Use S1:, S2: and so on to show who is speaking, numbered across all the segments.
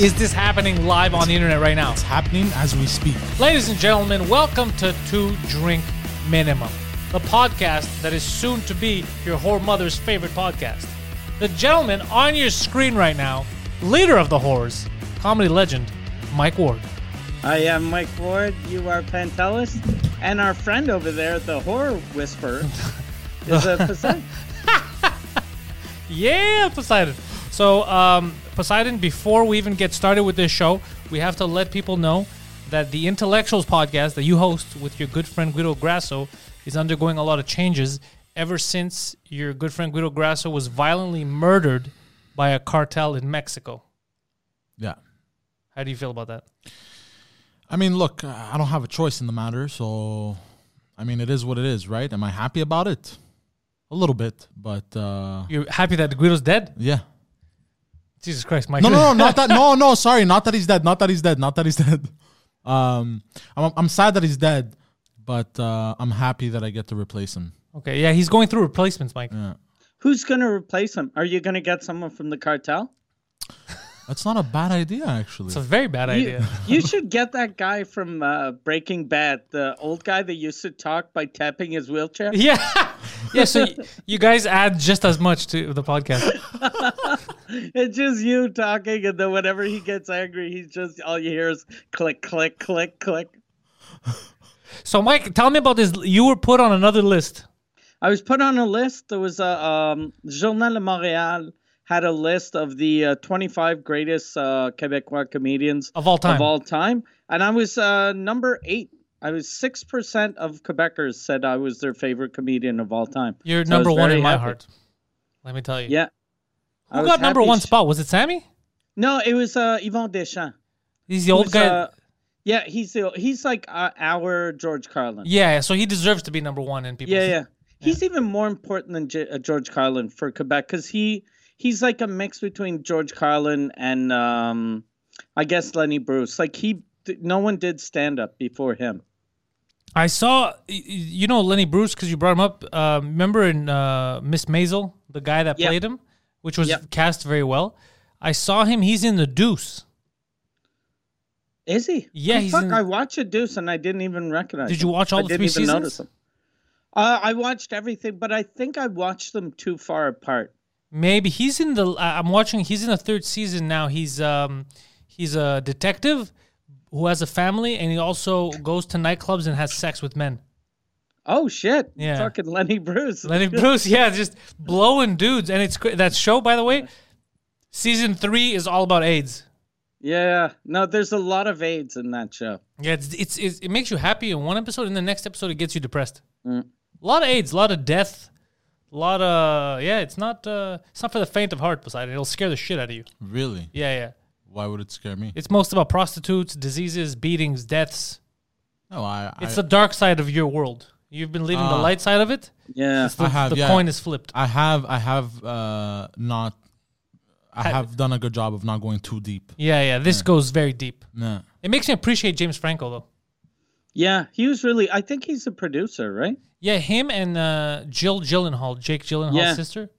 S1: Is this happening live on the internet right now?
S2: It's happening as we speak.
S1: Ladies and gentlemen, welcome to Two Drink Minimum, the podcast that is soon to be your whore mother's favorite podcast. The gentleman on your screen right now, leader of the whores, comedy legend, Mike Ward.
S3: I am Mike Ward. You are Pantelis, and our friend over there, the Horror Whisperer, is a Poseidon.
S1: Yeah, Poseidon. So, um, Poseidon, before we even get started with this show, we have to let people know that the Intellectuals podcast that you host with your good friend Guido Grasso is undergoing a lot of changes ever since your good friend Guido Grasso was violently murdered by a cartel in Mexico.
S2: Yeah.
S1: How do you feel about that?
S2: I mean, look, uh, I don't have a choice in the matter, so I mean, it is what it is, right? Am I happy about it? A little bit, but uh
S1: You're happy that Guido's dead?
S2: yeah.
S1: Jesus Christ, Mike.
S2: No, no, no, not that. No, no, sorry, not that he's dead. Not that he's dead. Not that he's dead. Um, I'm, I'm sad that he's dead, but uh I'm happy that I get to replace him.
S1: okay, yeah, he's going through replacements, Mike.
S3: Who's going to replace him? Are you going to get someone from the cartel?
S2: That's not a bad idea, actually.
S1: It's a very bad idea.
S3: You, you should get that guy from uh, Breaking Bad, the old guy that used to talk by tapping his wheelchair.
S1: yeah. Yeah, so y- you guys add just as much to the podcast.
S3: It's just you talking, and then whenever he gets angry, he's just all you hear is click, click, click, click.
S1: So, Mike, tell me about this. You were put on another list.
S3: I was put on a list. There was a um, Journal de Montréal had a list of the uh, 25 greatest uh, Quebecois comedians
S1: Of all time.
S3: Of all time, and I was uh, number eight. I was six percent of Quebecers said I was their favorite comedian of all time.
S1: You're
S3: So I was
S1: number one
S3: very
S1: in my
S3: happy.
S1: heart. Let me tell you.
S3: Yeah. I
S1: Who
S3: was
S1: got number
S3: happy
S1: one
S3: sh-
S1: spot? Was it Sammy?
S3: No, it was uh, Yvon Deschamps.
S1: He's the old
S3: Who's,
S1: guy.
S3: uh, yeah, he's the, he's like uh, our George Carlin.
S1: yeah, so he deserves to be number one in people.
S3: Yeah, yeah. He's even more important than J- uh, George Carlin for Quebec because he he's like a mix between George Carlin and um, I guess Lenny Bruce. Like he, th- no one did stand up before him.
S1: I saw, y- y- you know, Lenny Bruce because you brought him up. Uh, remember in uh, Miss Maisel, the guy that
S3: Yeah.
S1: played him, which was
S3: Yeah.
S1: cast very well. I saw him. He's in the Deuce.
S3: Is he?
S1: Yeah,
S3: Oh,
S1: he's
S3: fuck,
S1: in-
S3: I watched a Deuce and I didn't even recognize.
S1: Did you
S3: him.
S1: watch all
S3: I
S1: the
S3: didn't
S1: three
S3: even
S1: seasons?
S3: Notice him. Uh, I watched everything, but I think I watched them too far apart.
S1: Maybe he's in the. I- I'm watching. He's in the third season now. He's um, he's a detective who has a family, and he also goes to nightclubs and has sex with men.
S3: Oh shit!
S1: Yeah.
S3: fucking Lenny Bruce.
S1: Lenny Bruce, yeah, just blowing dudes, and it's cra- that show. By the way, season three is all about AIDS.
S3: Yeah, no, there's a lot of AIDS in that show.
S1: Yeah, it's, it's, it's it makes you happy in one episode, and the next episode it gets you depressed. A lot of AIDS, a lot of death, a lot of yeah. It's not uh, it's not for the faint of heart. Poseidon, it'll scare the shit out of you.
S2: Really?
S1: Yeah, yeah.
S2: Why would it scare me?
S1: It's most about prostitutes, diseases, beatings, deaths.
S2: No, I.
S1: It's
S2: I,
S1: the dark side of your world. You've been living the
S2: Ah.
S1: light side of it.
S3: Yeah,
S1: It's the
S2: I have,
S1: the
S2: yeah.
S1: coin is flipped.
S2: I have. I have uh not. I have done a good job of not going too deep.
S1: Yeah, yeah. This goes very deep.
S2: Nah.
S1: It makes me appreciate James Franco though.
S3: yeah, he was really. I think he's a producer, right?
S1: Yeah, him and uh, Jill Gyllenhaal, Jake Gyllenhaal's
S3: Yeah.
S1: sister. Hmm.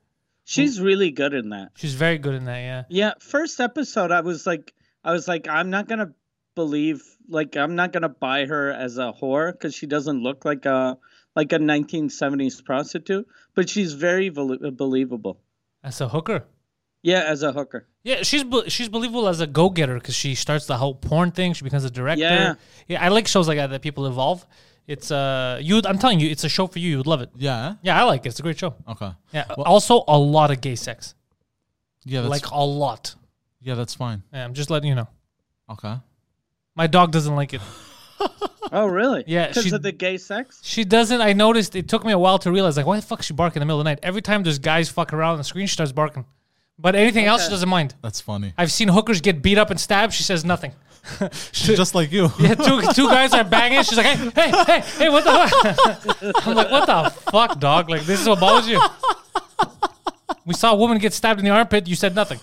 S3: She's really good in that.
S1: She's very good in that. Yeah,
S3: Yeah, first episode I was like I was like I'm not going to believe like I'm not going to buy her as a whore cuz she doesn't look like a like a 1970s prostitute, but she's very bel- believable.
S1: as a hooker.
S3: Yeah, as a hooker.
S1: Yeah, she's be- she's believable as a go getter because she starts the whole porn thing. She becomes a director.
S3: Yeah.
S1: yeah. I like shows like that that people evolve. It's uh, you. I'm telling you, it's a show for you. You would love it.
S2: Yeah. eh?
S1: Yeah, I like it. It's Uh, a great show.
S2: Okay.
S1: Yeah.
S2: Well-
S1: also, a lot of gay sex.
S2: Yeah, that's
S1: like a lot.
S2: yeah, that's fine.
S1: Yeah, I'm just letting you know.
S2: Okay.
S1: My dog doesn't like it.
S3: Oh, really?
S1: Yeah,
S3: Because
S1: she-
S3: of the gay sex?
S1: She doesn't. I noticed it took me a while to realize, like, why the fuck she bark in the middle of the night? Every time there's guys fuck around on the screen, she starts barking. But anything else, she doesn't mind.
S2: That's funny.
S1: I've seen hookers get beat up and stabbed. She says nothing.
S2: She's just like you.
S1: Yeah, two two guys are banging. She's like, hey, hey, hey, hey, what the fuck? I'm like, what the fuck, dog? Like, this is what bothers you. We saw a woman get stabbed in the armpit. You said nothing.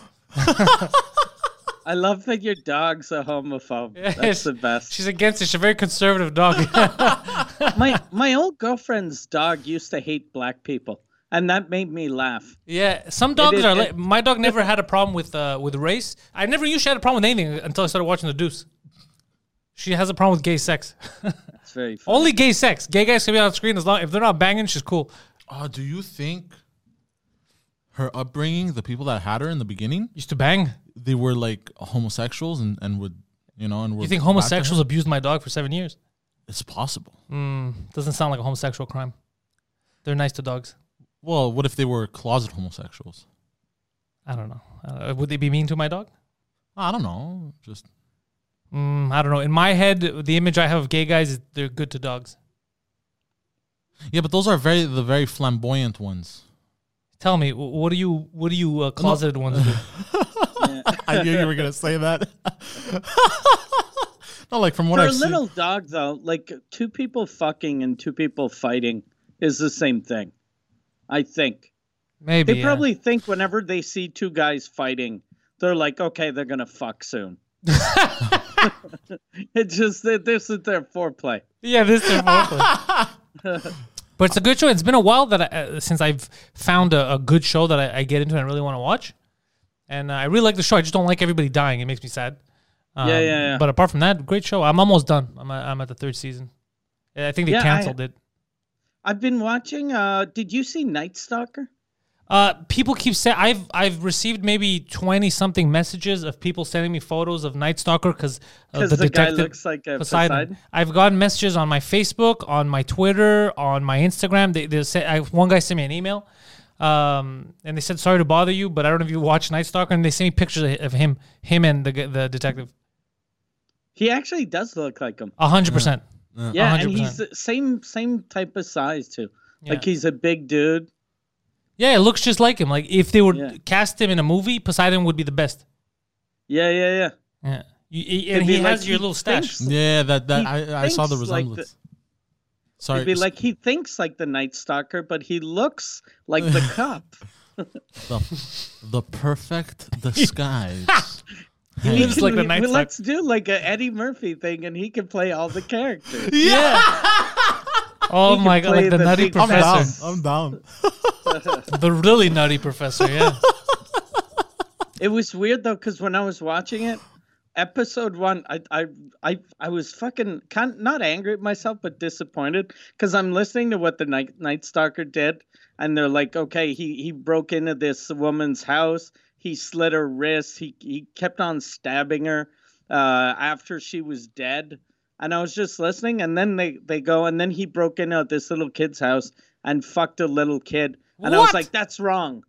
S3: I love that your dog's a homophobe. That's the best.
S1: She's against it. She's a very conservative dog.
S3: my my old girlfriend's dog used to hate black people, and that made me laugh.
S1: yeah, some dogs
S3: is-
S1: are.
S3: it-
S1: Like, my dog never had a problem with uh, with race. I never usually had a problem with anything until I started watching The Deuce. She has a problem with gay sex.
S3: It's very funny.
S1: Only gay sex. Gay guys can be on screen as long if they're not banging. She's cool.
S2: Uh, do you think her upbringing, the people that had her in the beginning,
S1: Used to bang.
S2: they were like homosexuals and, and would, you know, and were
S1: You think
S2: back to her?
S1: homosexuals abused my dog for seven years?
S2: It's possible.
S1: Doesn't sound like a homosexual crime. They're nice to dogs.
S2: Well, what if they were closet homosexuals?
S1: I don't know. Uh, would they be mean to my dog?
S2: I don't know. Just
S1: Mm, I don't know. In my head, the image I have of gay guys is they're good to dogs.
S2: yeah, but those are very the very flamboyant ones.
S1: Tell me, wh- what do you what do you uh, closeted ones do?
S2: I knew you were gonna say that. Not like from what
S3: For
S2: I've
S3: a little dog, though, like two people fucking and two people fighting is the same thing. I think
S1: Maybe
S3: they
S1: yeah.
S3: probably think whenever they see two guys fighting, they're like, okay, they're gonna fuck soon. it's just that this is their foreplay.
S1: yeah this is awful. but it's a good show. It's been a while that I, uh, since I've found a, a good show that I, I get into and I really want to watch, and uh, I really like the show. I just don't like everybody dying. It makes me sad. Um,
S3: yeah, yeah.
S1: But apart from that, great show. I'm almost done. I'm, uh, I'm at the third season. Yeah, I think they
S3: Yeah, I-
S1: canceled it.
S3: I've been watching. Uh, did you see Night Stalker?
S1: Uh, people keep saying I've I've received maybe twenty something messages of people sending me photos of Night Stalker because uh,
S3: 'Cause
S1: the,
S3: the guy
S1: detective
S3: looks like a Poseidon?
S1: I've gotten messages on my Facebook, on my Twitter, on my Instagram. They they say I, one guy sent me an email, um, and they said sorry to bother you, but I don't know if you watch Night Stalker, and they sent me pictures of- of him, him and the g- the detective.
S3: He actually does look like him.
S1: A hundred Uh, percent.
S3: Hmm. Yeah, and
S1: 100%.
S3: he's the same same type of size too. Like
S1: Yeah.
S3: he's a big dude.
S1: Yeah, it looks just like him. Like if they were
S3: Yeah.
S1: cast him in a movie, Poseidon would be the best.
S3: Yeah, yeah, yeah.
S1: Yeah, you, and
S3: It'd be
S1: he
S3: like
S1: has your
S3: he
S1: little stash.
S3: thinks-
S2: Yeah, that that
S3: He
S2: I, I saw the
S3: thinks like the-
S2: resemblance.
S3: It'd
S2: Sorry,
S3: be like he thinks like the Night Stalker, but he looks like the cop.
S2: the, the perfect disguise.
S1: He lives like the
S3: We-
S1: night
S3: we-
S1: stalker.
S3: Let's do like a Eddie Murphy thing, and he can play all the characters.
S1: Yeah. oh
S3: can
S1: my god,
S3: play
S1: like the,
S3: the
S1: nutty
S3: big I'm
S2: down.
S1: professor,
S2: I'm down.
S1: the really nutty professor. Yeah.
S3: It was weird though, because when I was watching it, episode one, I I I, I was fucking kind not angry at myself, but disappointed because I'm listening to what the night Night Stalker did, and they're like, okay, he he broke into this woman's house, he slit her wrist, he he kept on stabbing her uh, after she was dead, and I was just listening, and then they they go, and then he broke into this little kid's house and fucked a little kid, and I
S1: What?
S3: was like, that's wrong.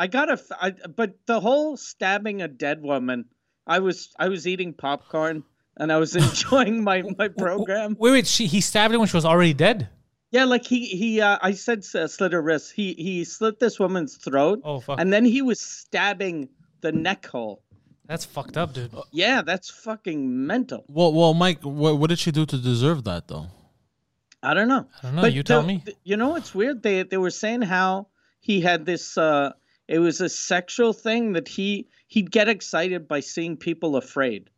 S3: I got a, f- I, but the whole stabbing a dead woman. I was I was eating popcorn and I was enjoying my my program.
S1: Wait, wait. She he stabbed her when she was already dead.
S3: Yeah, like he he uh, I said uh, slit her wrist. He he slit this woman's throat.
S1: Oh, fuck.
S3: And then he was stabbing the neck hole.
S1: That's fucked up, dude.
S3: Yeah, that's fucking mental.
S2: Well, well, Mike, what, what did she do to deserve that though?
S3: I don't know.
S1: I don't know, you tell me.
S3: you know what's weird? They they were saying how he had this. Uh, it was a sexual thing that he he'd get excited by seeing people afraid.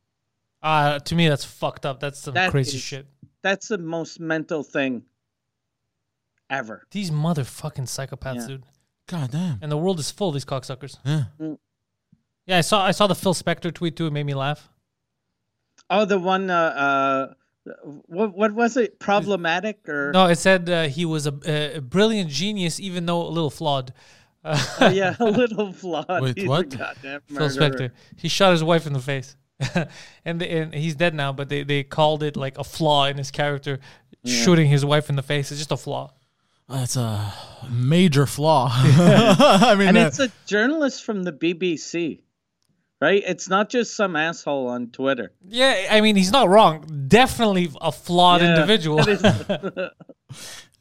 S1: Uh, to me, that's fucked up. That's some
S3: That
S1: crazy
S3: is-
S1: shit.
S3: That's the most mental thing ever.
S1: These motherfucking psychopaths,
S3: Yeah.
S1: dude.
S2: God damn.
S1: And the world is full of these cocksuckers.
S2: Yeah.
S1: Yeah, I saw I saw the Phil Spector tweet too. It made me laugh.
S3: Oh, the one. Uh, uh, what what was it? Problematic or
S1: No, it said uh, he was a, a brilliant genius, even though a little flawed.
S3: Oh, yeah, a little flawed.
S2: Wait,
S3: He's a
S2: what?
S3: goddamn
S1: Phil
S3: murderer.
S1: Spector. He shot his wife in the face, and and he's dead now. But they, they called it like a flaw in his character, shooting his wife in the face. It's just a flaw.
S2: That's a major flaw. I mean,
S3: and
S2: uh,
S3: it's a journalist from the BBC, right? It's not just some asshole on Twitter.
S1: Yeah, I mean, he's not wrong. Definitely a flawed
S3: Yeah.
S1: individual.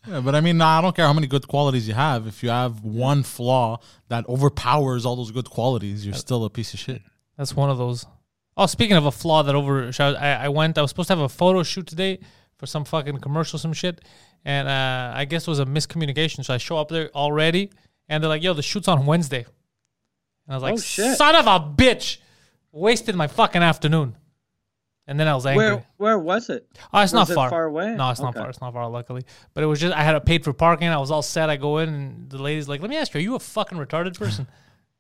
S2: yeah, but I mean, I don't care how many good qualities you have. If you have one flaw that overpowers all those good qualities, you're still a piece of shit.
S1: That's one of those. Oh, speaking of a flaw that over, I, I went. I was supposed to have a photo shoot today for some fucking commercial, some shit, and uh, I guess it was a miscommunication. So I show up there already, and they're like, "Yo, the shoot's on Wednesday," and I was like,
S3: Oh, shit.
S1: "Son of a bitch, wasted my fucking afternoon." And then I was angry.
S3: Where where was it?
S1: Oh, it's
S3: Was
S1: not
S3: it
S1: far.
S3: far away?
S1: No, it's not
S3: Okay.
S1: far. It's not far, luckily. But it was just I had a paid for parking. I was all set. I go in, and the lady's like, "Let me ask you, are you a fucking retarded person?"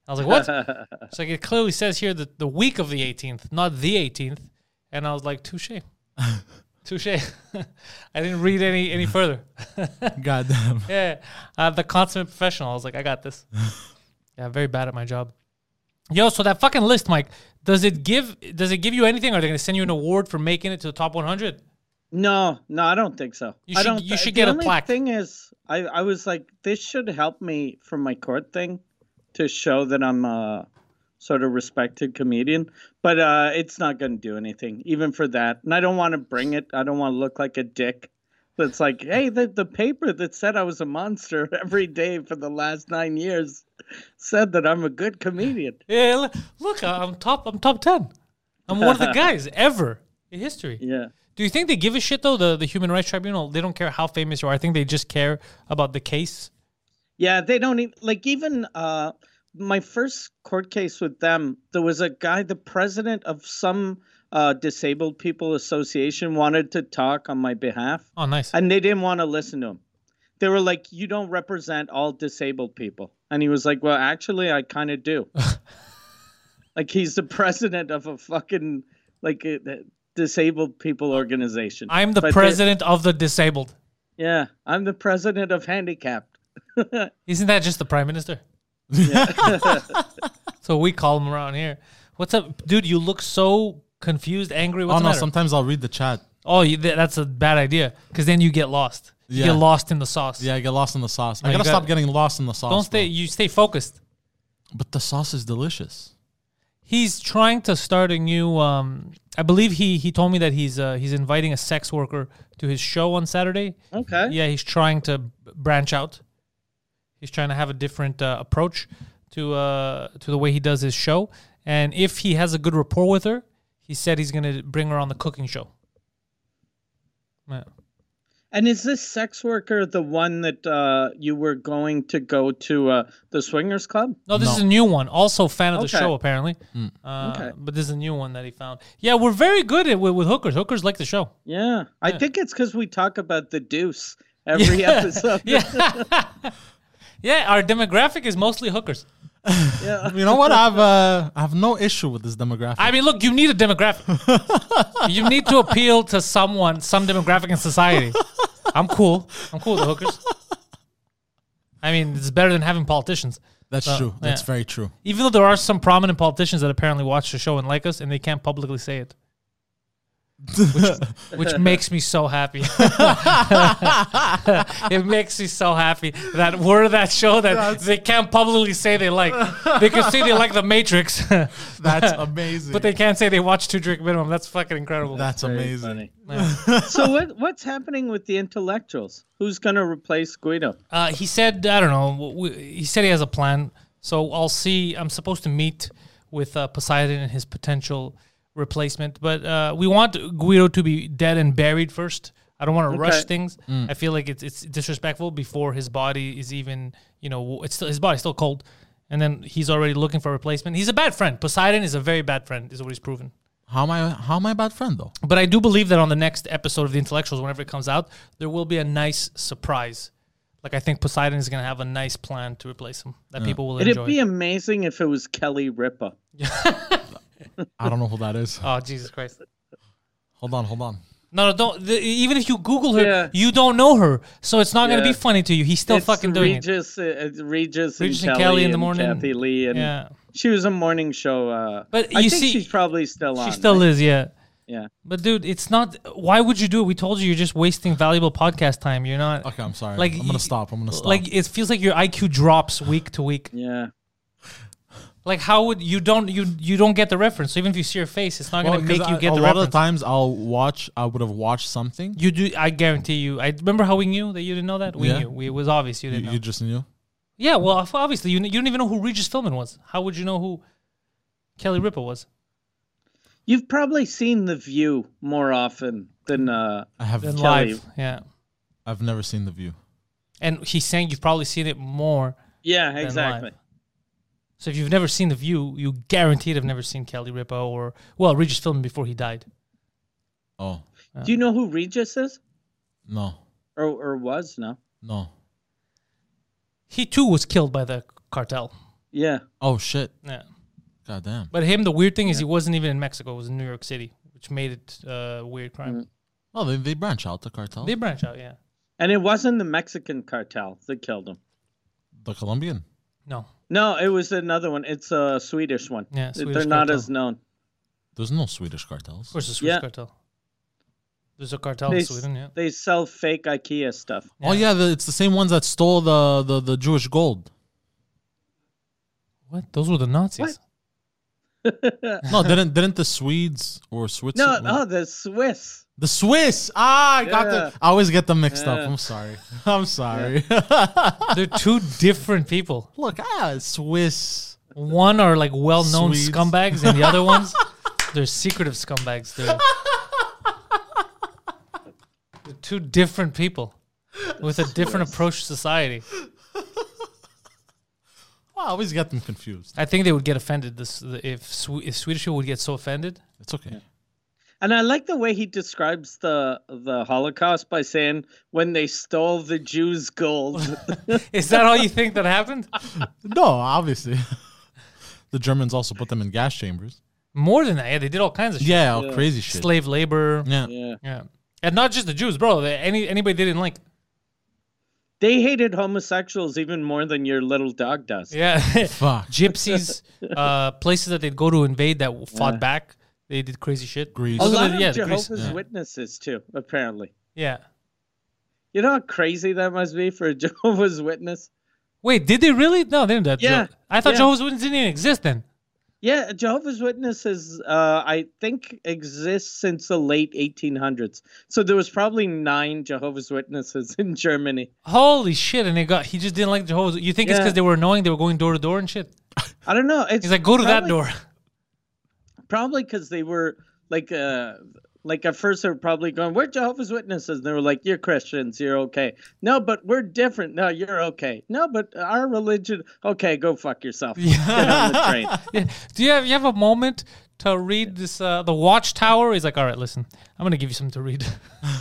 S1: I was like, "What?" It's like it clearly says here that the week of the 18th, not the 18th. And I was like, "Touche, touche." I didn't read any any further.
S2: God damn.
S1: yeah, uh, the consummate professional. I was like, "I got this." yeah, I'm very bad at my job. Yo, so that fucking list, Mike. Does it give? Does it give you anything? Are they gonna send you an award for making it to the top 100?
S3: No, no, I don't think so.
S1: You
S3: I
S1: should-
S3: don't.
S1: you
S3: thi-
S1: should
S3: the
S1: get a
S3: only
S1: plaque.
S3: Thing is, I I was like, this should help me for my court thing, to show that I'm a sort of respected comedian. But uh, it's not going to do anything, even for that. And I don't want to bring it. I don't want to look like a dick. That's like, hey, the the paper that said I was a monster every day for the last nine years said that I'm a good comedian.
S1: Yeah, l- look, I- I'm top. I'm top ten. I'm one of the guys ever in history.
S3: Yeah.
S1: Do you think they give a shit though? The the Human Rights Tribunal. They don't care how famous you are. I think they just care about the case.
S3: Yeah, they don't even like even uh my first court case with them, there was a guy, the president of some uh disabled people association wanted to talk on my behalf
S1: Oh, nice.
S3: and they didn't want to listen to him. They were like, "You don't represent all disabled people." And he was like, "Well, actually, I kind of do." like he's the president of a fucking like a, a disabled people organization.
S1: I'm the
S3: But they-
S1: president of the disabled.
S3: Yeah, I'm the president of handicapped.
S1: Isn't that just the prime minister? so we call him around here. What's up, dude? You look so confused, angry. What's
S2: Oh
S1: the
S2: no,
S1: matter?
S2: sometimes I'll read the chat.
S1: oh, you, th- that's a bad idea because then you get lost. You
S2: Yeah.
S1: get lost in the sauce.
S2: Yeah, I get lost in the sauce.
S1: No,
S2: I
S1: you
S2: gotta
S1: got-
S2: stop getting lost in the sauce.
S1: Don't stay.
S2: though.
S1: You stay focused.
S2: But the sauce is delicious.
S1: he's trying to start a new um I believe he he told me that he's uh, he's inviting a sex worker to his show on Saturday.
S3: Okay.
S1: Yeah, he's trying to b- branch out. He's trying to have a different uh, approach to uh to the way he does his show and if he has a good rapport with her, he said he's going to bring her on the cooking show. Yeah.
S3: And is this sex worker the one that uh, you were going to go to uh, the swingers club?
S1: No, this
S2: No.
S1: is a new one. Also, fan of the
S3: Okay.
S1: show apparently. Uh,
S3: Okay.
S1: But this is a new one that he found. Yeah, we're very good at with, with hookers. Hookers like the show.
S3: Yeah, I think it's because we talk about the deuce every episode.
S1: Yeah, our demographic is mostly hookers.
S2: You know what? I've uh, I have no issue with this demographic.
S1: I mean, look, you need a demographic. you need to appeal to someone, some demographic in society. I'm cool. I'm cool with the hookers. I mean, it's better than having politicians.
S2: That's
S1: Uh,
S2: true. That's
S1: yeah.
S2: very true.
S1: Even though there are some prominent politicians that apparently watch the show and like us, and they can't publicly say it. which, which makes me so happy. it makes me so happy that we're that show that they can't publicly say they like. They can say they like The Matrix.
S2: That's amazing.
S1: But they can't say they watch two drink minimum. That's fucking incredible.
S2: That's amazing.
S3: Funny. so what what's happening with the intellectuals? Who's going to replace Guido?
S1: Uh, he said, I don't know. w- w- He said he has a plan. So I'll see. I'm supposed to meet with uh, Poseidon and his potential replacement. But uh, we want Guido to be dead and buried first. I don't want to rush
S3: Okay.
S1: things. I feel like it's it's disrespectful before his body is even you know w- it's still, his body's still cold, and then he's already looking for a replacement. He's a bad friend. Poseidon is a very bad friend. Is what he's proven.
S2: How am I? How am I a bad friend though?
S1: But I do believe that on the next episode of The Intellectuals, whenever it comes out, there will be a nice surprise. Like I think Poseidon is going to have a nice plan to replace him that people will
S3: It'd
S1: enjoy.
S3: be amazing if it was Kelly Ripa.
S2: I don't know who that is.
S1: oh Jesus Christ!
S2: Hold on, hold on.
S1: No, no, don't. The, even if you Google her,
S3: Yeah.
S1: you don't know her, so it's not going to
S3: Yeah.
S1: be funny to you. He's still
S3: it's
S1: fucking doing it.
S3: Regis, uh, it's Regis,
S1: Regis
S3: and, Kelly in the morning. Kathy Lee, and
S1: Yeah,
S3: she was a morning show. Uh,
S1: But
S3: I
S1: you
S3: think
S1: see-
S3: she's probably still on.
S1: she still
S3: right?
S1: is. Yeah.
S3: Yeah.
S1: But dude, it's not. Why would you do it? We told you you're just wasting valuable podcast time. You're not.
S2: Okay, I'm sorry.
S1: Like,
S2: I'm
S1: y-
S2: gonna stop. I'm gonna stop.
S1: Like it feels like your IQ drops week to week.
S3: Yeah.
S1: Like how would you don't you you don't get the reference? So even if you see her face, it's not
S2: Well,
S1: gonna make
S2: 'cause
S1: you
S2: I-
S1: get
S2: a
S1: the
S2: lot
S1: reference.
S2: of the times I'll watch. I would have watched something.
S1: you do. I guarantee you. I remember how we knew that you didn't know that. We
S2: Yeah.
S1: knew. We, it was obvious you
S2: You,
S1: didn't know.
S2: you just knew.
S1: yeah. Well, if- obviously you kn- you didn't even know who Regis Philbin was. How would you know who Kelly Ripa was?
S3: You've probably seen The View more often than uh,
S2: I have.
S1: Then
S3: Kelly.
S1: live. Yeah.
S2: I've never seen The View.
S1: And he's saying you've probably seen it more.
S3: yeah,
S1: live.
S3: exactly.
S1: So if you've never seen The View, you guaranteed have never seen Kelly Ripa or well Regis Philbin before he died.
S2: Oh
S3: Do you know who Regis is
S2: no,
S3: or or was? No.
S2: no.
S1: He too was killed by the cartel.
S3: Yeah.
S2: Oh shit.
S1: Yeah.
S2: God damn.
S1: But him, the weird thing is he wasn't even in Mexico. It was in New York City, which made it uh, weird crime.
S2: Oh, they, they branch out the
S3: Oh.
S2: cartel.
S1: They branch out, yeah.
S3: And it wasn't the Mexican cartel that killed him.
S2: the Colombian.
S1: No.
S3: No, it was another one. It's a Swedish one.
S1: Yeah,
S3: They're
S1: Swedish
S3: not
S1: cartel.
S3: as known.
S2: There's no Swedish cartels.
S1: Of course, the Swiss
S3: Yeah.
S1: cartel. There's a cartel
S3: They,
S1: in
S3: s-
S1: Sweden, yeah.
S3: they sell fake IKEA stuff.
S2: Oh
S1: Yeah.
S2: yeah, the, it's the same ones that stole the, the, the Jewish gold.
S1: What? Those were the Nazis.
S3: What?
S2: No, didn't didn't the Swedes or
S3: No,
S2: Switzerland?
S3: no, the Swiss.
S2: The Swiss. Ah, I got
S3: Yeah.
S2: the. I always get them mixed up.
S3: Yeah.
S2: I'm sorry. I'm sorry.
S1: They're two different people.
S2: Look, ah, Swiss.
S1: One are like well known
S2: Swedes.
S1: scumbags, and the other ones, they're secretive scumbags. They're, they're two different people with a different approach to society.
S2: Oh, I always get them confused.
S1: I think they would get offended this, if, Swe- if Swedish people would get so offended.
S2: It's okay.
S3: And I like the way he describes the the Holocaust by saying when they stole the Jews' gold.
S1: Is that all you think that happened?
S2: No, obviously. the Germans also put them in gas chambers.
S1: More than that, yeah, they did all kinds of shit.
S2: Yeah, all crazy shit.
S1: slave labor.
S2: Yeah.
S3: yeah.
S1: Yeah. and not just the Jews, bro. They, any anybody they didn't like.
S3: They hated homosexuals even more than your little dog does.
S1: Yeah,
S2: Fuck.
S1: gypsies, uh, places that they'd go to invade that fought back. They did crazy shit.
S2: Greece.
S3: A
S1: Those are
S3: lot
S1: the-
S3: of
S1: yeah, the Greece-
S3: Jehovah's Witnesses too, apparently.
S1: Yeah.
S3: You know how crazy that must be for a Jehovah's Witness?
S1: Wait, did they really? No, they didn't. That
S3: Yeah,
S1: Jeh- I thought
S3: yeah.
S1: Jehovah's Witnesses didn't even exist then.
S3: Yeah, a Jehovah's Witnesses, uh, I think, exists since the late 1800s. So there was probably nine Jehovah's Witnesses in Germany.
S1: Holy shit! And they got he just didn't like Jehovah's. You think it's
S3: Yeah.
S1: because they were annoying? They were going door to door and shit.
S3: I don't know. It's
S1: He's like, go to that
S3: probably-
S1: door.
S3: Probably because they were like, uh, like at first they were probably going, "We're Jehovah's Witnesses," and they were like, "You're Christians, you're okay." No, but we're different. No, you're okay. No, but our religion. Okay, go fuck yourself. Get on the train.
S1: Yeah. Do you have you have a moment to read this? Uh, the Watchtower. He's like, all right, listen, I'm gonna give you something to read.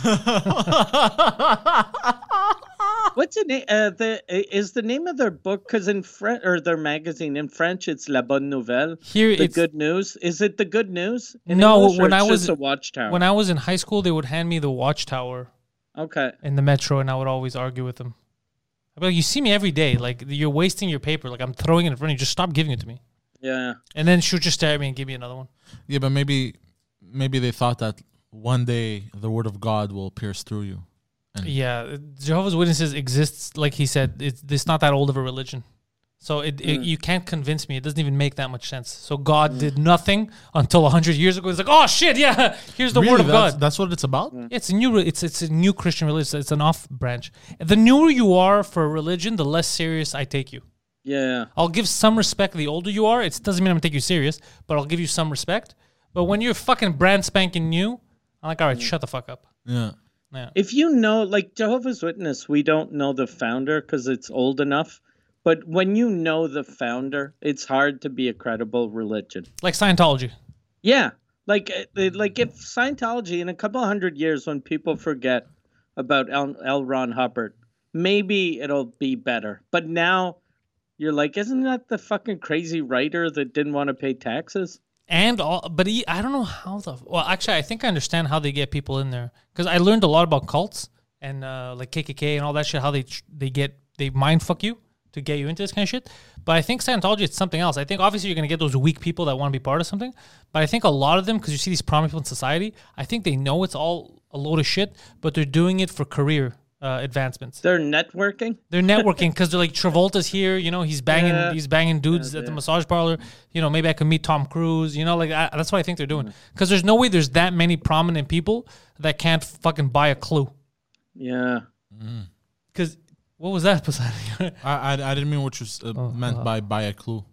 S3: What's the name? Uh, the is the name of their book? Because in French or their magazine in French, it's La Bonne Nouvelle.
S1: Here
S3: the
S1: it's-
S3: good news. Is it the good news? in
S1: No,
S3: English, or
S1: when I
S3: it's
S1: was-
S3: just a watchtower.
S1: when I was in high school, they would hand me the Watchtower
S3: okay,
S1: in the metro, and I would always argue with them. I'd be like, "You see me every day. Like you're wasting your paper. Like I'm throwing it in front of you. Just stop giving it to me."
S3: yeah.
S1: And then she would just stare at me and give me another one.
S2: Yeah, but maybe maybe they thought that one day the word of God will pierce through you.
S1: Yeah, Jehovah's Witnesses exists. Like he said, it's, it's not that old of a religion. So it,
S2: Mm.
S1: it you can't convince me. It doesn't even make that much sense. So God did nothing until hundred years ago. It's like, oh shit, yeah, here's the
S2: Really?
S1: word of
S2: that's,
S1: God.
S2: That's what it's about?
S1: It's a new. re- It's it's a new Christian religion. It's an off branch. The newer you are for a religion, the less serious I take you.
S3: Yeah,
S1: I'll give some respect. The older you are, it doesn't mean I'm gonna take you serious, but I'll give you some respect. But when you're fucking brand spanking new, I'm like, all right,
S2: Mm.
S1: shut the fuck up.
S2: Yeah.
S3: if you know, like Jehovah's Witness, we don't know the founder because it's old enough. But when you know the founder, it's hard to be a credible religion.
S1: Like Scientology.
S3: Yeah, like uh, they- like if Scientology in a couple hundred years, when people forget about L. L. Ron Hubbard, maybe it'll be better. But now you're like, isn't that the fucking crazy writer that didn't want to pay taxes?
S1: and all but he, i don't know how the well actually i think i understand how they get people in there because i learned a lot about cults and uh, like kkk and all that shit how they tr- they get they mind fuck you to get you into this kind of shit. But I think Scientology it's something else. I think obviously you're gonna get those weak people that want to be part of something, but I think a lot of them because you see these prominent people in society, I think they know it's all a load of shit, but they're doing it for career uh, advancements.
S3: They're networking.
S1: They're networking because they're like Travolta's here, you know, he's banging he's banging dudes at the massage parlor. You know, maybe I can meet Tom Cruise. You know, like I, that's what I think they're doing. Because there's no way there's that many prominent people that can't fucking buy a clue.
S3: Yeah.
S1: Because what was that, Poseidon?
S2: I, I I didn't mean what you s- uh,
S1: Oh, uh-huh.
S2: meant by by a clue.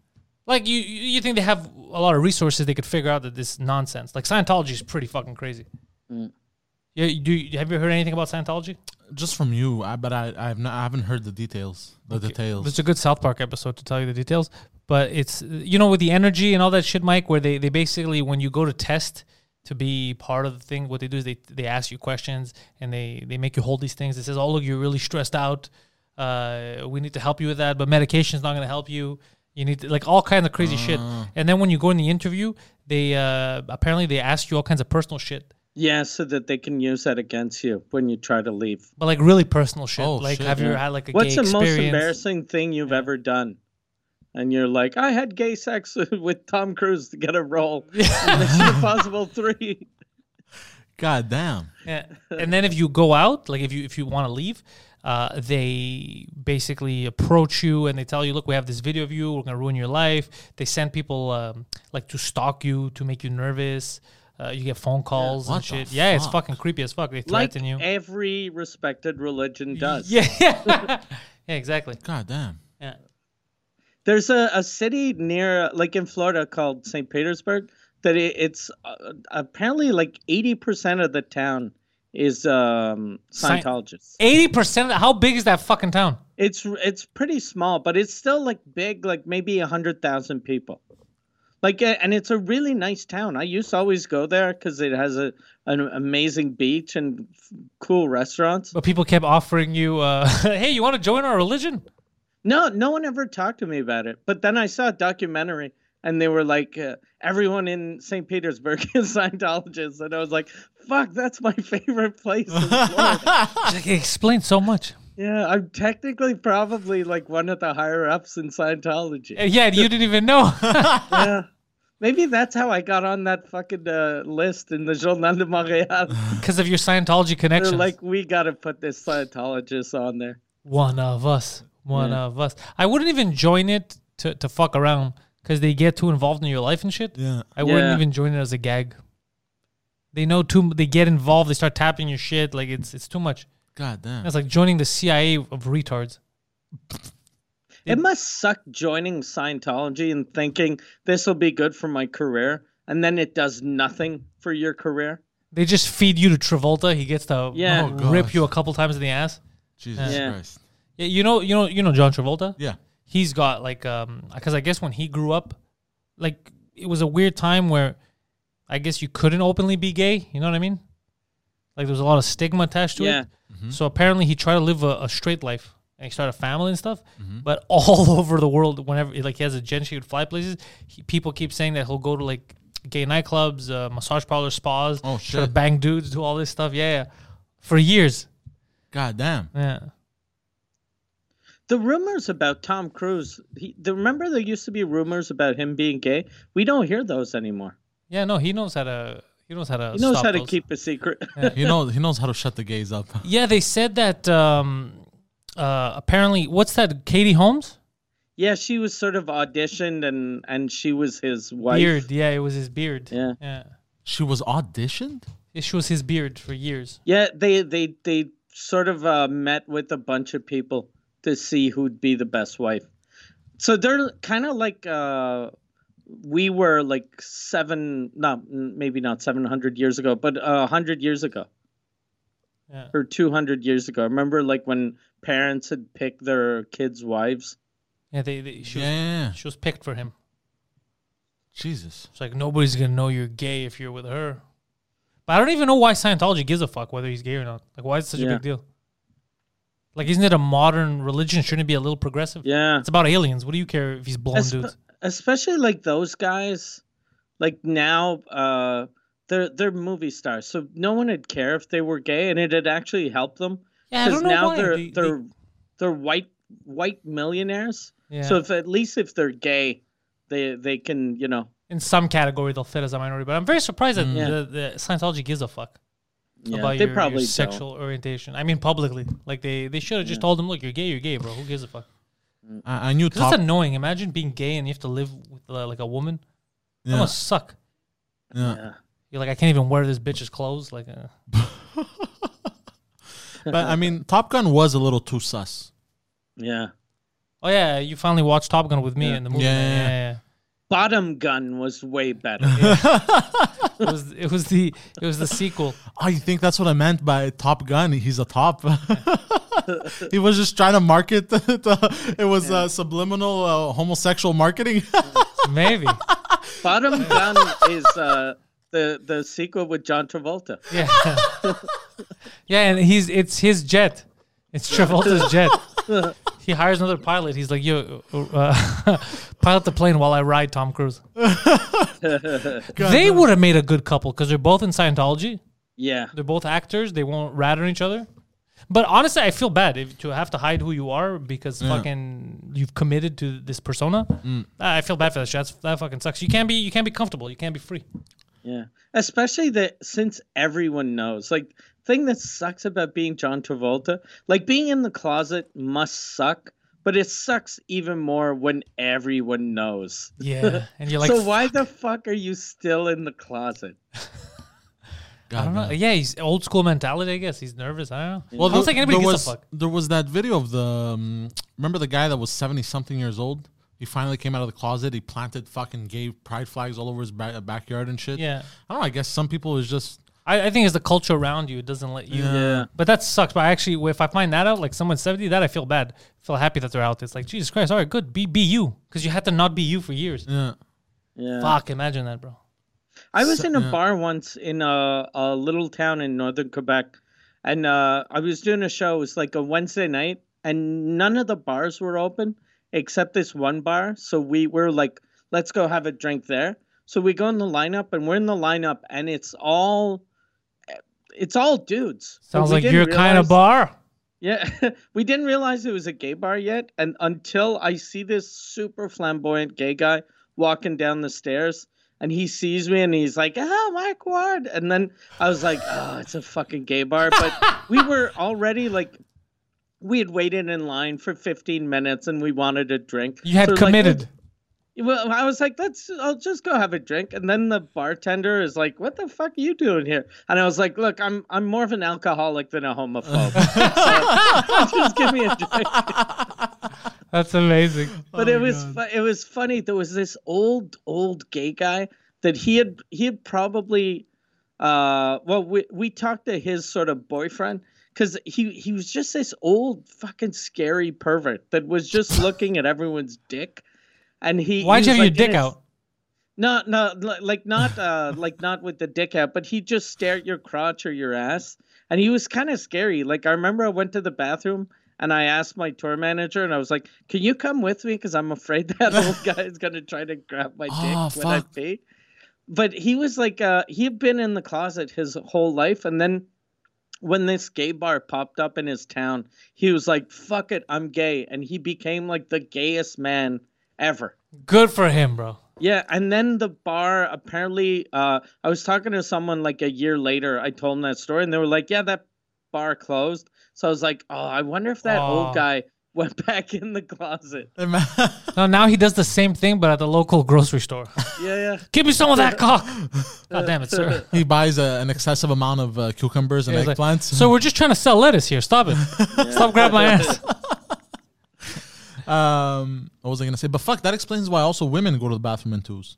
S1: like you you you think they have a lot of resources they could figure out that this is nonsense. Like Scientology is pretty fucking crazy. Yeah, you, do have you heard anything about Scientology?
S2: Just from you, I, but I I've not, I haven't heard the details. The details.
S1: It's a good South Park episode to tell you the details, but it's you know with the energy and all that shit, Mike. Where they, they basically when you go to test to be part of the thing, what they do is they they ask you questions and they they make you hold these things. It says, "Oh look, you're really stressed out. Uh, we need to help you with that, but medication's not going to help you. You need to, like all kinds of crazy shit."
S2: Ah.
S1: And then when you go in the interview, they uh, apparently they ask you all kinds of personal shit.
S3: Yeah, so that they can use that against you when you try to leave.
S1: But like really personal shit.
S2: Oh,
S1: like
S2: shit,
S1: have you ever had like a
S3: What's
S1: gay
S3: the most
S1: experience?
S3: embarrassing thing you've ever done? And you're like, I had gay sex with Tom Cruise to get a role in Mission Impossible 3.
S2: God damn.
S1: Yeah. and then if you go out, like if you if you want to leave, uh, they basically approach you and they tell you, look, we have this video of you. We're gonna ruin your life. They send people um, like to stalk you to make you nervous. Uh, you get phone calls and
S2: What the
S1: shit. Yeah, it's
S2: fuck?
S1: fucking creepy as fuck. They
S3: Like
S1: threaten you.
S3: every respected religion does.
S1: Yeah, yeah, exactly.
S2: God damn.
S1: Yeah.
S3: There's a, a city near, like in Florida, called St. Petersburg, that it, it's uh, apparently like 80% of the town is um,
S1: Sci-
S3: Scientologists.
S1: Eighty percent. How big is that fucking town?
S3: It's it's pretty small, but it's still like big, like maybe a hundred thousand people. Like, uh, and it's a really nice town. I used to always go there because it has a an amazing beach and f- cool restaurants.
S1: But people kept offering you, uh, "Hey, you want to join our religion?"
S3: No, no one ever talked to me about it. But then I saw a documentary, and they were like, uh, everyone in St. Petersburg is Scientologists, and I was like, fuck, that's my favorite place. in Florida.
S1: It's Like, it explains so much.
S3: yeah, I'm technically probably like one of the higher ups in Scientology.
S1: Uh, Yeah, you didn't even know.
S3: Yeah. Maybe that's how I got on that fucking uh, list in the Journal de Montréal.
S1: because of your Scientology
S3: They're
S1: connections.
S3: like, we got to put this Scientologist on there.
S1: one of us, one of us. I wouldn't even join it to, to fuck around because they get too involved in your life and shit.
S2: Yeah.
S1: I wouldn't
S3: Yeah.
S1: even join it as a gag. They know too. m- They get involved. They start tapping your shit. Like it's it's too much.
S2: God damn.
S1: That's like joining the CIA of retards.
S3: It must suck joining Scientology and thinking this will be good for my career, and then it does nothing for your career.
S1: They just feed you to Travolta. He gets to
S3: Yeah. Oh,
S1: rip
S2: gosh.
S1: you a couple times in the ass.
S2: Jesus
S3: Yeah.
S2: Christ.
S1: Yeah, you know, you know, you know, John Travolta.
S2: Yeah.
S1: he's got like um because I guess when he grew up, like it was a weird time where I guess you couldn't openly be gay. You know what I mean? Like there was a lot of stigma attached to
S3: Yeah.
S1: it.
S2: Mm-hmm.
S1: So apparently he tried to live a, a straight life and he started a family and stuff.
S2: Mm-hmm.
S1: But all over the world, whenever like he has a gent, she would fly places. He, people keep saying that he'll go to like gay nightclubs, uh, massage parlors, spas.
S2: Oh,
S1: try to
S2: shit.
S1: bang dudes, do all this stuff. Yeah, yeah. for years.
S2: God damn.
S1: Yeah.
S3: The rumors about Tom Cruise, he, the, remember there used to be rumors about him being gay? We don't hear those anymore.
S1: Yeah. No, he knows how to. He knows how to.
S3: He knows
S1: Uh, stop
S3: how to
S1: those.
S3: keep a secret.
S2: He knows he knows how to shut the gays up.
S1: Yeah, they said that. Um, uh, apparently, what's that? Katie Holmes.
S3: yeah, she was sort of auditioned, and, and she was his wife.
S1: Beard. Yeah, it was his beard.
S3: Yeah.
S1: yeah.
S2: She was auditioned?
S1: It was his beard for years.
S3: Yeah, they they they sort of uh, met with a bunch of people to see who'd be the best wife. So they're kind of like uh, we were like seven, not maybe not seven hundred years ago, but uh, a hundred years ago.
S1: Yeah.
S3: Or two hundred years ago. Remember, like when parents had picked their kids' wives.
S1: Yeah, they. they she, was,
S2: Yeah.
S1: she was picked for him.
S2: Jesus.
S1: It's like nobody's gonna know you're gay if you're with her. But I don't even know why Scientology gives a fuck whether he's gay or not. Like, why is it such a
S3: Yeah.
S1: big deal? Like, isn't it a modern religion? Shouldn't it be a little progressive?
S3: Yeah.
S1: It's about aliens. What do you care if he's blowing
S3: Espe-
S1: dudes?
S3: Especially like those guys, like now, uh, they're they're movie stars, so no one would care if they were gay, and it'd actually help them.
S1: Yeah, I don't know
S3: now
S1: why.
S3: they're
S1: They-
S3: they're they're white white millionaires.
S1: Yeah.
S3: So if at least if they're gay, they they can you know.
S1: in some category they'll fit as a minority. But I'm very surprised that the, the Scientology gives a fuck
S3: Mm. Yeah,
S1: about
S3: they
S1: your, your
S3: probably don't.
S1: sexual orientation. I mean, publicly, like they they should have just told them, look, you're gay, you're gay, bro. Who gives a fuck?
S2: I, I knew
S1: Because
S2: top.
S1: it's annoying. Imagine being gay and you have to live with uh, like a woman. That
S2: Yeah.
S1: must suck.
S2: Yeah.
S1: You're like, I can't even wear this bitch's clothes. Like, uh,
S2: but I mean, Top Gun was a little too sus.
S3: Yeah.
S1: oh yeah, you finally watched Top Gun with me in the movie.
S2: Yeah,
S1: man.
S2: yeah,
S3: Bottom Gun was way better.
S1: yeah, yeah. it was it was the it was the sequel.
S2: I think that's what I meant by Top Gun. He's a top. he was just trying to market. The, the- it was uh, subliminal uh, homosexual marketing.
S1: Maybe.
S3: Bottom Gun is uh, the the sequel with John Travolta.
S1: Yeah. yeah, and he's it's his jet. It's Travolta's jet. He hires another pilot. He's like, "Yo, uh, pilot the plane while I ride Tom Cruise." they would have made a good couple because they're both in Scientology.
S3: Yeah.
S1: They're both actors. They won't rat on each other. But honestly, I feel bad if, to have to hide who you are because fucking you've committed to this persona. I feel bad for that shit. That's, that fucking sucks. You can't be you can't be comfortable. You can't be free.
S3: Yeah. Especially that since everyone knows, like thing that sucks about being John Travolta, like being in the closet must suck, but it sucks even more when everyone knows.
S1: Yeah, and you're like,
S3: so why the fuck are you still in the closet?
S1: I don't know. Yeah, he's old school mentality. I guess he's nervous. I don't know. Well, I
S2: there-
S1: don't think anybody
S2: there
S1: gives
S2: was,
S1: a fuck.
S2: There was that video of the um, remember the guy that was seventy something years old. He finally came out of the closet. He planted fucking gay pride flags all over his ba- backyard and shit.
S1: Yeah.
S2: I don't know. I guess some people is just
S1: I, I think it's the culture around you. It doesn't let you.
S3: Yeah.
S1: But that sucks. But I actually, if I find that out, like someone's seventy, that I feel bad. I feel happy that they're out. It's like Jesus Christ. All right, good. Be be you, because you had to not be you for years.
S2: yeah.
S3: Yeah.
S1: Fuck. Imagine that, bro.
S3: I was in a bar once in a, a little town in northern Quebec, and uh, I was doing a show. It was like a Wednesday night, and none of the bars were open except this one bar. So we were like, let's go have a drink there. So we go in the lineup, and we're in the lineup, and it's all eh, it's all dudes. But
S1: Sounds
S3: we
S1: like
S3: didn't
S1: your kind of
S3: realize-
S1: bar.
S3: yeah, we didn't realize it was a gay bar yet, and until I see this super flamboyant gay guy walking down the stairs, and he sees me, and he's like, "Ah, Mike Ward," and then I was like, "Oh, it's a fucking gay bar," but we were already like. We had waited in line for 15 minutes and we wanted a drink.
S1: You had
S3: So it was like,
S1: committed.
S3: well, I was like, let's, I'll just go have a drink. And then the bartender is like, what the fuck are you doing here? And I was like, look, I'm, I'm more of an alcoholic than a homophobe. So, just give me a drink.
S1: That's amazing.
S3: But it was, fu- it was funny. There was this old, old gay guy that he had, he had probably, uh, well, we, we talked to his sort of boyfriend because he, he was just this old fucking scary pervert that was just looking at everyone's dick. And he,
S1: Why'd
S3: he
S1: you have
S3: was
S1: your
S3: like in
S1: dick
S3: his-
S1: out?
S3: no, no, li- like not, uh, like not with the dick out, but he'd just stare at your crotch or your ass, and he was kind of scary. Like I remember, I went to the bathroom and I asked my tour manager, and I was like, "Can you come with me? Because I'm afraid that old guy is gonna try to grab my dick
S2: Oh,
S3: when I
S2: fuck.
S3: pee." But he was like, uh, he had been in the closet his whole life, and then when this gay bar popped up in his town, he was like, "Fuck it, I'm gay," and he became like the gayest man ever.
S1: Good for him, bro.
S3: Yeah, and then the bar apparently uh I was talking to someone like a year later, I told them that story and they were like, "Yeah, that bar closed." So I was like, "Oh, I wonder if that
S1: Aw.
S3: old guy went back in the closet."
S1: No, now he does the same thing, but at the local grocery store.
S3: Yeah, yeah.
S1: Give me some of that cock. God damn it, sir.
S2: he buys a, an excessive amount of uh, cucumbers and
S1: He's like,
S2: eggplants.
S1: so we're just trying to sell lettuce here. Stop it. Stop grabbing my ass.
S2: um, what was I gonna say? But fuck, that explains why also women go to the bathroom in twos.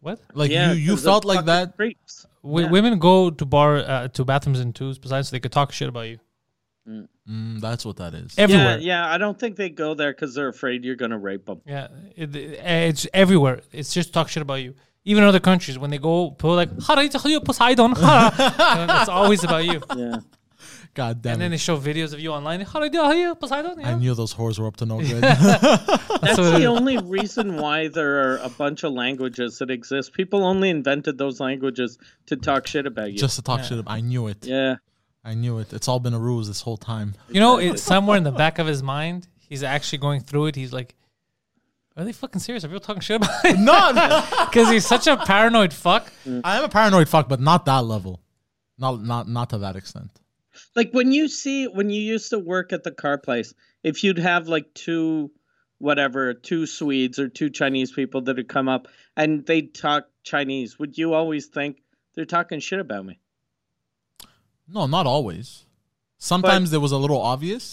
S1: What?
S2: Like
S3: yeah
S2: you, you
S3: 'cause of
S2: felt like
S3: fucking
S2: that.
S3: Creeps.
S1: W- Women go to bar uh, to bathrooms in twos. Besides, they could talk shit about you
S2: Mm, that's what that is.
S3: Yeah,
S1: everywhere. Yeah,
S3: yeah, I don't think they go there cuz they're afraid you're going to rape them.
S1: It- it- it's everywhere. It's just talk shit about you. Even other countries, when they go, people are like "Hara, it's you, Poseidon, hara." And it's always about you.
S3: Yeah.
S2: God damn
S1: And then
S2: it!
S1: they show videos of you online. "Hara, you, Poseidon.
S2: I
S1: Yeah.
S2: knew those whores were up to no good.
S3: That's
S1: So-
S3: the only reason why there are a bunch of languages that exist. People only invented those languages to talk shit about you.
S2: Just to talk shit. Up. I knew it.
S3: yeah.
S2: I knew it. It's all been a ruse this whole time.
S1: You know, it's somewhere in the back of his mind, he's actually going through it. He's like, "Are they fucking serious? Are people talking shit about it?"
S2: No,
S1: Because he's such a paranoid fuck.
S2: I am a paranoid fuck, but not that level. Not not not to that extent.
S3: like when you see when you used to work at the car place if you'd have like two whatever two swedes or two chinese people that would come up and they'd talk chinese would you always think they're talking shit about me
S2: No, not always. Sometimes there was a little obvious.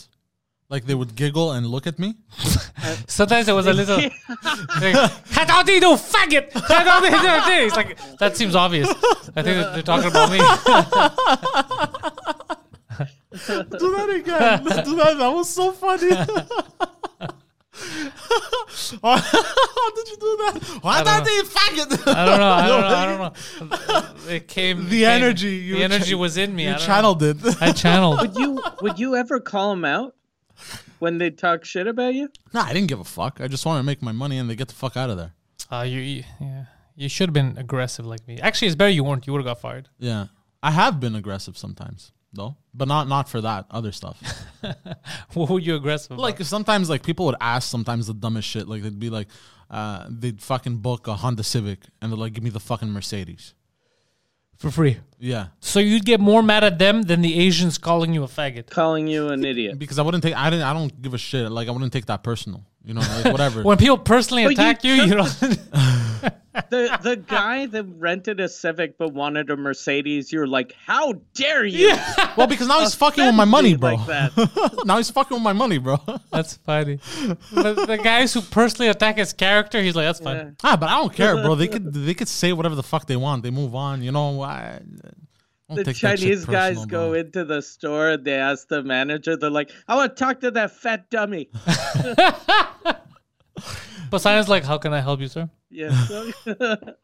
S2: Like they would giggle and look at me.
S1: Sometimes there was a little. like, "How do you do, faggot? How do you do?" He's like, "That seems obvious. I think that they're talking about me."
S2: Do that again. Do that. That was so funny. How did you do that? Why
S1: don't
S2: that faggot?
S1: I don't know. I don't know. I don't know. It came.
S2: Uh, The
S1: came-
S2: energy you
S1: The energy
S2: cha-
S1: was in me. I
S2: You
S1: don't know.
S2: channeled it.
S1: I channeled.
S3: would you would you ever call them out when they talk shit about you
S2: nah, I didn't give a fuck. I just wanted to make my money and they get the fuck out of there.
S1: Uh, you, you, yeah. You should have been aggressive like me. Actually, it's better you weren't. You would have got fired.
S2: Yeah. I have been aggressive sometimes, though, but not not for that other stuff.
S1: What were you aggressive? About?
S2: like sometimes like people would ask sometimes the dumbest shit. Like they'd be like, uh, they'd fucking book a Honda Civic and they're like, give me the fucking Mercedes.
S1: for free.
S2: Yeah,
S1: So you'd get more mad at them than the Asians calling you a faggot.
S3: calling you an idiot
S2: because I wouldn't take. I didn't. I don't give a shit. Like I wouldn't take that personal. You know, like whatever.
S1: When people personally
S3: But you
S1: attack you, you, know.
S3: the the guy that rented a civic but wanted a mercedes you're like how dare you
S2: well, because now he's fucking with my money,
S3: Be
S2: bro.
S3: like that
S2: now he's fucking with my money, bro.
S1: that's funny. But the guys who personally attack his character, he's like, that's fine.
S2: ah, but I don't care, bro. They could they could say whatever the fuck they want. They move on. You know, I, I don't
S3: the
S2: take that shit
S3: Chinese guys
S2: personal,
S3: go
S2: bro.
S3: into the store and they ask the manager, they're like, I want to talk to that fat dummy.
S1: Poseidon's like, how can I help you, sir?
S3: yeah. so-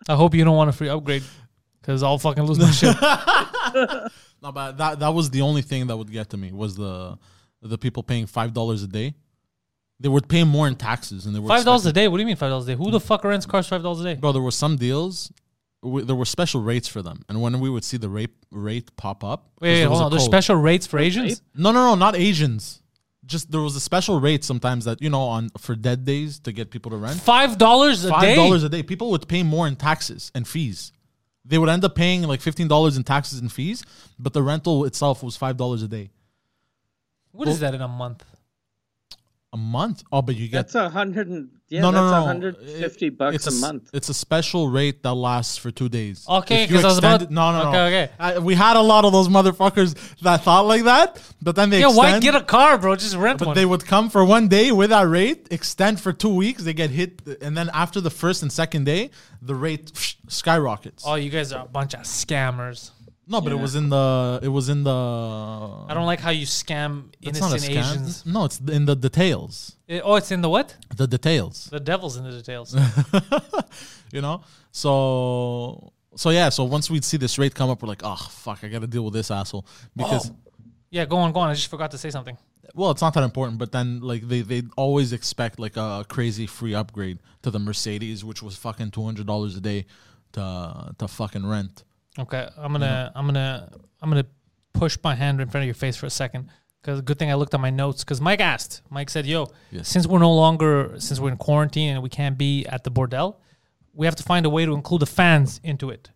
S1: I hope you don't want a free upgrade because I'll fucking lose my shit.
S2: No, but that that was the only thing that would get to me was the the people paying five dollars a day. They would pay more in taxes, and they were
S1: Five dollars a
S2: expecting-
S1: day? What do you mean five dollars a day? Who the fuck rents cars five dollars a day?
S2: Bro, there were some deals. w there were special rates for them, and when we would see the rate rate pop up, 'cause
S1: Wait, wait
S2: there was
S1: hold
S2: a
S1: on. There's
S2: code.
S1: special rates for Asians?
S2: No, no, no, not Asians. Just there was a special rate sometimes that you know on for dead days to get people to rent.
S1: Five dollars a
S2: Five
S1: day?
S2: dollars a day. People would pay more in taxes and fees. They would end up paying like fifteen dollars in taxes and fees, but the rental itself was five dollars a day,
S1: What is that in a month?
S2: a month. Oh, but you get
S3: that's a hundred and yeah,
S2: no, no,
S3: that's
S2: no,
S3: a
S2: no.
S3: hundred fifty
S2: It-
S3: bucks
S2: it's
S3: a
S2: s-
S3: month.
S2: It's a special rate that lasts for two days.
S1: Okay,
S2: If you
S1: 'cause I was
S2: extend
S1: about-
S2: it- No, no, no.
S1: Okay, okay.
S2: I, we had a lot of those motherfuckers that thought like that, but then they
S1: Yeah, why
S2: extend-
S1: get a car, bro? Just rent
S2: But
S1: one.
S2: they would come for one day with that rate, extend for two weeks. They get hit, and then after the first and second day, the rate skyrockets.
S1: oh, you guys are a bunch of scammers.
S2: no, but it was in the it was in the. I
S1: I don't like how you scam innocent Asians.
S2: No, it's in the details.
S1: Eh, oh, it's in the what?
S2: The details.
S1: The devil's in the details.
S2: you know so so yeah so once we'd see this rate come up we're like oh fuck i gotta deal with this asshole because
S1: yeah, go on, go on. I just forgot to say something.
S2: well it's not that important but then like they they always expect like a crazy free upgrade to the mercedes which was fucking $200 a day to to fucking rent
S1: Okay, I'm gonna, I'm gonna, I'm gonna push my hand in front of your face for a second. Cause good thing I looked at my notes. Cause Mike asked. Mike said, "Yo,
S2: Yes.
S1: since we're no longer, since we're in quarantine and we can't be at the bordel, we have to find a way to include the fans into it."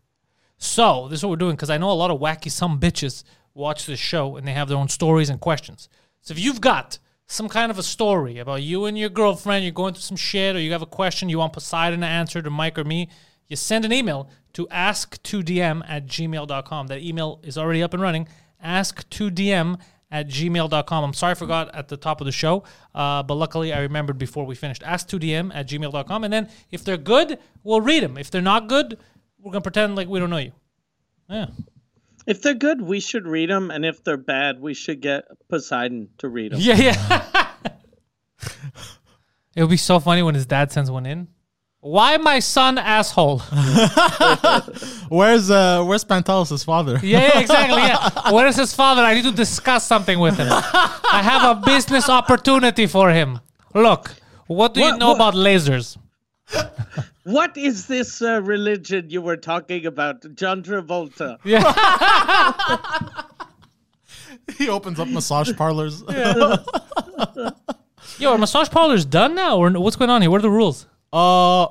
S1: So this is what we're doing. Cause I know a lot of wacky some bitches watch this show and they have their own stories and questions. So if you've got some kind of a story about you and your girlfriend, you're going through some shit, or you have a question you want Poseidon to answer to Mike or me, you send an email to ask2dm at gmail.com. That email is already up and running. Ask2dm at gmail.com. I'm sorry I forgot at the top of the show, uh, but luckily I remembered before we finished. Ask2dm at gmail.com. And then if they're good, we'll read them. If they're not good, we're going to pretend like we don't know you. Yeah.
S3: If they're good, we should read them, and if they're bad, we should get Poseidon to read them.
S1: Yeah, yeah. it would be so funny when his dad sends one in. Why my son asshole?
S2: where's uh where's pantelis' father
S1: Yeah, yeah, exactly. Yeah. Where is his father? I need to discuss something with him. I have a business opportunity for him. Look, what do you
S3: What-
S1: know
S3: what-
S1: about lasers?
S3: What is this uh, religion you were talking about, John Travolta?
S2: he opens up massage parlors.
S1: Yo, are massage parlors done now, or what's going on here? What are the rules?
S2: Uh,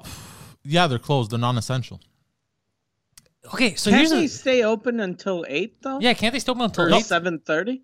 S2: yeah, they're closed. They're non-essential.
S1: Okay, so
S3: Can't
S1: here's
S3: they
S1: the,
S3: stay open until eight though?
S1: yeah. Can't they still open until
S3: Or
S1: eight?
S3: seven thirty?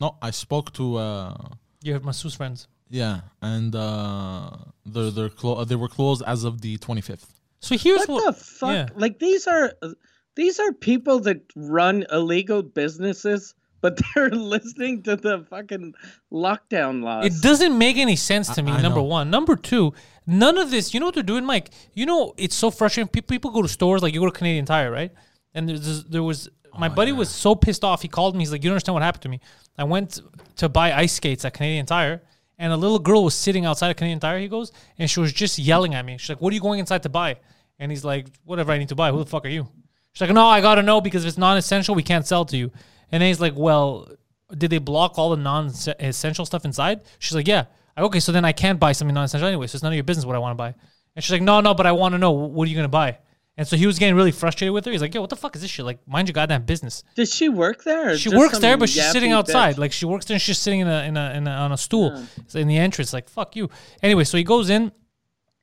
S2: No, I spoke to uh,
S1: You have masseuse friends.
S2: yeah, and uh, they're they're clo- uh, they were closed as of the 25th.
S1: So here's
S3: What,
S1: what.
S3: the fuck?
S1: yeah.
S3: Like these are uh, these are people that run illegal businesses, but they're listening to the fucking lockdown laws.
S1: It doesn't make any sense to me.
S2: I
S1: number
S2: know.
S1: one, number two, none of this. You know what they're doing, Mike? You know it's so frustrating. People, people go to stores like you go to Canadian Tire, right? And there's, this- there was
S2: Oh
S1: my buddy was so pissed off. He called me. He's like, "You don't understand what happened to me. I went to buy ice skates at Canadian Tire." And a little girl was sitting outside of Canadian Tire, he goes, and she was just yelling at me. She's like, What are you going inside to buy? And he's like, Whatever I need to buy. Who the fuck are you? She's like, No, I gotta know because if it's non essential, we can't sell to you. And then he's like, Well, did they block all the non-essential stuff inside? She's like, yeah. I, okay, so then I can't buy something non-essential anyway. So it's none of your business what I want to buy. And she's like, no, no, but I want to know what are you gonna buy. And so he was getting really frustrated with her. He's like, yo, what the fuck is this shit? Like, mind your goddamn business.
S3: Does she work there? or
S1: She
S3: just
S1: works
S3: some
S1: there, but she's
S3: yappy
S1: sitting outside.
S3: bitch?
S1: Like, she works there and she's sitting in a, in a, in a on a stool It's in the entrance. Like, fuck you. Anyway, so he goes in.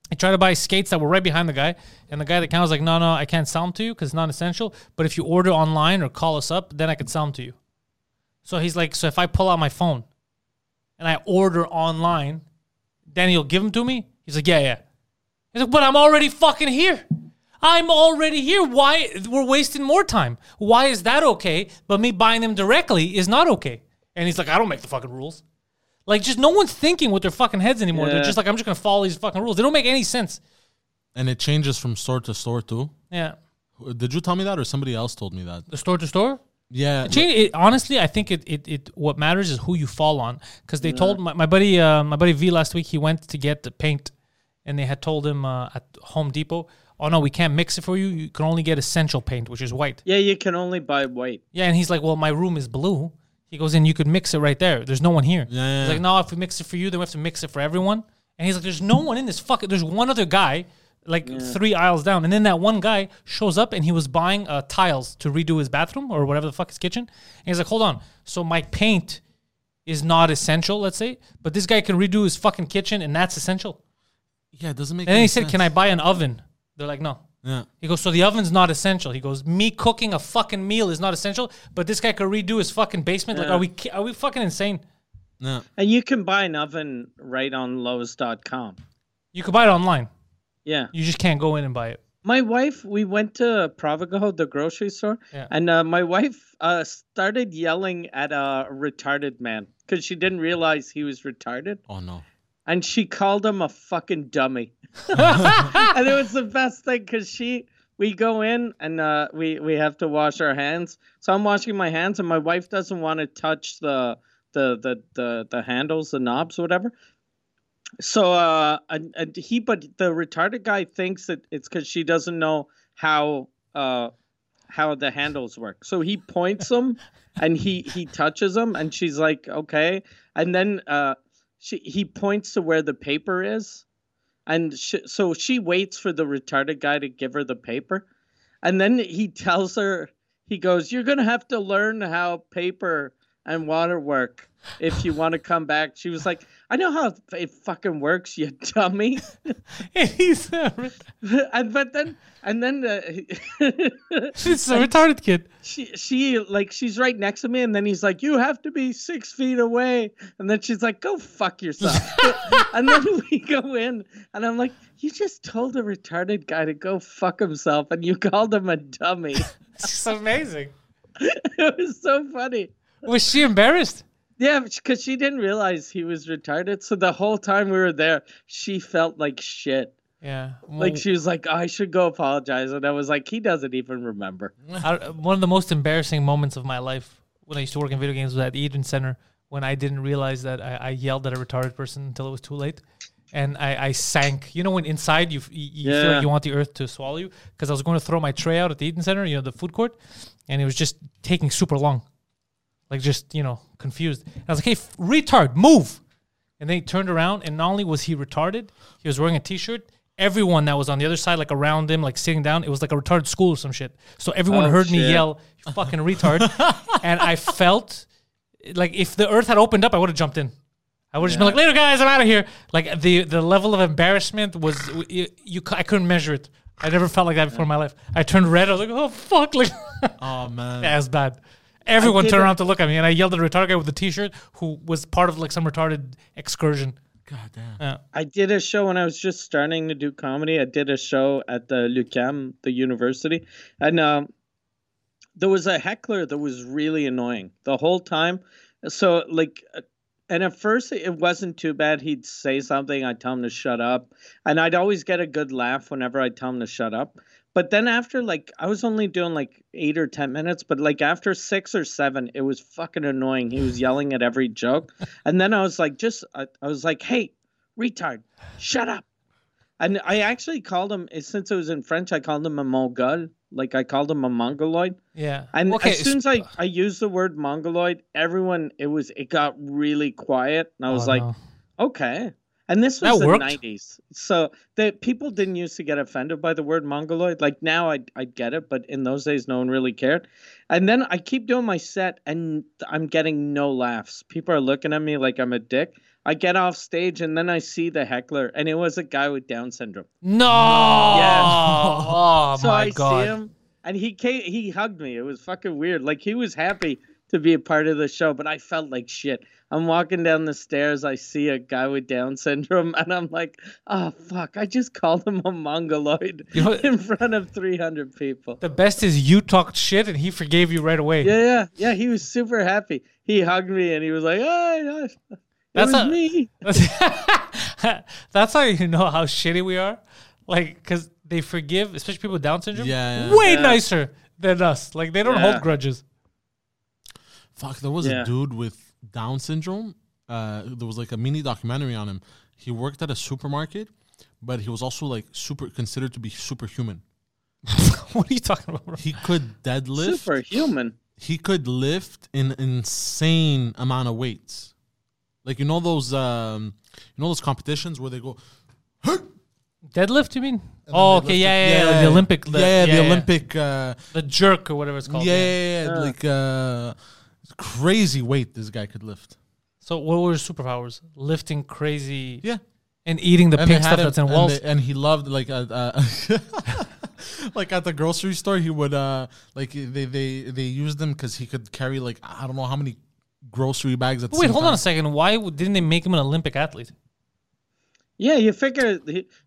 S1: I tried to buy skates that were right behind the guy, and the guy at the counter was like, "No, no, I can't sell them to you because it's not essential. But if you order online or call us up, then I could sell them to you." So he's like, "So if I pull out my phone, and I order online, then he'll give them to me?" He's like, "Yeah, yeah." He's like, "But I'm already fucking here. I'm already here. Why we're wasting more time? Why is that okay? But me buying them directly is not okay." And he's like, "I don't make the fucking rules." Like, just no one's thinking with their fucking heads anymore. They're
S3: Yeah.
S1: just like, I'm just gonna follow these fucking rules. They don't make any sense.
S2: And it changes from store to store too.
S1: Yeah,
S2: Did you tell me that, or somebody else told me that?
S1: the store to store.
S2: Yeah,
S1: Change- it, honestly, I think it, it, it what matters is who you fall on. Because they told my, my buddy uh, my buddy V last week he went to get the paint, and they had told him uh, at Home Depot, oh no, we can't mix it for you. You can only get essential paint, which is white.
S3: Yeah, you can only buy white.
S1: Yeah, and he's like, well, my room is blue. He goes in, you could mix it right there. There's no one here.
S2: Yeah, yeah,
S1: he's
S2: yeah.
S1: like, no, if we mix it for you, then we have to mix it for everyone. And he's like, there's no one in this fucking. There's one other guy, like three aisles down, and then that one guy shows up and he was buying uh, tiles to redo his bathroom or whatever the fuck his kitchen. And he's like, hold on, so my paint is not essential, let's say, but this guy can redo his fucking kitchen and that's essential.
S2: yeah, it doesn't make.
S1: And then
S2: any
S1: he said,
S2: sense.
S1: can I buy an oven? They're like, no.
S2: Yeah,
S1: He goes, so the oven's not essential. He goes, me cooking a fucking meal is not essential, but this guy could redo his fucking basement. Like, are we ki- are we fucking insane?
S2: yeah.
S3: And you can buy an oven right on Lowe's.com.
S1: You could buy it online.
S3: Yeah.
S1: You just can't go in and buy it.
S3: My wife, we went to Provigo, the grocery store,
S1: Yeah.
S3: and uh, my wife uh, started yelling at a retarded man because she didn't realize he was retarded.
S2: Oh no.
S3: and she called him a fucking dummy. and it was the best thing because she, we go in and uh, we we have to wash our hands. So I'm washing my hands, and my wife doesn't want to touch the the the the the handles, the knobs, whatever. So uh, and, and he, but the retarded guy thinks that it's because she doesn't know how uh how the handles work. So he points them, and he he touches them, and she's like, okay. And then uh, she he points to where the paper is, and sh so she waits for the retarded guy to give her the paper, and then he tells her he goes, "You're gonna have to learn how paper and water work." If you want to come back, she was like, "I know how it fucking works, you dummy."
S1: And he's a, re-
S3: and but then, and then uh,
S1: it's a retarded kid.
S3: she she like she's right next to me and then he's like you have to be six feet away and then she's like go fuck yourself and then we go in and i'm like you just told a retarded guy to go fuck himself and you called him a dummy
S1: It's just amazing.
S3: it was so funny
S1: Was she embarrassed?
S3: yeah because she didn't realize he was retarded so the whole time we were there she felt like shit
S1: Yeah.
S3: like she was like "Oh, i should go apologize and i was like he doesn't even remember
S1: I, one of the most embarrassing moments of my life when I used to work in video games was at Eden Center when I didn't realize that I, I yelled at a retarded person until it was too late. And I, I sank. You know, when inside you, f- you, you feel
S3: Yeah.
S1: like you want the earth to swallow you? Because I was going to throw my tray out at the Eden Center, you know, the food court, and it was just taking super long. Like, just, you know, confused. And I was like, hey, f- retard, move. And then he turned around, and not only was he retarded, he was wearing a T-shirt. Everyone that was on the other side, like around him, like sitting down, it was like a retarded school or some shit. So everyone
S3: Oh,
S1: heard me
S3: shit.
S1: yell, "You fucking retard!" and I felt like if the earth had opened up, I would have jumped in. I would have just been like, "Later, guys, I'm out of here." Like the the level of embarrassment was you, you cou- I couldn't measure it. I never felt like that before in my life. I turned red. I was like, "Oh fuck!" Like
S2: Oh man.
S1: that's bad. Everyone
S3: did
S1: turned
S3: it.
S1: around to look at me, and I yelled at a retarded guy with a T-shirt who was part of like some retarded excursion.
S2: God damn.
S3: I did a show when I was just starting to do comedy. I did a show at the Lucam, the university, and um, there was a heckler that was really annoying the whole time. So like, uh, and at first it wasn't too bad. He'd say something, I'd tell him to shut up, and I'd always get a good laugh whenever I tell him to shut up. But then after like I was only doing like eight or ten minutes, but like after six or seven, it was fucking annoying. He was yelling at every joke, and then I was like, just I, I was like, hey, retard, shut up. And I actually called him since it was in French. I called him a Mongol, like I called him a Mongoloid.
S1: Yeah.
S3: And
S1: okay.
S3: as soon as I, I used the word mongoloid, everyone it was it got really quiet, and I was
S1: Oh,
S3: like,
S1: no.
S3: okay. And this
S1: That
S3: was the
S1: worked.
S3: '90s, so the people didn't used to get offended by the word mongoloid. Like now, I I get it, but in those days, no one really cared. And then I keep doing my set, and I'm getting no laughs. People are looking at me like I'm a dick. I get off stage, and then I see the heckler, and it was a guy with Down syndrome
S1: no.
S3: Yeah.
S1: Oh
S3: so
S1: my
S3: I
S1: god.
S3: see him, and he came, he hugged me. It was fucking weird. Like he was happy to be a part of the show, but I felt like shit. I'm walking down the stairs. I see a guy with Down syndrome, and I'm like, oh fuck! I just called him a mongoloid
S1: You know-
S3: in front of 300 people.
S1: The best is you talked shit and he forgave you right away.
S3: yeah, yeah, yeah. He was super happy. He hugged me, and he was like, oh, it
S1: That's
S3: was
S1: a-
S3: me.
S1: That's, that's how you know how shitty we are. Like, because they forgive, especially people with Down syndrome,
S2: Yeah, yeah.
S1: way nicer than us. Like, they don't
S3: Yeah.
S1: hold grudges.
S2: Fuck, there was
S3: Yeah.
S2: a dude with Down syndrome. Uh, there was like a mini documentary on him. He worked at a supermarket, but he was also like super considered to be superhuman.
S1: what are you talking about? bro?
S2: He could deadlift.
S3: Superhuman.
S2: He could lift an insane amount of weights. Like you know those um, you know those competitions where they go
S1: Deadlift, you mean? Oh, okay. Yeah, yeah, yeah. like the Olympic.
S2: yeah, yeah, the Olympic uh,
S1: The jerk or whatever it's called.
S2: yeah, yeah, yeah, like uh, crazy weight this guy could lift.
S1: So, what were your superpowers? Lifting crazy
S2: Yeah.
S1: and eating the
S2: they
S1: pink
S2: had
S1: stuff
S2: him-
S1: that's in
S2: and
S1: walls.
S2: they- and he loved like uh, uh, like at the grocery store he would uh like they they they used them because he could carry like I don't know how many grocery bags at. the
S1: Wait,
S2: same
S1: hold on
S2: time.
S1: a second. Why w- didn't they make him an Olympic athlete?
S3: Yeah, you figure,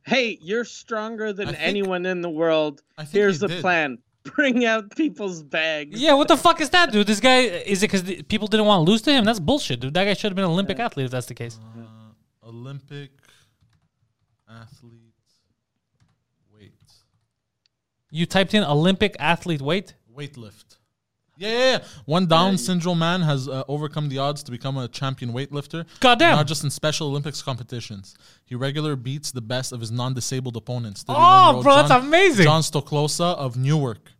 S3: hey, you're stronger than
S2: I think-
S3: anyone in the world.
S2: I think
S3: Here's
S2: they
S3: the
S2: did.
S3: plan: bring out people's bags.
S1: Yeah, what the fuck is that, dude? This guy is it because people didn't want to lose to him? That's bullshit, dude. That guy should have been an Olympic athlete if that's the case.
S2: Olympic athlete weight
S1: You typed in Olympic athlete weight.
S2: weightlift. Yeah, yeah, yeah. One Down syndrome man has uh, overcome the odds to become a champion weightlifter.
S1: Goddamn.
S2: Not just in Special Olympics competitions. He regularly beats the best of his non-disabled opponents.
S1: Oh,
S2: 31-year-old
S1: bro, that's amazing.
S2: John Stoklosa of Newark,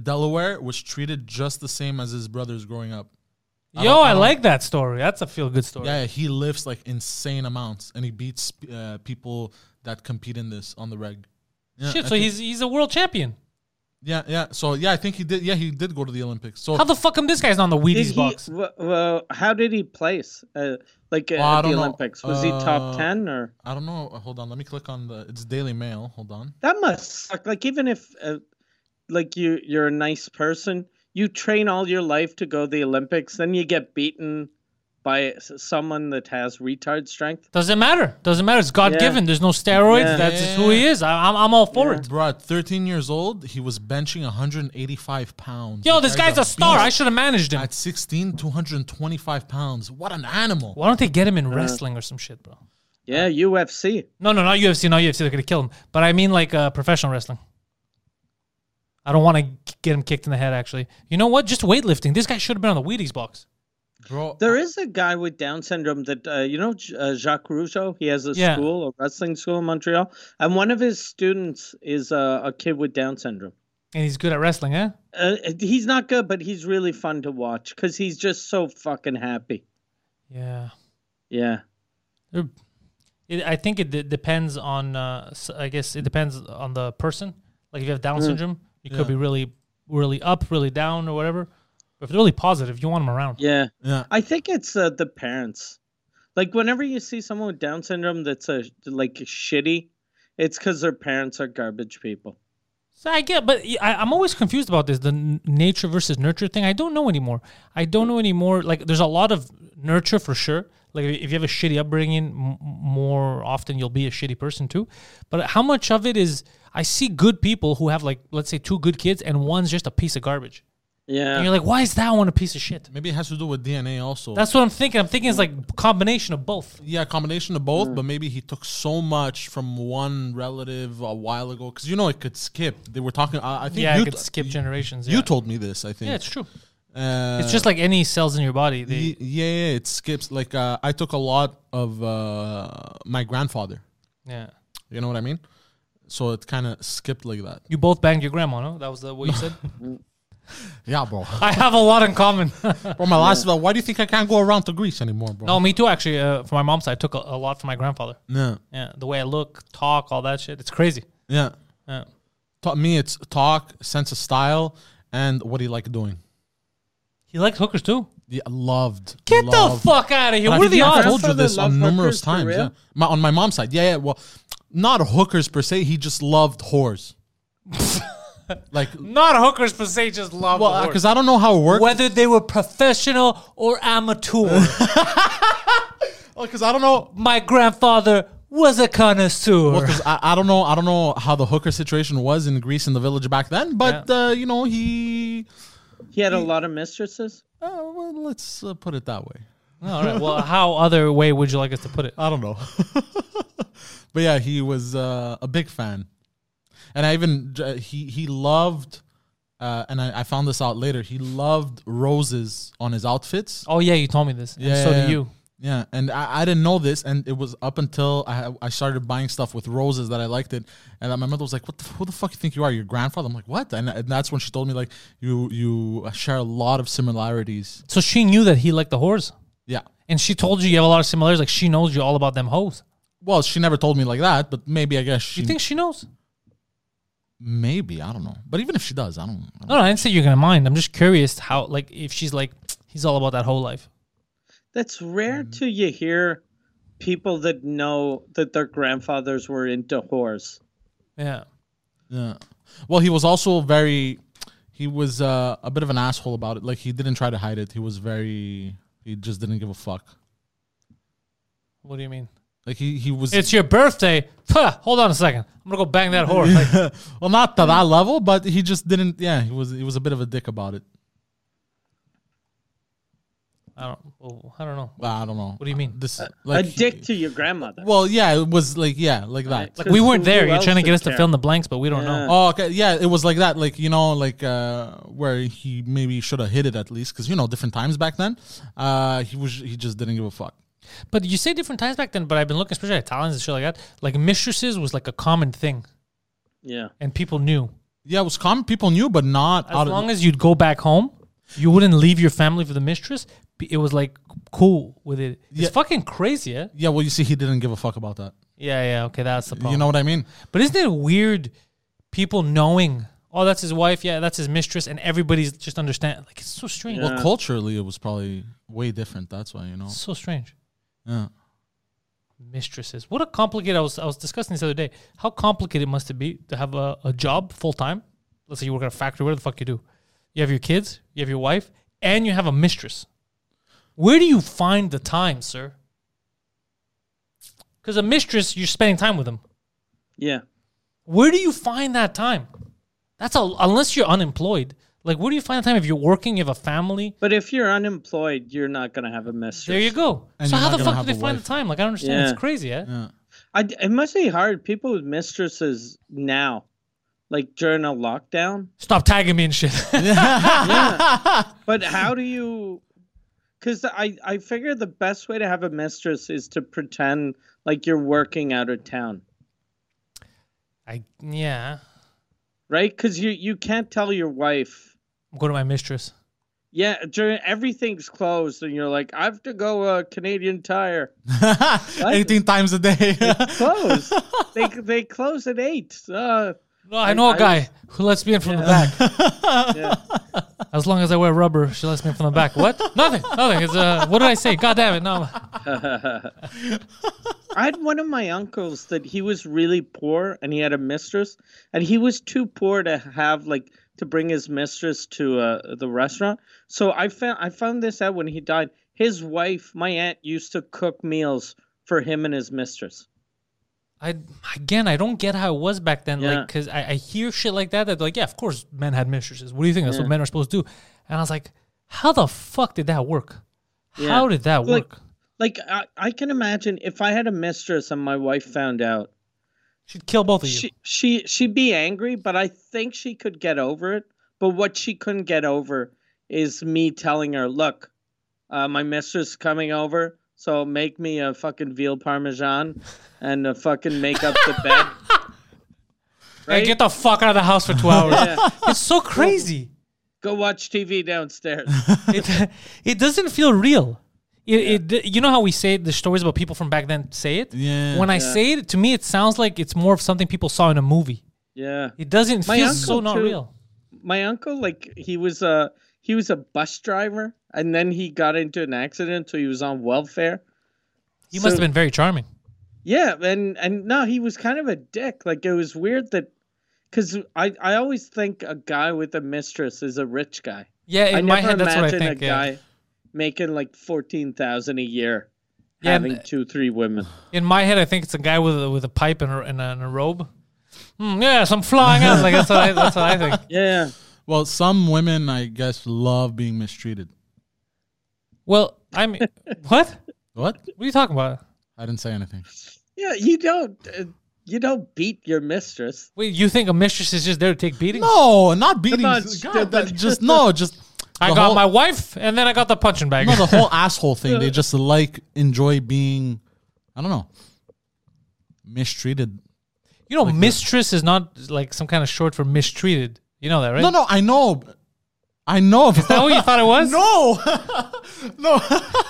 S2: Delaware, was treated just the same as his brothers growing up.
S1: Yo, I, like that story. That's a feel good story.
S2: Yeah, he lifts like insane amounts, and he beats uh, people that compete in this on the reg. Yeah,
S1: Shit,
S2: I
S1: so
S2: thi-
S1: he's he's a world champion.
S2: yeah, yeah. So yeah, I think he did. Yeah, he did go to the Olympics. So
S1: How the fuck come this guy's not on the
S3: Did
S1: Wheaties
S3: he,
S1: box?
S3: wh- well, how did he place? Uh, like uh,
S2: I
S3: at the
S2: don't know.
S3: Olympics, was he
S2: Uh,
S3: top ten or?
S2: I don't know. Uh, Hold on, let me click on the. It's Daily Mail. Hold on.
S3: That must suck. Like even if, uh, like you, you're a nice person, you train all your life to go to the Olympics, then you get beaten by s- someone that has retard strength.
S1: Doesn't matter. Doesn't matter. It's God given. There's no steroids.
S3: Yeah.
S1: That's just who he is. I, I'm I'm all for it.
S2: Bro, at 13 years old, he was benching 185 pounds.
S1: Yo,
S2: He
S1: this
S2: carried
S1: guy's a star.
S2: beast.
S1: I should have managed him.
S2: At 16, 225 pounds. What an animal.
S1: Why don't they get him in wrestling or some shit, bro?
S3: Yeah, UFC.
S1: No, no, not UFC. Not UFC. They're gonna kill him. But I mean, like uh, professional wrestling. I don't want to get him kicked in the head. Actually, you know what? Just weightlifting. This guy should have been on the Wheaties box.
S2: Bro,
S3: There is a guy with Down syndrome that uh, you know J- uh, Jacques Rougeau. He has a
S1: Yeah.
S3: school, a wrestling school in Montreal, and one of his students is uh, a kid with Down syndrome.
S1: And he's good at wrestling, eh?
S3: Uh, he's not good, but he's really fun to watch because he's just so fucking happy.
S1: Yeah.
S3: Yeah,
S1: They're- It, I think it d- depends on. Uh, s- I guess it depends on the person. Like if you have Down syndrome, you could be really, really up, really down, or whatever. But if they're really positive, you want them around.
S3: Yeah.
S2: Yeah.
S3: I think it's uh, the parents. Like whenever you see someone with Down syndrome that's a like shitty, it's because their parents are garbage people.
S1: So I get, but I, I'm always confused about this the n- nature versus nurture thing. I don't know anymore. I don't know anymore. Like, there's a lot of nurture for sure. Like, if you have a shitty upbringing, m- more often you'll be a shitty person too. But how much of it is I see good people who have, like, let's say two good kids and one's just a piece of garbage. And
S3: Yeah.
S1: you're like, why is that one a piece of shit?
S2: Maybe it has to do with DNA also.
S1: That's what I'm thinking. I'm thinking it's like combination of both.
S2: yeah, combination of
S1: Hmm.
S2: both, but maybe he took so much from one relative a while ago because you know it could skip. They were talking. I, I think
S1: Yeah,
S2: you
S1: I could
S2: t-
S1: skip generations.
S2: You
S1: yeah.
S2: told me this. I think.
S1: Yeah, it's true.
S2: Uh,
S1: It's just like any cells in your body. They,
S2: Y- yeah, yeah, it skips. Like uh, I took a lot of uh, my grandfather.
S1: yeah.
S2: You know what I mean? So it kind of skipped like that.
S1: You both banged your grandma, no? That was the, what you said?
S2: Yeah, bro.
S1: I have a lot in common.
S2: bro, my last. uh, Why do you think I can't go around to Greece anymore, bro?
S1: no, me too, actually. Uh, for my mom's side, I took a, a lot from my grandfather.
S2: Yeah,
S1: Yeah, the way I look, talk, all that shit. It's crazy.
S2: yeah.
S1: Yeah.
S2: Taught me it's talk, sense of style, and what he liked doing.
S1: He likes hookers too.
S2: Yeah, loved.
S1: Get
S2: loved.
S1: the fuck out of here.
S2: And I
S1: What are
S2: think
S1: the
S2: I've
S1: odds?
S2: told you
S3: Grandfather
S2: this on
S3: loved
S2: numerous
S3: hookers for
S2: times.
S3: real?
S2: Yeah, my, on my mom's side. Yeah, yeah. Well, not hookers per se. He just loved whores. like,
S1: Not hookers per se, just love.
S2: well,
S1: the
S2: because I don't know how it works.
S1: whether they were professional or amateur,
S2: Because Oh, I don't know.
S1: my grandfather was a connoisseur.
S2: Because I, I don't know. I don't know how the hooker situation was in Greece in the village back then. But uh, you know, he.
S3: He had a lot of mistresses.
S2: Uh, well, let's uh, put it that way.
S1: all right. Well, how other way would you like us to put it?
S2: I don't know. but yeah, he was uh, a big fan, and I even uh, he he loved. Uh, and I, I found this out later. He loved roses on his outfits.
S1: Oh yeah, you told me this. and so
S2: yeah,
S1: do you.
S2: Yeah, and I, I didn't know this, and it was up until I I started buying stuff with roses that I liked it, and my mother was like, "What? The, who the fuck you think you are? Your grandfather?" I'm like, "What?" And, and that's when she told me like, "You you share a lot of similarities."
S1: So she knew that he liked the whores,
S2: Yeah.
S1: and she told you you have a lot of similarities. Like she knows you all about them hoes.
S2: Well, she never told me like that, but maybe I guess she
S1: You think she knows?
S2: maybe I don't know. But even if she does, I don't. I don't
S1: No, no, I didn't say you're gonna mind. I'm just curious how, like, if she's like, he's all about that whole life.
S3: That's rare
S1: Mm-hmm.
S3: to you hear people that know that their grandfathers were into whores.
S1: Yeah.
S2: yeah. Well, he was also very. He was uh, a bit of an asshole about it. Like he didn't try to hide it. He was very. He just didn't give a fuck.
S1: What do you mean?
S2: Like he he was.
S1: It's your birthday. Huh, hold on a second. I'm gonna go bang that whore. Like,
S2: well, not to that level, but he just didn't. Yeah, he was he was a bit of a dick about it.
S1: I don't. oh, I don't know.
S2: Well, I don't know.
S1: What do you mean?
S2: This
S3: A
S2: like
S3: dick uh, to your grandmother.
S2: Well, yeah, it was like yeah, like that.
S1: Like we weren't
S3: Who
S1: there. You're
S3: else
S1: trying to
S3: would
S1: get us to
S3: care?
S1: fill in the blanks, but we don't know.
S2: Oh, okay. Yeah, it was like that. Like you know, like uh, where he maybe should have hit it at least, because you know, different times back then. Uh, he was he just didn't give a fuck.
S1: But you say different times back then. But I've been looking, especially at Italians and shit like that. Like mistresses was like a common thing,
S3: Yeah.
S1: and people knew.
S2: Yeah, it was common. People knew, but not
S1: As
S2: out
S1: long
S2: of,
S1: as you'd go back home, you wouldn't leave your family for the mistress. B- It was like cool with it. It's
S2: Yeah.
S1: fucking crazy. Yeah.
S2: Yeah, well, you see, he didn't give a fuck about that.
S1: Yeah. Yeah. Okay. That's the problem.
S2: You know what I mean?
S1: But isn't it weird people knowing, oh, that's his wife, yeah, that's his mistress, and everybody's just understand? Like, it's so strange.
S2: Well, culturally, it was probably way different. That's why you know.
S1: It's so strange.
S2: Yeah.
S1: Mistresses. What a complicated, I was, I was discussing this the other day, how complicated must it be to have a, a job full time? Let's say you work at a factory, whatever the fuck you do. You have your kids, you have your wife, and you have a mistress. Where do you find the time, sir? Because a mistress, you're spending time with them.
S3: Yeah.
S1: where do you find that time? That's a, unless you're unemployed. Like, where do you find the time if you're working, you have a family?
S3: But if you're unemployed, you're not going to have a mistress.
S1: There you go.
S2: And
S1: so
S2: you're
S1: how
S2: not
S1: the
S2: gonna
S1: fuck
S2: have
S1: do they
S2: a
S1: find the
S2: wife.
S1: time? Like, I don't understand.
S3: Yeah.
S1: It's crazy, eh? yeah.
S2: Yeah.
S3: I, it must be hard. People with mistresses now, like during a lockdown.
S1: Stop tagging me and shit.
S3: But how do you? Because I I figure the best way to have a mistress is to pretend like you're working out of town,
S1: I yeah.
S3: right? Because you you can't tell your wife.
S1: Go to my mistress.
S3: Yeah, during everything's closed, and you're like, I have to go uh, Canadian Tire.
S2: Eighteen times a day.
S3: Closed. they they close at eight. Uh,
S1: No, I know a
S3: I
S1: guy who lets me in from the back.
S3: yeah.
S1: As long as I wear rubber, she lets me from the back. What? nothing. Nothing. It's uh, what did I say? God damn it! No.
S3: I had one of my uncles that he was really poor and he had a mistress and he was too poor to have like to bring his mistress to uh, the restaurant. So I found I found this out when he died. His wife, my aunt, used to cook meals for him and his mistress.
S1: I again, I don't get how it was back then.
S3: Yeah.
S1: Like, cause I, I hear shit like that. That like, yeah, of course, men had mistresses. What do you think? That's what men are supposed to do. And I was like, how the fuck did that work?
S3: Yeah.
S1: How did that
S3: Like-
S1: work?
S3: Like I, I can imagine if I had a mistress and my wife found out,
S1: She'd kill both of you.
S3: she she she'd be angry, but I think she could get over it. But what she couldn't get over is me telling her, "Look, uh, my mistress is coming over, so make me a fucking veal parmesan, and uh, fucking make up the bed."
S1: Hey,
S3: Right?
S1: get the fuck out of the house for two hours.
S3: Yeah.
S1: It's so crazy.
S3: Go watch TV downstairs.
S1: it, it doesn't feel real. It, it, you know how we say the stories about people from back then say it?
S2: Yeah.
S1: When I say it, to me, it sounds like it's more of something people saw in a movie.
S3: Yeah,
S1: It doesn't
S3: My
S1: feel
S3: uncle,
S1: so not
S3: too.
S1: real.
S3: my uncle, like he was a he was a bus driver, and then he got into an accident, so he was on welfare.
S1: He must
S3: So-
S1: have been very charming.
S3: Yeah, and and no, he was kind of a dick. Like it was weird that because I I always think a guy with a mistress is a rich guy.
S1: Yeah, in
S3: I
S1: my
S3: never
S1: head, that's
S3: imagine
S1: what I think.
S3: a
S1: yeah.
S3: guy making like fourteen thousand a year,
S1: Yeah,
S3: having
S1: and-
S3: two three women.
S1: In my head, I think it's a guy with a, with a pipe and a, and a, and a robe. Mm, yes, I'm flying out. Like that's what I, that's what I think.
S3: Yeah,
S2: Well, some women, I guess, love being mistreated.
S1: Well, I mean, what? What
S2: What?
S1: are you talking about?
S2: I didn't say anything.
S3: yeah. You don't uh, you don't beat your mistress.
S1: Wait, you think a mistress is just there to take beatings?
S2: No, not beating.
S3: on,
S2: God, that
S3: stupid.
S2: just no, just.
S1: I
S2: the
S1: got
S2: whole-
S1: my wife, and then I got the punching bag.
S2: No, the whole asshole thing. They just like enjoy being, I don't know, mistreated.
S1: You know, mistress is not like some kind of short for mistreated. You know that, right?
S2: No, no, I know, I know.
S1: Is that what you thought it was?
S2: no, no, that's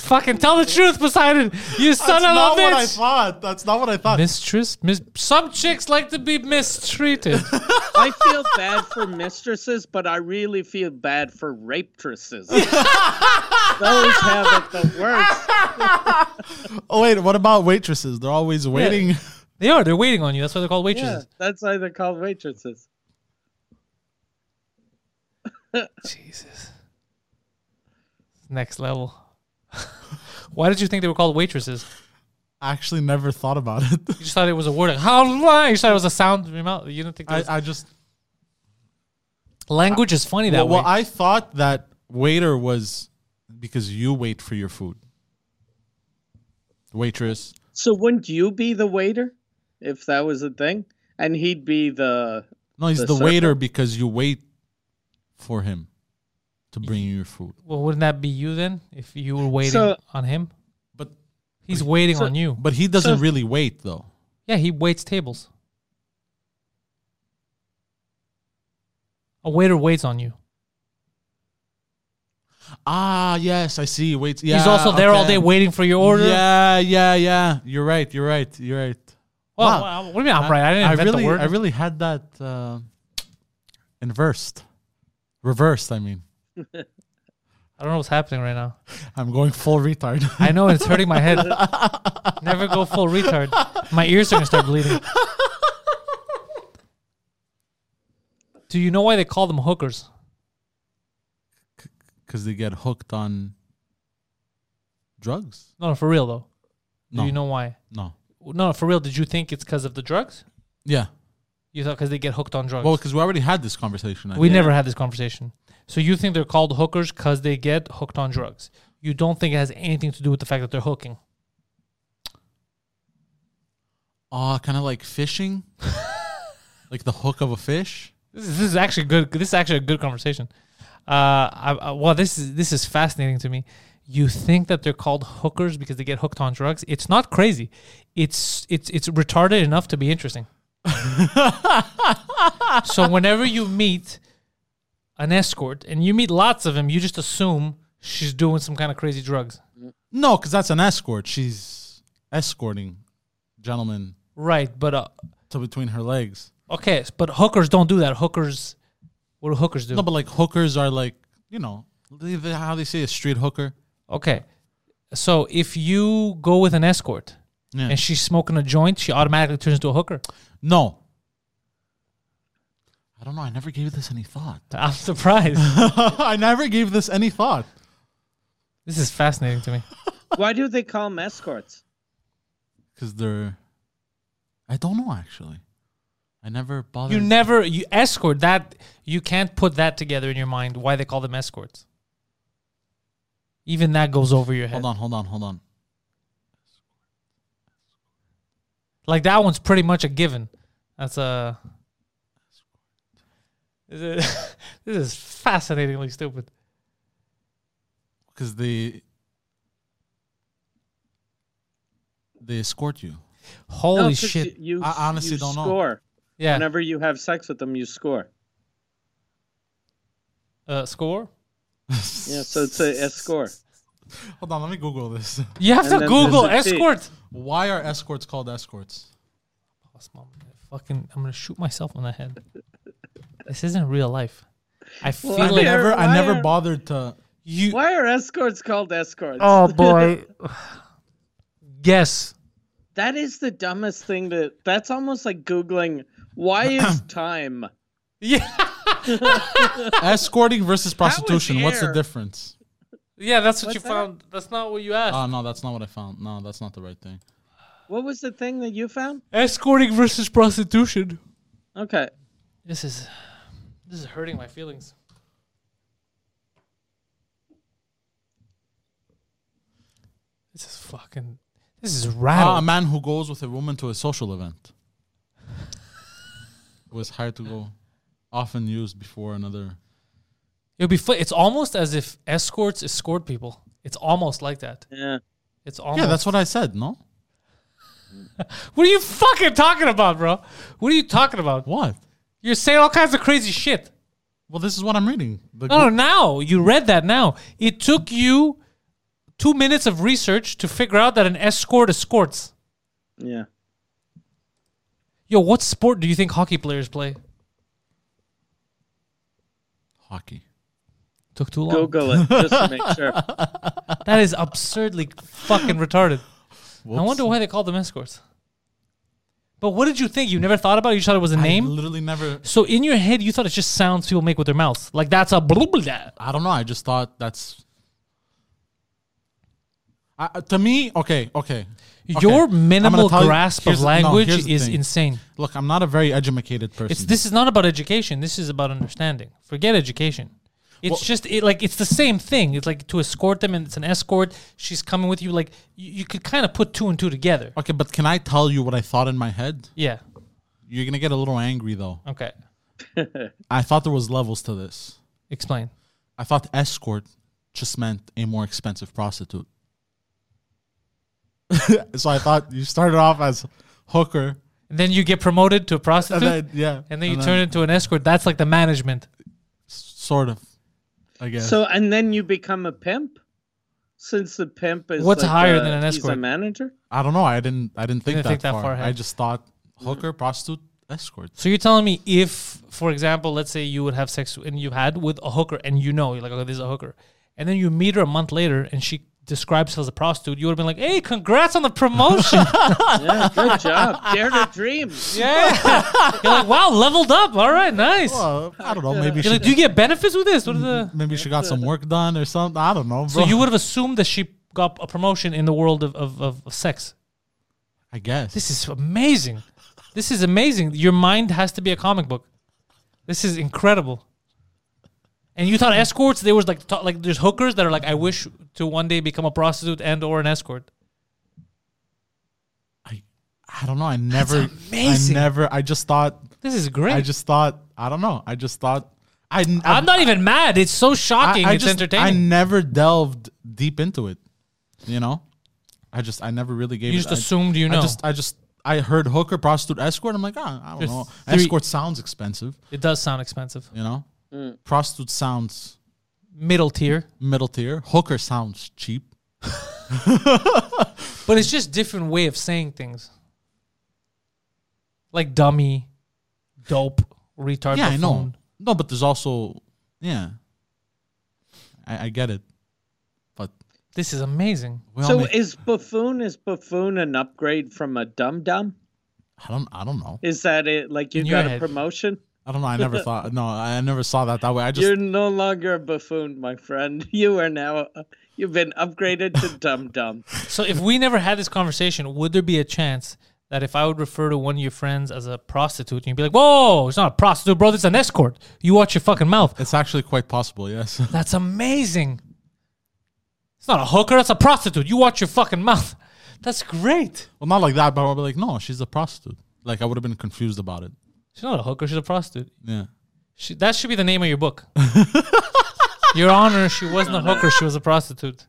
S1: Just fucking tell the truth, Poseidon. You son
S2: not
S1: of a
S2: what I
S1: bitch.
S2: thought. That's not what I thought.
S1: Mistress, mis- some chicks like to be mistreated.
S3: I feel bad for mistresses, but I really feel bad for rapetresses. Those have it the worst.
S2: oh wait, what about waitresses? They're always waiting.
S1: they are. They're waiting on you. That's why they're called
S3: Yeah,
S1: waitresses.
S3: that's why they're called waitresses.
S1: Jesus. Next level. why did you think they were called waitresses?
S2: I actually never thought about it.
S1: You just thought it was a word. Like, How long? You thought it was a sound. in your mouth. You didn't think that was-
S2: I, I just
S1: language is funny that
S2: well, well,
S1: way.
S2: I thought that waiter was because you wait for your food. Waitress.
S3: So wouldn't you be the waiter if that was a thing? And he'd be the
S2: No, he's
S3: The
S2: the,
S3: server?
S2: waiter because you wait for him to bring you your food.
S1: well, wouldn't that be you then? If you were waiting
S3: So-
S1: on him,
S2: But
S1: he's waiting on you.
S2: but he doesn't really wait though.
S1: Yeah, he waits tables. A waiter waits on you.
S2: Ah, yes, I see. Wait. Yeah,
S1: He's also there all
S2: okay.
S1: day waiting for your order.
S2: Yeah, yeah, yeah. You're right. You're right. You're right.
S1: Well,
S2: Wow.
S1: well, what do you mean I'm right? I didn't invent
S2: really,
S1: the word.
S2: I really had that uh, inversed, reversed. I mean,
S1: I don't know what's happening right now.
S2: I'm going full retard.
S1: I know it's hurting my head. Never go full retard. My ears are gonna start bleeding. Do you know why they call them hookers?
S2: because they get hooked on drugs.
S1: No, no, for real though. Do
S2: No.
S1: you know why?
S2: No.
S1: No, for real. Did you think it's because of the drugs?
S2: Yeah.
S1: You thought because they get hooked on drugs?
S2: Well, because we already had this conversation. I
S1: We
S2: think.
S1: never had this conversation. So you think they're called hookers because they get hooked on drugs? You don't think it has anything to do with the fact that they're hooking?
S2: Ah, kind of like fishing, like the hook of a fish.
S1: This is, this is actually good. This is actually a good conversation. Uh, I, I, well, this is this is fascinating to me. You think that they're called hookers because they get hooked on drugs? It's not crazy. It's it's it's retarded enough to be interesting. so whenever you meet an escort and you meet lots of them, you just assume she's doing some kind of crazy drugs.
S2: No, because that's an escort. She's escorting gentlemen
S1: Right, but uh,
S2: to between her legs.
S1: okay, but hookers don't do that. Hookers, What do hookers do?
S2: No, but like hookers are like you know they, they, how they say a street hooker.
S1: Okay. So if you go with an escort
S2: Yeah.
S1: and she's smoking a joint, she automatically turns into a hooker.
S2: no. I don't know. I never gave this any thought.
S1: I'm surprised.
S2: I never gave this any thought.
S1: this is fascinating to me.
S3: Why do they call them escorts?
S2: Because they're. I don't know, actually. I never bothered.
S1: You never you escort that you can't put that together in your mind why they call them escorts. Even that goes over your head.
S2: Hold on, hold on, hold on.
S1: Like that one's pretty much a given. That's a This is- this is fascinatingly stupid.
S2: Because they. They escort you.
S1: Holy
S3: No, 'cause
S1: shit.
S3: You, you-
S2: I honestly
S3: you
S2: don't know.
S3: score.
S1: yeah.
S3: Whenever you have sex with them, you score.
S1: Uh, score?
S3: Yeah, so it's a, a score.
S2: Hold on, let me Google this.
S1: You have
S3: And
S1: to
S3: then
S1: Google
S3: there's a T.
S1: escort.
S2: Why are escorts called escorts?
S1: Boss, I'm gonna fucking, I'm gonna shoot myself in the head. This isn't real life. I feel
S3: I
S2: I
S1: like
S3: mean-
S2: never, I
S3: why
S2: never
S3: are-
S2: bothered to.
S1: you.
S3: Why are escorts called escorts?
S1: Oh boy. Guess.
S3: That is the dumbest thing that that's almost like Googling why is time?
S1: Yeah,
S2: Escorting versus
S3: is
S2: prostitution. What's the
S3: air?
S2: difference?
S1: yeah. That's what
S3: What's
S1: you
S3: that?
S1: found. That's not what you asked.
S2: Oh no, that's not what I found. No, that's not the right thing.
S3: What was the thing that you found?
S1: Escorting versus prostitution. Eh.
S3: Okay.
S1: This is, this is hurting my feelings. This is fucking. This is
S2: Ah, a
S1: rattle.
S2: man who goes with a woman to a social event was hired to go, often used before another.
S1: It'll be. Fu- it's almost as if escorts escort people. It's almost like that.
S3: Yeah.
S1: It's almost.
S2: Yeah, that's what I said. No,
S1: What are you fucking talking about, bro? What are you talking about?
S2: what?
S1: You're saying all kinds of crazy shit.
S2: Well, this is what I'm reading. The
S1: Oh, No, no,
S2: gr-
S1: now you read that. Now it took you two minutes of research to figure out that an escort escorts.
S3: Yeah.
S1: Yo, what sport do you think hockey players play?
S2: hockey.
S1: Took too long.
S3: Google it just to make sure.
S1: That is absurdly fucking retarded. I
S2: Whoops.
S1: wonder why they call them escorts. But what did you think? You never thought about it. You thought it was a
S2: I
S1: name.
S2: literally never.
S1: so in your head, you thought it's just sounds people make with their mouths. Like that's a blah blah. blah.
S2: I don't know. I just thought that's. I, uh, to me, okay, okay. okay.
S1: Your
S2: I'm gonna
S1: minimal
S2: tell you-
S1: grasp
S2: here's
S1: of
S2: the- no,
S1: language
S2: here's the
S1: is
S2: thing.
S1: insane.
S2: Look, I'm not a very educated person.
S1: It's this is not about education. This is about understanding. Forget education. It's just it, like it's the same thing. It's like to escort them, and it's an escort. She's coming with you. Like you, you could kind of put two and two together.
S2: Okay, but can I tell you what I thought in my head?
S1: Yeah.
S2: You're gonna get a little angry though.
S1: Okay.
S2: I thought there was levels to this.
S1: Explain.
S2: I thought escort just meant a more expensive prostitute. so I thought you started off as hooker,
S1: And then you get promoted to a prostitute,
S2: and then yeah,
S1: and then you turn into an escort. That's like the management.
S2: sort of, I guess.
S3: So and then you become a pimp? Since the pimp is
S1: What's
S3: like
S1: higher
S3: a-
S1: than an
S3: He's a
S1: escort?
S3: manager?
S2: I don't know. I didn't. I didn't think,
S1: Didn't
S2: that,
S1: think that
S2: far.
S1: far ahead.
S2: I just thought hooker, prostitute, escort.
S1: So you're telling me if, for example, let's say you would have sex and you had with a hooker, and you know you're like, okay, this is a hooker, and then you meet her a month later, and she describes herself as a prostitute, you would have been like, hey, congrats on the promotion.
S3: Yeah, good job. Dare to dream.
S1: Yeah. You're like, wow, leveled up. All right, nice.
S2: Well, I don't know. Maybe she,
S1: You're like, do you get benefits with this? What are the
S2: maybe she got some work done or something. I don't know. Bro.
S1: So you would have assumed that she got a promotion in the world of, of, of, of sex.
S2: I guess.
S1: This is amazing. This is amazing. Your mind has to be a comic book. This is incredible. And you thought
S2: Mm.
S1: escorts, there was like, t- like there's hookers that are like, I wish to one day become a prostitute and or an escort.
S2: I, I don't know. I never.
S1: amazing.
S2: I never. I just thought.
S1: This is great.
S2: I just thought. I don't know. I just thought. I.
S1: I'm not even mad. It's so shocking. it's
S2: just, I
S1: entertaining.
S2: never delved deep into it. You know, I just I never really gave.
S1: You
S2: it-
S1: just
S2: I-
S1: assumed you know.
S2: I just I just I heard hooker, prostitute, escort. I'm like, ah, I don't
S1: There's
S2: know.
S1: three-
S2: Escort sounds expensive.
S1: it does sound expensive.
S2: You know,
S3: Mm.
S2: prostitute sounds
S1: Middle tier.
S2: middle tier. Hooker sounds cheap.
S1: But it's just different way of saying things. Like dummy, dope, retard.
S2: Yeah, I know.
S1: buffoon.
S2: No, but there's also yeah. I, I get it, but
S1: This is amazing.
S2: we all
S3: So
S2: make-
S3: is buffoon is buffoon an upgrade from a dum dum?
S2: I don't I don't know
S3: Is that it? Like you
S1: In your
S3: got a
S1: head.
S3: promotion?
S2: I don't know I never thought no I never saw that that way I just
S3: You're no longer a buffoon, my friend. You are now. You've been upgraded to dum dum.
S1: So if we never had this conversation, would there be a chance that if I would refer to one of your friends as a prostitute, you'd be like, "Whoa, it's not a prostitute, bro. It's an escort. You watch your fucking mouth."
S2: it's actually quite possible yes
S1: That's amazing. It's not a hooker. That's a prostitute. You watch your fucking mouth. That's great.
S2: well not like that but I'll be like no she's a prostitute like I would have been confused about it
S1: She's not a hooker. She's a prostitute.
S2: yeah
S1: She, that should be the name of your book. your Honor, she wasn't a hooker. She was a prostitute.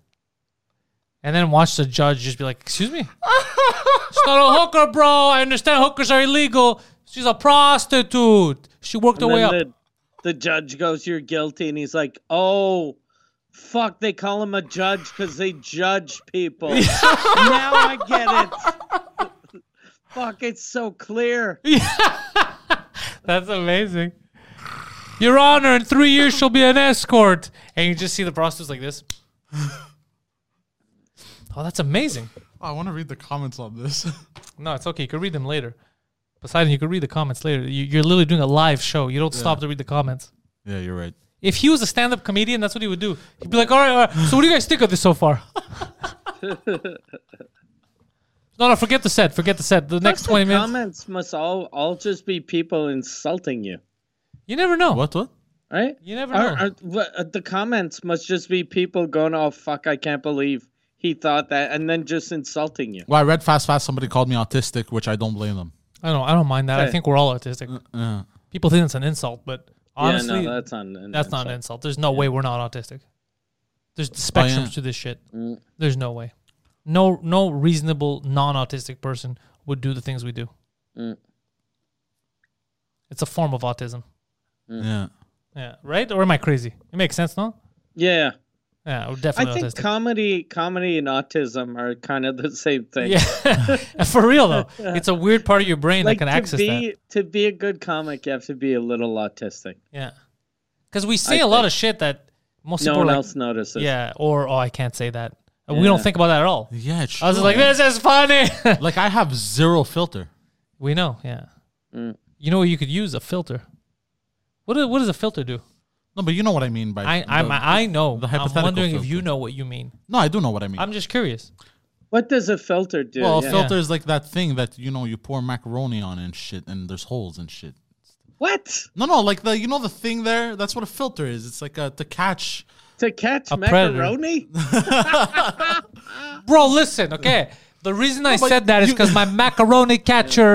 S1: And then watch the judge just be like, "Excuse me, she's not a hooker, bro. I understand hookers are illegal. She's a prostitute. She worked her
S3: And
S1: way
S3: then
S1: up."
S3: the, the judge goes, "You're guilty," and he's like, "Oh, fuck! They call him a judge because they judge people." now I get it. fuck! It's so clear.
S1: That's amazing. Your Honor, in three years she'll be an escort, and you just see the prostitutes like this. oh, that's amazing.
S2: Oh, I want to read the comments on this
S1: No, it's okay. You can read them later. Poseidon, you can read the comments later. You, you're literally doing a live show. You don't stop to read the comments.
S2: yeah you're right
S1: If he was a stand-up comedian, that's what he would do. He'd be like, "All right, all right. So, what do you guys think of this so far?" no, no. Forget the set. Forget the set. The next
S3: Fuck, the
S1: twenty minutes.
S3: Comments must all all just be people insulting you,
S1: You never know.
S2: what what
S3: right?
S1: You never
S3: Or-
S1: know.
S3: or wha- uh, the comments must just be people going, "Oh fuck! I can't believe he thought that," and then just insulting you.
S2: well I read fast fast somebody called me autistic which I don't blame them
S1: I don't. I don't mind that. I
S3: Hey.
S1: think we're all autistic.
S2: yeah
S1: People think it's an insult, but honestly,
S3: yeah, no,
S1: that's,
S3: that's on. That's
S1: not an insult. There's no way we're not autistic.
S3: Oh,
S1: There's spectrums to this shit.
S3: Mm.
S1: There's no way. No, no reasonable non-autistic person would do the things we do.
S3: Mm.
S1: It's a form of autism.
S3: Hmm.
S2: yeah
S1: Yeah, right? Or am I crazy? It makes sense, no?
S3: Yeah.
S1: Yeah, we're
S3: I
S1: definitely
S3: think
S1: autistic.
S3: comedy, comedy and autism are kind of the same thing.
S1: yeah, for real though, it's a weird part of your brain that can
S3: to
S1: access
S3: be
S1: that.
S3: to be a good comic, you have to be a little autistic.
S1: Yeah, because we say a lot of shit that most
S3: No
S1: people are
S3: one
S1: like,
S3: else notices.
S1: yeah, or oh, I can't say that. And We don't think about that at all.
S2: yeah it's
S1: I was just
S2: true,
S1: like,
S2: man.
S1: this is funny.
S2: like I have zero filter
S1: we know, yeah. You know, what you could use a filter. What do, what does a filter do?
S2: no but you know what I mean by
S1: I
S2: the-
S1: I I know.
S2: the
S1: I'm
S2: hypothetical
S1: wondering if you
S2: filter.
S1: know what you mean.
S2: no I do know what I mean
S1: I'm just curious.
S3: What does a filter do?
S2: Well,
S3: Yeah.
S2: a filter is like that thing that you know you pour macaroni on and shit, and there's holes and shit.
S3: what
S2: No, no, like the you know the thing there. That's what a filter is. It's like a, to catch.
S3: to catch
S1: A predator.
S3: macaroni?
S1: Bro, listen, okay. The reason I
S2: but
S1: said that is
S2: you-
S1: because my macaroni catcher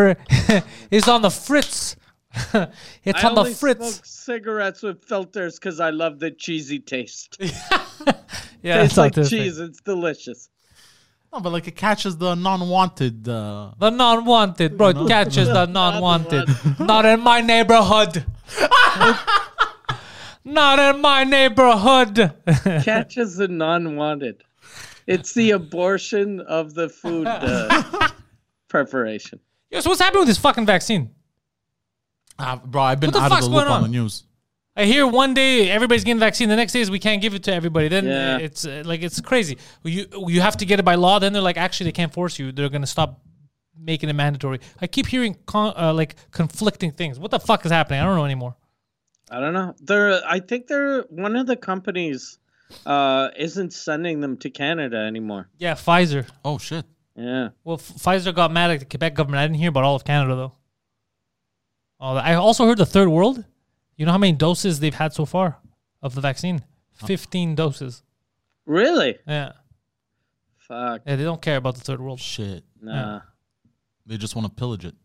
S1: is on the fritz. it's
S3: I
S1: on the
S3: only
S1: fritz.
S3: smoke cigarettes with filters because I love the cheesy taste. It's
S1: Yeah,
S3: like
S1: autistic.
S3: cheese. It's delicious.
S2: No, but like it catches the non-wanted. Uh,
S1: The non-wanted, bro. It catches the non-wanted. Not in my neighborhood. Not in my neighborhood.
S3: Catches the non-wanted. It's the abortion of the food uh, preparation.
S1: Yo, so what's happening with this fucking vaccine?
S2: ah, bro, I've been
S1: What the
S2: out of
S1: fuck's
S2: the loop
S1: going
S2: on? the
S1: on?
S2: news.
S1: I hear one day everybody's getting vaccine. The next day is we can't give it to everybody. Then
S3: Yeah.
S1: uh, it's uh, like it's crazy. You you have to get it by law. Then they're like, actually, they can't force you. They're gonna stop making it mandatory. I keep hearing con- uh, like conflicting things. What the fuck is happening? I don't know anymore.
S3: I don't know. They're I think they're one of the companies uh isn't sending them to Canada anymore.
S1: Yeah, Pfizer.
S2: Oh shit!
S3: Yeah.
S1: Well, F- Pfizer got mad at the Quebec government. I didn't hear about all of Canada though. Oh, I also heard the third world. You know how many doses they've had so far of the vaccine? Fifteen doses.
S3: Really?
S1: Yeah.
S3: Fuck.
S1: yeah, they don't care about the third world.
S2: Shit!
S3: Nah.
S2: They just want to pillage it.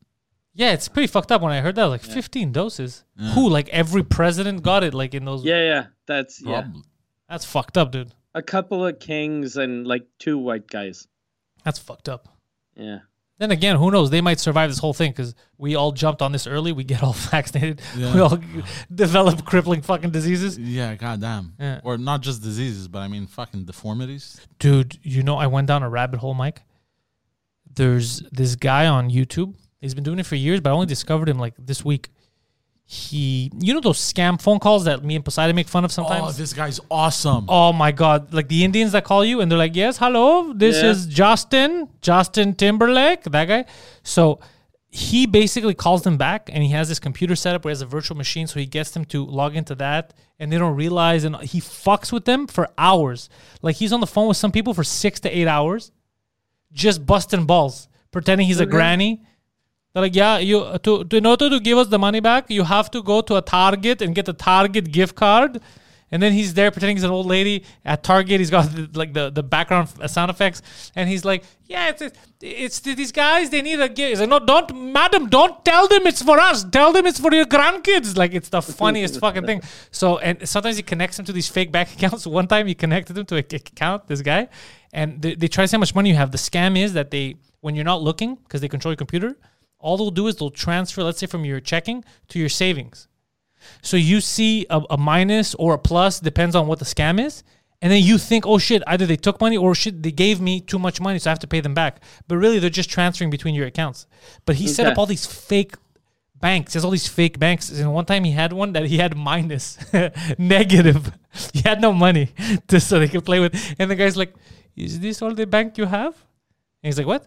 S1: Yeah, it's pretty fucked up when I heard that. Like fifteen doses. Who? Like every president got it. Like in those.
S3: Yeah, yeah. That's yeah.
S2: Probably.
S1: That's fucked up, dude.
S3: A couple of kings and like two white guys.
S1: That's fucked up.
S3: Yeah.
S1: Then again, who knows? They might survive this whole thing because we all jumped on this early. We get all vaccinated. We all develop crippling fucking diseases.
S2: Yeah, goddamn.
S1: Yeah.
S2: Or not just diseases, but I mean fucking deformities.
S1: dude you know i went down a rabbit hole mike there's this guy on youtube he's been doing it for years but i only discovered him like this week he, you know, those scam phone calls that me and Poseidon make fun of
S2: Oh,
S1: sometimes.
S2: this guy's awesome.
S1: Oh my God! Like the Indians that call you and they're like, "Yes, hello, this
S3: Yeah.
S1: is Justin, Justin Timberlake, that guy." So he basically calls them back, and he has this computer set up where he has a virtual machine, so he gets them to log into that, and they don't realize, and he fucks with them for hours. Like he's on the phone with some people for six to eight hours, just busting balls, pretending he's a granny. They're like, yeah, you to, to in order to give us the money back, you have to go to a Target and get a Target gift card. And then he's there pretending he's an old lady at Target. He's got the, like the, the background f- sound effects, and he's like, "Yeah, it's it's, it's th- these guys. They need a gift." He's like, "No, don't, madam, don't tell them it's for us. Tell them it's for your grandkids." Like it's the funniest fucking thing. So and sometimes he connects them to these fake bank accounts. One time he connected them to a k- account. This guy, and they, they try to see how much money you have. The scam is that they when you're not looking because they control your computer, all they'll do is they'll transfer, let's say, from your checking to your savings. So you see a, a minus or a plus, depends on what the scam is. And then you think, oh shit, either they took money or shit, they gave me too much money, so I have to pay them back. But really, they're just transferring between your accounts. But he set
S3: Okay.
S1: up all these fake banks. He has all these fake banks. And one time he had one that he had minus, negative. He had no money to, so they could play with. And the guy's like, is this all the bank you have? And he's like, what?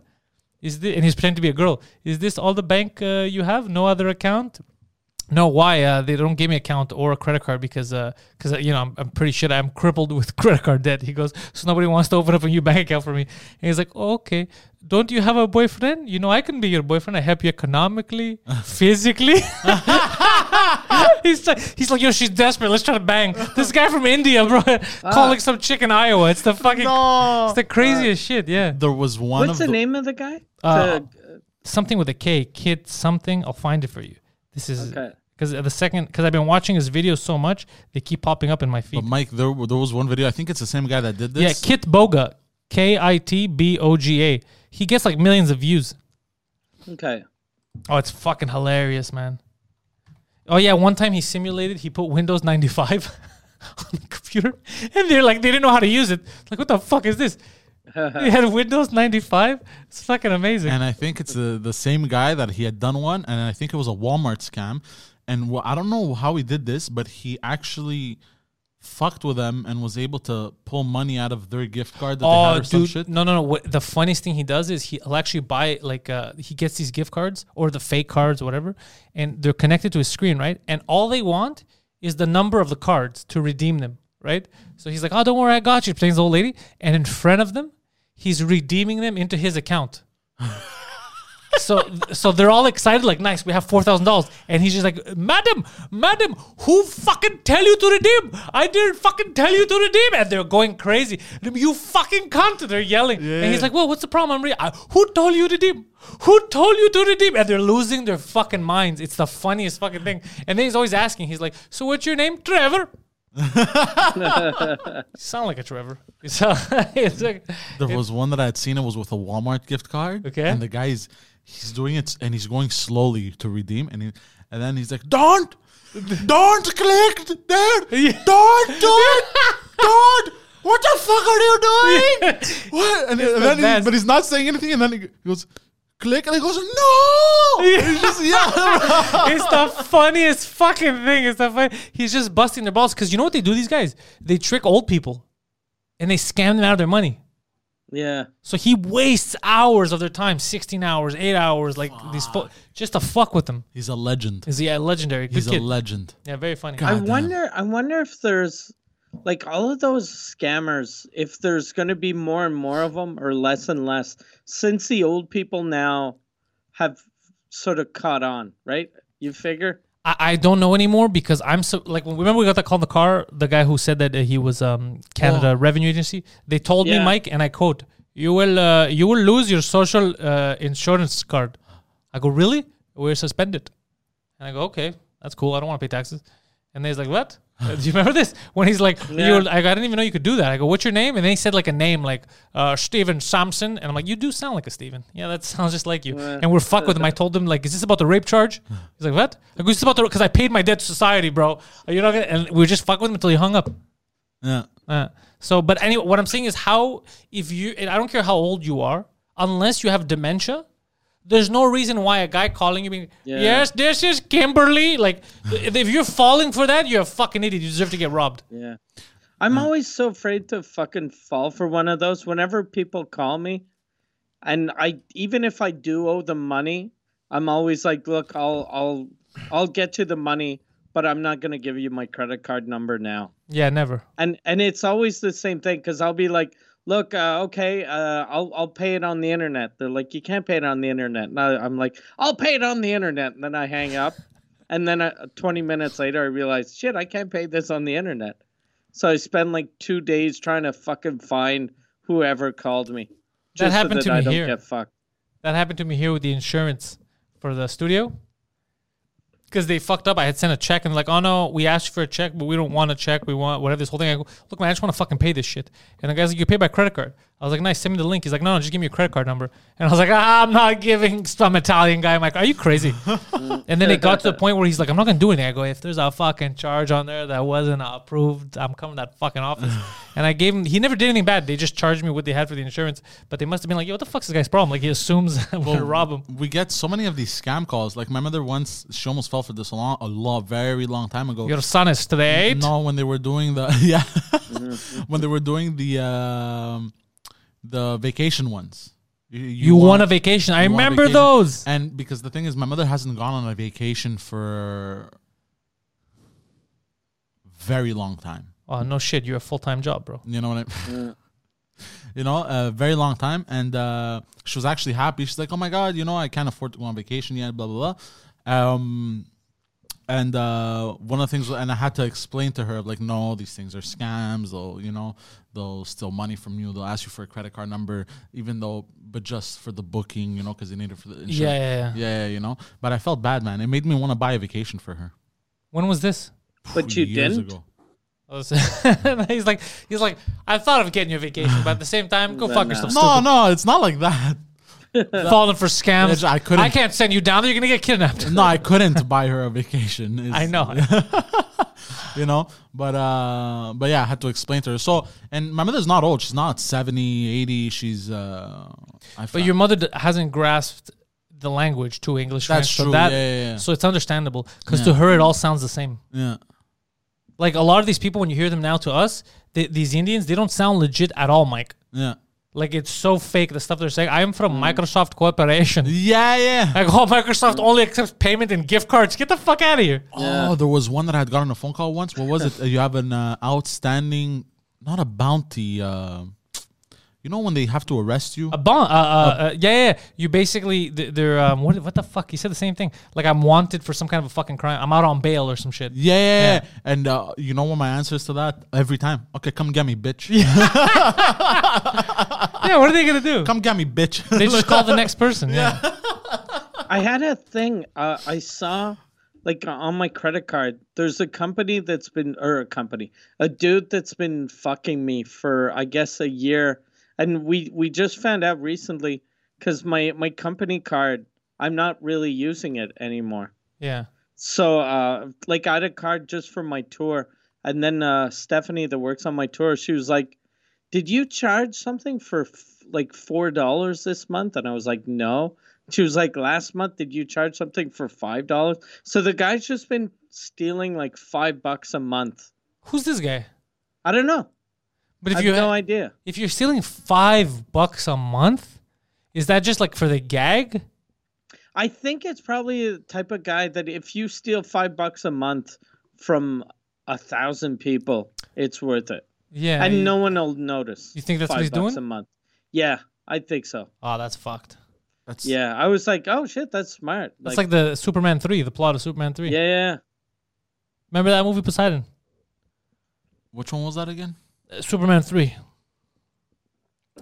S1: Is this, and he's pretending to be a girl. Is this all the bank uh, you have? No other account? No, why? Uh, they don't give me account or a credit card because, because uh, you know, I'm, I'm pretty shit. I'm crippled with credit card debt. He goes, so nobody wants to open up a new bank account for me. And he's like, oh, okay, don't you have a boyfriend? You know, I can be your boyfriend. I help you economically, physically. he's like, he's like, yo, she's desperate. Let's try to bang this guy from India, bro, calling some chick in Iowa. It's the fucking, it's the craziest shit. Yeah,
S2: There was one
S3: What's
S2: of
S3: the, name of the guy?
S1: Uh,
S3: The-
S1: something with a K, kid something. I'll find it for you. This is
S3: Okay.
S1: because the second because I've been watching his videos so much, they keep popping up in my
S2: But
S1: feed.
S2: Mike, there w- there was one video. I think it's the same guy that did
S1: Yeah,
S2: this.
S1: Kit Boga, K I T B O G A. He gets like millions of views.
S3: okay.
S1: Oh, it's fucking hilarious, man. Oh yeah, one time he simulated he put Windows 95 on the computer, and they're like they didn't know how to use it. Like, what the fuck is this? They had Windows 95. It's fucking amazing.
S2: and I think it's the, the same guy that he had done one, and I think it was a Walmart scam. And wha- I don't know how he did this, but he actually fucked with them and was able to pull money out of their gift card that they
S3: Oh,
S2: had or some shit.
S1: Oh, No, no, no. What, the funniest thing he does is he'll actually buy like uh, he gets these gift cards or the fake cards, whatever, and they're connected to his screen, right? And all they want is the number of the cards to redeem them, right? So he's like, "Oh, don't worry, I got you." Playing the old lady, and in front of them, he's redeeming them into his account. So, so they're all excited, like, nice, we have four thousand dollars, and he's just like, madam, madam, who fucking tell you to redeem? I didn't fucking tell you to redeem, and they're going crazy. You fucking cunt! They're yelling, and he's like, well, what's the problem? I'm re- I, who told you to redeem? Who told you to redeem? And they're losing their fucking minds. It's the funniest fucking thing. And then he's always asking, he's like, so what's your name, Trevor? sound like a Trevor. You sound- it's like,
S2: There was one that I had seen. It was with a Walmart gift card.
S1: Okay.
S2: And the guy's he's doing it and he's going slowly to redeem, and he, and then he's like, "Don't, don't click there.
S1: Yeah.
S2: Don't do it. don't." What the fuck are you doing? What? And, and
S1: the
S2: then he,
S1: best.
S2: but he's not saying anything, and then he goes, "Click," and he goes, "No."
S1: Yeah.
S2: He's just yeah.
S1: it's the funniest fucking thing. It's the fun- He's just busting their balls because you know what they do? These guys they trick old people, and they scam them out of their money.
S3: Yeah.
S1: So he wastes hours of their time, sixteen hours, eight hours, like these fo- just to fuck with them.
S2: He's a legend.
S1: Is he a legendary? Good
S2: He's a
S1: kid.
S2: legend.
S1: yeah, very funny.
S2: God.
S3: I
S2: damn.
S3: wonder. I wonder if there's like all of those scammers. If there's going to be more and more of them, or less and less, since the old people now have sort of caught on, right? You figure.
S1: I, I don't know anymore because I'm so like when- remember we got that call in the car the guy who said that uh, he was um Canada Revenue Agency they told me
S3: Yeah.
S1: Mike and I quote you will uh, you will lose your social uh, insurance card I go really we're suspended and I go okay that's cool I don't want to pay taxes and then he's like what Uh, do you remember this when he's like you will, I, go, I didn't even know you could do that I go what's your name and then he said like a name like uh, Steven Sampson and I'm like you do sound like a Steven yeah that sounds just like you and we're fuck with him I told him like is this about the rape charge he's like what I go it's about the because I paid my debt to society bro you're not gonna and we were just fuck with him until he hung up
S2: Yeah.
S1: uh, so, but anyway, what I'm saying is how if you, and I don't care how old you are, unless you have dementia, There's no reason why a guy calling you being
S3: Yeah.
S1: yes, this is Kimberly. Like, if you're falling for that, you're a fucking idiot. You deserve to get robbed.
S3: Yeah. I'm always so afraid to fucking fall for one of those. Whenever people call me, and I even if I do owe them money, I'm always like, look, I'll I'll I'll get you the money, but I'm not gonna give you my credit card number now.
S1: Yeah, never.
S3: And and it's always the same thing because I'll be like, look, uh, okay, uh, I'll I'll pay it on the internet. They're like, you can't pay it on the internet. And I, I'm like, I'll pay it on the internet, and then I hang up. And then uh, 20 minutes later, I realize, shit, I can't pay this on the internet. So I spend like two days trying to fucking find whoever called me.
S1: That
S3: just so
S1: happened to
S3: I
S1: me
S3: don't
S1: here.
S3: Get fucked.
S1: That happened to me here with the insurance for the studio. Because they fucked up. I had sent a check and like, oh no, we asked you for a check, but we don't want a check. We want whatever this whole thing. I go, look, man, I just want to fucking pay this shit. And the guy's like, you pay by credit card. I was like, nice, send me the link. He's like, no, no, just give me your credit card number. And I was like, ah, I'm not giving some Italian guy. I'm like, are you crazy? and then it got to the point where he's like, I'm not gonna do anything. I go, if there's a fucking charge on there that wasn't approved, I'm coming to that fucking office. and I gave him. He never did anything bad. They just charged me what they had for the insurance. But they must have been like, yo, what the fuck's this guy's problem? Like he assumes I'm gonna rob him.
S2: we get so many of these scam calls. Like my mother once, she almost fell for this a long, a lot, very long time ago.
S1: Your son is today.
S2: No, when they were doing the yeah, when they were doing the um, the vacation ones. You,
S1: You want a vacation. I
S2: you want a
S1: remember
S2: vacation.
S1: those.
S2: And because the thing is, my mother hasn't gone on a vacation for very long time.
S1: Oh no shit, you're a full time job, bro.
S2: You know what I You know, a very long time. And uh, she was actually happy. She's like, oh my God, you know, I can't afford to go on vacation yet, blah, blah, blah. Um, and uh, one of the things, and I had to explain to her, like, no, these things are scams. They'll, you know, they'll steal money from you. They'll ask you for a credit card number, even though, but just for the booking, you know, because they need it for the insurance.
S1: Yeah, yeah, yeah.
S2: yeah, you know. But I felt bad, man. It made me want to buy a vacation for her.
S1: When was this?
S3: But you
S2: Years
S3: didn't.
S2: ago.
S1: I was- he's like, he's like, I thought of getting you a vacation, but at the same time, go
S3: Then,
S1: fuck
S3: uh,
S1: yourself.
S2: No, no, it's not like that.
S1: Stupid. falling for scams.
S2: I couldn't-
S1: I can't send you down there. You're gonna get kidnapped.
S2: No, I couldn't buy her a vacation. It's-
S1: I know.
S2: you know but uh but yeah i had to explain to her so and my mother's not old she's not 70 80 she's uh I
S1: But your mother d- hasn't grasped the language to English.
S2: That's
S1: French, So
S2: true.
S1: that,
S2: Yeah, yeah, yeah.
S1: So it's understandable because to her it all sounds the same.
S2: yeah
S1: Like a lot of these people, when you hear them now to us, they, these Indians, they don't sound legit at all, Mike.
S2: yeah
S1: Like it's so fake the stuff they're saying. I'm from Microsoft Corporation.
S2: Mm. yeah yeah
S1: Like oh, Microsoft only accepts payment in gift cards. Get the fuck out of here.
S2: oh there was one that i had got on a phone call once what was it Uh, you have an uh, outstanding not a bounty uh you know when they have to arrest you
S1: A bond. Uh, uh, uh, yeah, yeah, yeah. You basically th- they're um, what? What the fuck? He said the same thing. Like I'm wanted for some kind of a fucking crime. I'm out on bail or some shit.
S2: yeah, yeah, yeah. and uh, you know what my answer is to that every time okay come get me bitch
S1: Yeah, what are they gonna do?
S2: come get me bitch
S1: They just call the next person. Yeah.
S3: I had a thing. Uh, I saw, like, on my credit card, there's a company that's been, or a company, a dude that's been fucking me for, I guess, a year. And we we just found out recently because my my company card, I'm not really using it anymore.
S1: Yeah.
S3: So, uh, like, I had a card just for my tour, and then uh, Stephanie that works on my tour, she was like, "Did you charge something for f- like four dollars this month?" And I was like, "No." She was like, "Last month, did you charge something for five dollars?" So the guy's just been stealing like five bucks a month.
S1: Who's this guy?
S3: I don't know.
S1: But
S3: I
S1: if
S3: have
S1: you
S3: no idea.
S1: if you're stealing five bucks a month, is that just like for the gag?
S3: I think it's probably the type of guy that if you steal five bucks a month from a thousand people, it's worth it.
S1: Yeah.
S3: and
S1: you-
S3: no one will notice.
S1: You think that's what
S3: Five
S1: he's
S3: bucks
S1: doing?
S3: A month. Yeah, I think so.
S1: Oh, that's fucked.
S2: That's-
S3: Yeah, I was like, oh shit, that's smart.
S1: That's like, the Superman three, the plot of Superman three.
S3: yeah, yeah.
S1: Remember that movie Poseidon?
S2: which one was that again
S1: Uh, Superman three.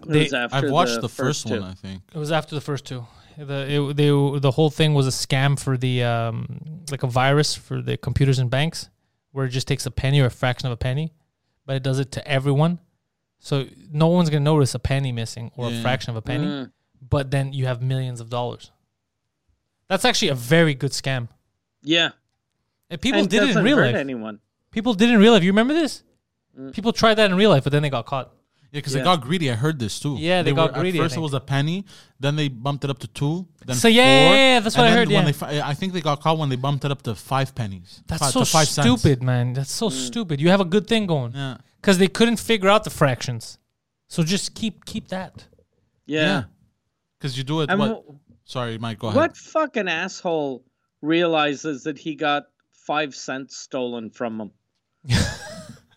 S3: It
S1: They-
S3: was after
S2: i've watched the, first,
S3: two.
S2: one i think
S1: It was after the first two. The it, they, the whole thing was a scam for the um, like a virus for the computers and banks, where it just takes a penny or a fraction of a penny, but it does it to everyone, so no one's gonna notice a penny missing or a
S2: Yeah.
S1: fraction of a penny.
S3: Mm.
S1: But then you have millions of dollars. That's actually a very good scam.
S3: Yeah,
S1: And people
S3: and
S1: did it in
S3: doesn't
S1: real
S3: hurt Mm.
S1: life.
S3: anyone.
S1: People did it in real life. You remember this? People tried that in real life, but then they got caught.
S2: Yeah, because
S3: Yeah.
S2: they got greedy. I heard this too.
S1: Yeah, they got
S2: were-
S1: greedy, I
S2: At first, it
S1: think.
S2: was a penny. Then they bumped it up to two. Then
S1: So, yeah,
S2: four,
S1: yeah, yeah, yeah, that's
S2: and
S1: what I
S2: then
S1: heard,
S2: When
S1: yeah.
S2: they, fi- I think they got caught when they bumped it up to five pennies.
S1: That's
S2: Fi-
S1: so
S2: to five cents.
S1: stupid, man. That's so stupid. You have a good thing going.
S2: Mm. Yeah.
S1: Because they couldn't figure out the fractions. So just keep keep that.
S3: Yeah.
S2: Yeah, because you do it.
S3: And
S2: what?
S3: wh-
S2: Sorry, Mike. Go ahead.
S3: What fucking asshole realizes that he got five cents stolen from him?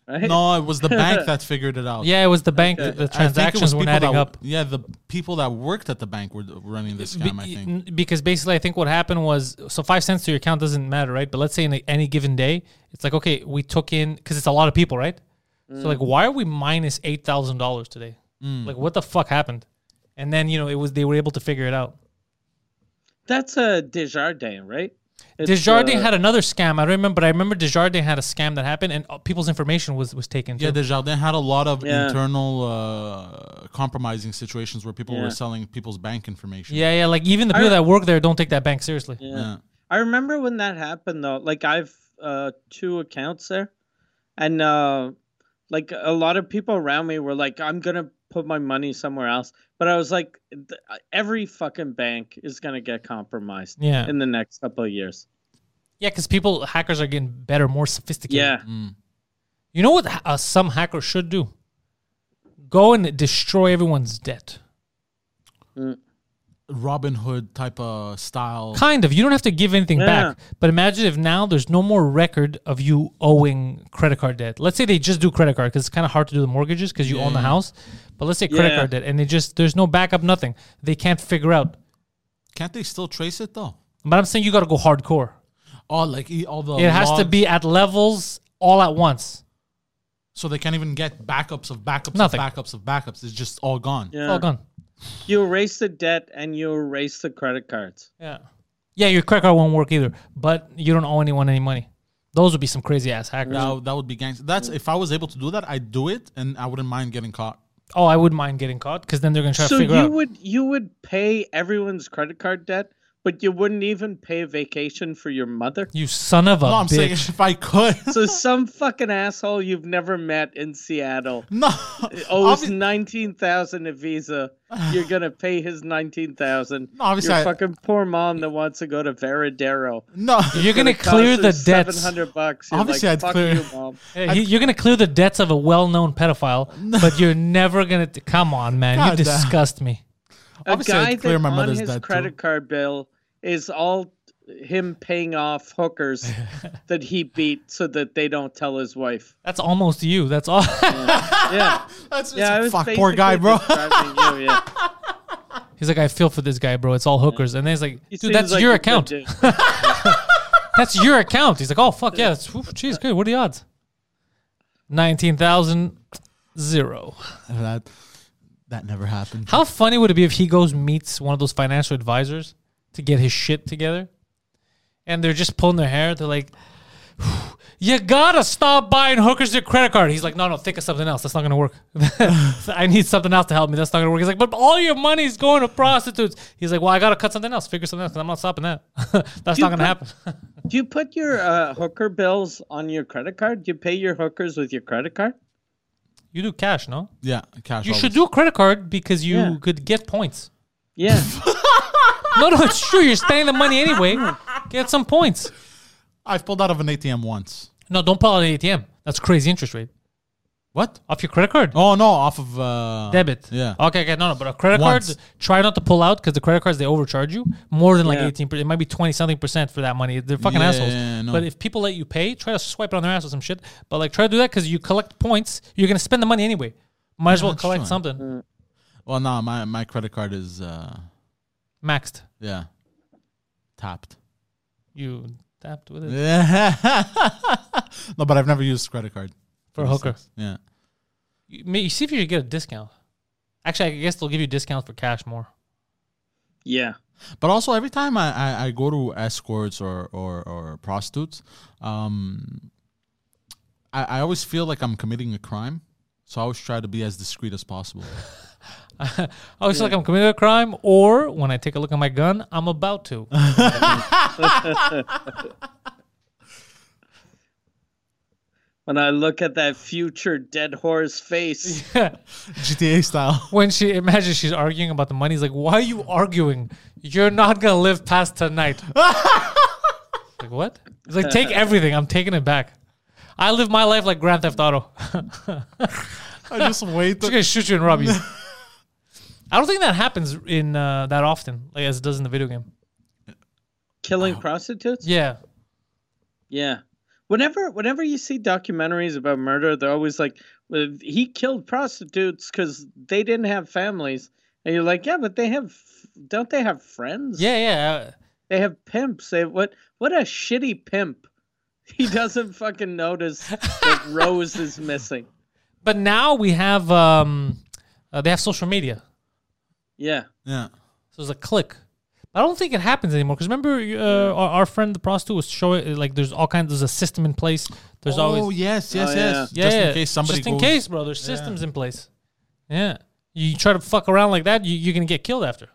S3: right?
S2: No, it was the bank that figured it out.
S1: Yeah, it was the bank. that The
S2: I think it was
S1: transactions weren't
S2: people
S1: adding
S2: that-
S1: up.
S2: Yeah, the people that worked at the bank were running this scam. I
S1: Be-
S2: think.
S1: n- Because basically, I think what happened was so five cents to your account doesn't matter, right? But let's say in a, any given day, it's like okay, we took in because it's a lot of people, right? So
S2: Mm.
S1: like, why are we minus eight thousand dollars today? Like, what the fuck happened? And then you know it was they were able to figure it out.
S3: That's a Desjardins, right? It's,
S1: Desjardins
S3: uh,
S1: had another scam. I remember. I remember Desjardins had a scam that happened, and uh, people's information was was taken.
S2: Yeah,
S1: too.
S2: Desjardins had a lot of
S3: Yeah.
S2: internal uh, compromising situations where people
S3: Yeah.
S2: were selling people's bank information.
S1: yeah, yeah. Like even the people that work there don't take that bank seriously.
S3: Yeah.
S2: Yeah.
S3: I remember when that happened though. Like I've uh two accounts there and uh like a lot of people around me were like I'm going to put my money somewhere else. But I was like th- uh, every fucking bank is going to get compromised
S1: Yeah.
S3: in the next couple of years.
S1: Yeah, because people hackers are getting better, more sophisticated.
S3: Yeah.
S1: You know what ha- uh, some hackers should do? Go and destroy everyone's debt.
S2: Robin Hood type of style.
S1: Kind of. You don't have to give anything
S3: Yeah.
S1: back. But imagine if now there's no more record of you owing credit card debt. Let's say they just do credit card because it's kind of hard to do the mortgages because you own the house. But let's say credit
S3: Yeah.
S1: card debt and they just there's no backup, nothing. They can't figure out.
S2: Can't they still trace it though?
S1: But I'm saying you got to go hardcore.
S2: Oh, like e- all the
S1: it has to
S2: logs-
S1: be at levels all at once.
S2: so they can't even get backups of backups
S1: Nothing.
S2: of backups of backups. It's just all gone.
S3: Yeah.
S1: All gone.
S3: You erase the debt and you erase the credit cards.
S1: Yeah. Yeah, your credit card won't work either, but you don't owe anyone any money. Those would be some crazy ass hackers.
S2: That, that would be gangster. That's if I was able to do that, I'd do it, and I wouldn't mind getting caught.
S1: Oh, I wouldn't mind getting caught because then they're gonna try
S3: So
S1: to figure
S3: you
S1: out.
S3: would you would pay everyone's credit card debt, but you wouldn't even pay a vacation for your mother?
S1: you son of a
S2: No, I'm
S1: bitch.
S2: saying if I could.
S3: So some fucking asshole you've never met in Seattle
S2: no,
S3: owes
S2: Obvi-
S3: Oh, nineteen thousand a visa. You're gonna pay his nineteen thousand.
S2: No, obviously
S3: your
S2: I-
S3: fucking poor mom that wants to go to Veradero.
S2: no.
S1: You're gonna clear the
S3: Seven
S1: debts.
S3: hundred bucks. You're
S2: Obviously,
S3: like,
S2: I'd
S3: Fuck
S2: clear-
S3: you, mom.
S1: Uh, you- You're gonna clear the debts of a well-known pedophile, but you're never gonna. T- Come on, man, you
S2: God damn.
S1: disgust me.
S3: A
S2: Obviously,
S3: guy
S2: I'd clear
S3: that
S2: my
S3: on
S2: mother's
S3: his
S2: debt, too.
S3: credit card bill is all him paying off hookers that he beat so that they don't tell his wife.
S1: That's almost you. That's all.
S3: Yeah,
S2: That's
S3: yeah. I
S2: yeah,
S3: was
S2: fuck poor guy,
S3: basically
S2: bro.
S3: describing you, yeah.
S1: he's like, I feel for this guy, bro. It's all hookers, and then he's like,
S3: He
S1: dude,
S3: seems
S1: that's
S3: like
S1: your
S3: a good
S1: account.
S3: dude.
S1: That's your account. He's like, oh fuck yeah, that's, whew, jeez, good. What are the odds? Nineteen thousand zero.
S2: that that never happened.
S1: How funny would it be if he goes meets one of those financial advisors to get his shit together, and they're just pulling their hair. They're like, "You gotta stop buying hookers your credit card." He's like, "No, no, think of something else. That's not gonna work. I need something else to help me. That's not gonna work." He's like, "But all your money's going to prostitutes." He's like, "Well, I gotta cut something else. Figure something else. 'cause I'm not stopping that. That's not gonna happen."
S3: Do you put your uh, hooker bills on your credit card? Do you pay your hookers with your credit card?
S1: you do cash, no?
S2: Yeah, cash.
S1: You should
S2: always.
S1: do a credit card because you
S3: Yeah.
S1: could get points.
S3: Yeah.
S1: No, no, it's true. You're spending the money anyway. Get some points.
S2: I've pulled out of an ATM once.
S1: No, don't pull out an ATM. That's crazy interest rate.
S2: What?
S1: Off your credit card? Oh,
S2: Oh no, off of uh,
S1: Debit.
S2: Yeah.
S1: Okay, okay. No, no. But a credit
S2: Once.
S1: card, try not to pull out because the credit cards, they overcharge you more than like
S3: Yeah.
S1: 18%. It might be 20 something percent for that money. They're fucking
S2: Yeah,
S1: assholes.
S2: yeah, no.
S1: But if people let you pay, try to swipe it on their ass or some shit. But like, try to do that because you collect points. You're going to spend the money anyway. Might as well
S2: that's
S1: collect
S2: fine.
S1: something.
S2: Well, no, my my credit card is uh,
S1: Maxed.
S2: yeah, tapped.
S1: You tapped with it
S2: no, but I've never used credit card.
S1: for a hooker.
S2: Yeah.
S1: You, may- you see if you could get a discount. Actually, I guess they'll give you discounts for cash more.
S3: Yeah.
S2: But also, every time I, I, I go to escorts or or, or prostitutes, um, I, I always feel like I'm committing a crime. So I always try to be as discreet as possible.
S1: I always feel Oh, like I'm committing a crime, or when I take a look at my gun, I'm about to.
S3: when I look at that future dead horse face.
S2: GTA style.
S1: When she imagine she's arguing about the money, he's like, "Why are you arguing? You're not gonna live past tonight." like what? It's like take everything. I'm taking it back. I live my life like Grand Theft Auto.
S2: I just wait.
S1: She's gonna shoot you and rob you. I don't think that happens in uh, that often, like as it does in the video game.
S3: Killing prostitutes?
S1: Yeah,
S3: Yeah. Whenever whenever you see documentaries about murder, they're always like, well, he killed prostitutes because they didn't have families. And you're like, yeah, but they have, don't they have friends?
S1: yeah, uh, yeah.
S3: They have pimps. They what? What a shitty pimp. He doesn't fucking notice that Rose is missing.
S1: But now we have um, uh, they have social media,
S3: Yeah.
S2: Yeah.
S1: so it's a click. I don't think it happens anymore because remember uh, our, our friend the prostitute was showing uh, like there's all kinds there's a system in place. There's
S2: Oh
S1: always
S2: yes, yes,
S3: Oh,
S2: yes.
S1: yeah,
S2: just
S1: yeah.
S2: in case somebody
S1: just in
S2: goes-
S1: case, bro. There's systems in place. Yeah, you try to fuck around like that, you you can get killed after.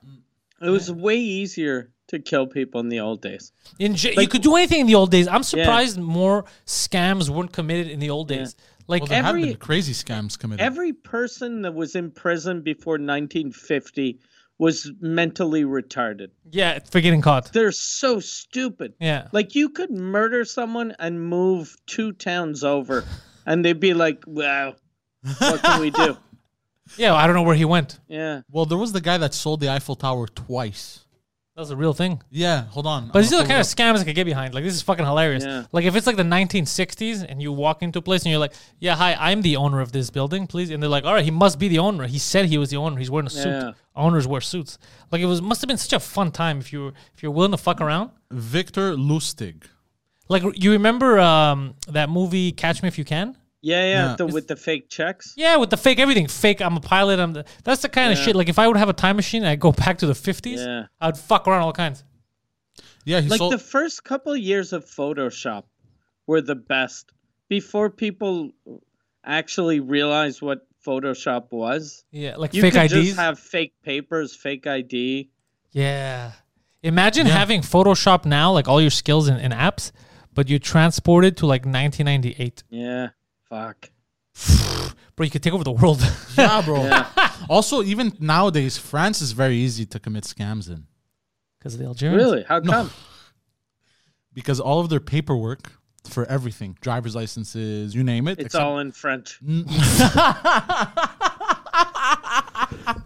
S3: It was way easier to kill people in the old days.
S1: In j- you could do anything in the old days. I'm surprised more scams weren't committed in the old days. Like
S2: Well, there have
S3: Every-
S2: been crazy scams committed.
S3: Every person that was in prison before 1950 was mentally retarded.
S1: yeah, for getting caught.
S3: They're so stupid.
S1: Yeah.
S3: Like you could murder someone and move two towns over, and they'd be like, "Wow, what can we do?"
S1: Yeah, I don't know where he went.
S3: Yeah.
S2: well, there was the guy that sold the Eiffel Tower twice.
S1: That's a real thing.
S2: Yeah, hold on.
S1: But
S2: I'm
S1: these are the
S2: gonna
S1: kind of
S2: pull it
S1: scams I could get behind. Like this is fucking hilarious.
S3: Yeah.
S1: Like if it's like the 1960s and you walk into a place and you're like, "Yeah, hi, I'm the owner of this building, please," and they're like, "All right, he must be the owner. He said he was the owner. He's wearing a suit.
S3: Yeah.
S1: Owners wear suits." Like it was must have been such a fun time if you were if you're willing to fuck around.
S2: up. Victor Lustig.
S1: Like you remember um, that movie Catch Me If You Can?
S3: Yeah, yeah,
S2: Yeah.
S3: The, with the fake checks.
S1: Yeah, with the fake everything, fake. I'm a pilot. I'm the, that's the kind of shit. Like if I would have a time machine, I'd go back to the 50s.
S3: Yeah.
S1: I'd fuck around all kinds.
S2: Yeah, he
S3: Like
S2: sold.
S3: the first couple years of Photoshop were the best before people actually realized what Photoshop was.
S1: Yeah, like
S3: You
S1: fake
S3: could
S1: IDs.
S3: just have fake papers, fake ID.
S1: Yeah. Imagine having Photoshop now, like all your skills and, and apps, but you transported to like 1998.
S3: Yeah. Fuck.
S1: Bro, you could take over the world.
S2: yeah, bro. Also, even nowadays, France is very easy to commit scams in
S1: Because of the Algerians.
S3: Really? How come?
S2: because all of their paperwork for everything, driver's licenses, you name it.
S3: It's
S2: except-
S3: all in French.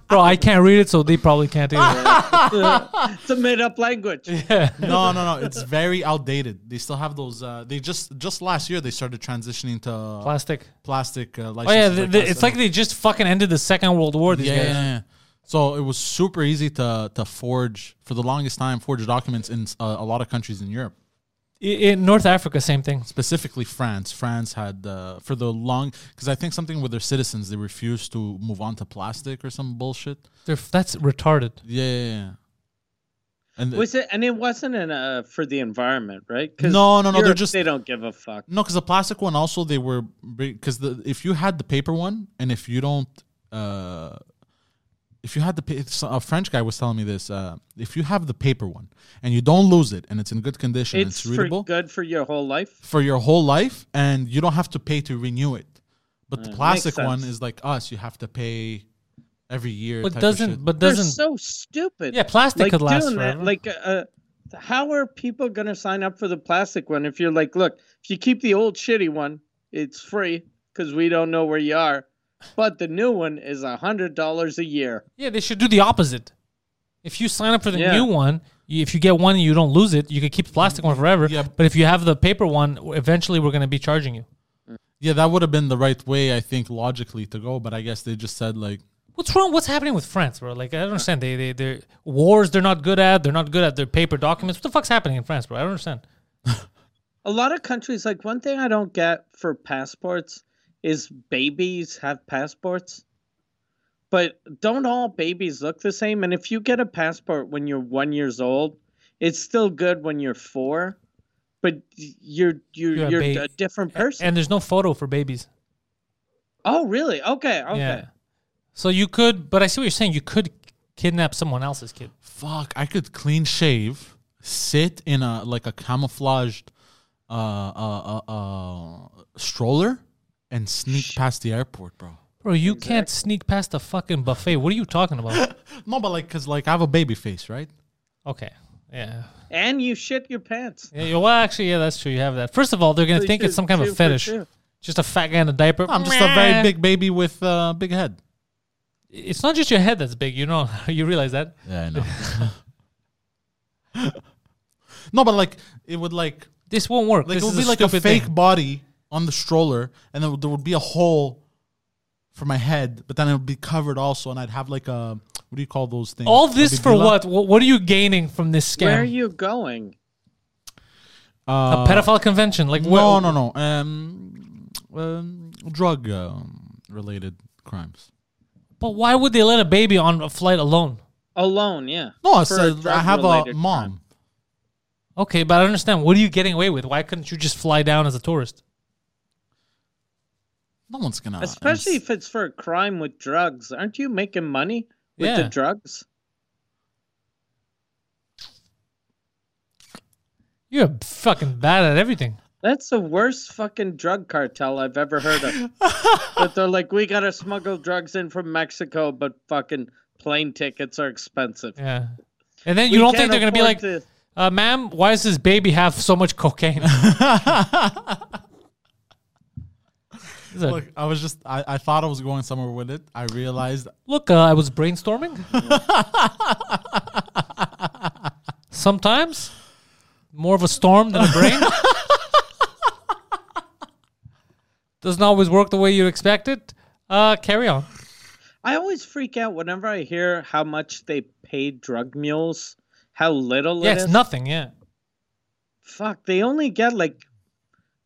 S1: Bro, I can't read it, so they probably can't either.
S3: It's a made up language.
S2: no, no, no. It's very outdated. They still have those. Uh, they just just last year they started transitioning to
S1: Plastic.
S2: plastic uh,
S1: Oh,
S2: licenses.
S1: yeah. The,
S2: like
S1: the-
S2: us
S1: it's
S2: and-
S1: like they just fucking ended the Second World War, these
S2: yeah,
S1: guys.
S2: yeah, yeah. So it was super easy to to forge for the longest time forge documents in uh, a lot of countries in Europe.
S1: I- In North Africa, same thing.
S2: specifically France. France had uh, for the long because I think something with their citizens they refused to move on to plastic or some bullshit.
S1: They're, f- that's retarded.
S2: Yeah, yeah, yeah. And
S3: Was it? And it wasn't an, uh, for the environment, right? 'Cause
S2: No, no, no, they're
S3: Europe,
S2: just-
S3: they don't give a fuck.
S2: no, because the plastic one also they were because the if you had the paper one and if you don't. Uh, if you had the pa- so- a French guy was telling me this, uh, if you have the paper one and you don't lose it and it's in good condition,
S3: It's
S2: it's, readable
S3: for good for your whole life.
S2: for your whole life and you don't have to pay to renew it. But the plastic
S3: Mm, makes
S2: one
S3: sense.
S2: is like us, you have to pay every year.
S1: But
S2: type of
S1: doesn't,
S2: shit.
S1: but
S3: They're
S1: doesn't,
S3: so stupid.
S1: Yeah, plastic
S3: like
S1: could last
S3: doing that,
S1: forever.
S3: Like, uh, how are people gonna sign up for the plastic one if you're like, look, if you keep the old shitty one, it's free because we don't know where you are, but the new one is a hundred dollars a year.
S1: yeah, they should do the opposite. If you sign up for the
S3: Yeah.
S1: new one, you, if you get one and you don't lose it, you could keep the plastic one forever.
S2: Yeah.
S1: But if you have the paper one, w- eventually we're going to be charging you.
S2: yeah, that would have been the right way, I think, logically to go. But I guess they just said like,
S1: What's wrong? What's happening with France, bro? Like I don't understand. They they they wars. They're not good at. They're not good at their paper documents. What the fuck's happening in France, bro? I don't understand.
S3: A lot of countries, like one thing I don't get for passports is babies have passports. But don't all babies look the same? And if you get a passport when you're one years old, it's still good when you're four. But you're you're
S1: You're a
S3: you're,
S1: ba-
S3: a different person.
S1: And there's no photo for babies.
S3: oh, really? Okay, okay.
S1: Yeah. So you could, but I see what you're saying. You could kidnap someone else's kid.
S2: "Fuck, I could clean shave, sit in a like a camouflaged, uh, uh, uh, uh stroller and sneak past the airport, bro.
S1: Bro, you can't sneak past the fucking buffet. What are you talking about?
S2: No, but like, cause like I have a baby face, right?
S1: okay. Yeah.
S3: And you shit your pants.
S1: yeah. yeah, Well, actually, yeah, that's true. You have that. First of all, they're going to
S3: They
S1: think it's
S3: should
S1: some kind of
S3: do
S1: a
S3: for
S1: fetish.
S3: sure.
S1: Just a fat guy in a diaper.
S2: I'm just a very big baby with a uh, big head.
S1: It's not just your head that's big. You know, you realize that.
S2: Yeah, I know. no, but like it would like
S1: This won't work.
S2: like
S1: this
S2: it would
S1: is
S2: be like a
S1: stupid
S2: fake
S1: thing.
S2: body on the stroller, and then there would be a hole for my head, but then it would be covered also, and I'd have like a what do you call those things?
S1: All this
S2: A
S1: for
S2: bibila?
S1: what? what? What are you gaining from this scam?
S3: Where are you going?
S1: a pedophile convention? Like
S2: Uh, No,
S1: what?
S2: no, no. Um, um drug um, related crimes.
S1: But why would they let a baby on a flight alone?
S3: Alone, yeah.
S2: No, it's
S3: For a
S2: uh, I have a
S3: drug-related
S2: mom.
S3: crime.
S1: Okay, but I understand. What are you getting away with? Why couldn't you just fly down as a tourist?
S2: No one's gonna.
S3: Especially
S2: it's-
S3: if it's for a crime with drugs. Aren't you making money with
S1: Yeah.
S3: the drugs?
S1: You're fucking bad at everything.
S3: That's the worst fucking drug cartel I've ever heard of. but they're like, we gotta smuggle drugs in from Mexico, but fucking plane tickets are expensive.
S1: Yeah. And then you don't think they're gonna be like, uh, "Ma'am, why does this baby have so much cocaine?" Is it-
S2: Look, I was just. I, I thought I was going somewhere with it. I realized
S1: Look, uh, I was brainstorming. Sometimes more of a storm than a brain. Doesn't always work the way you expect it. Uh, carry on.
S3: I always freak out whenever I hear how much they pay drug mules, how little
S1: yeah,
S3: it
S1: it's
S3: is.
S1: nothing. Yeah.
S3: Fuck, they only get like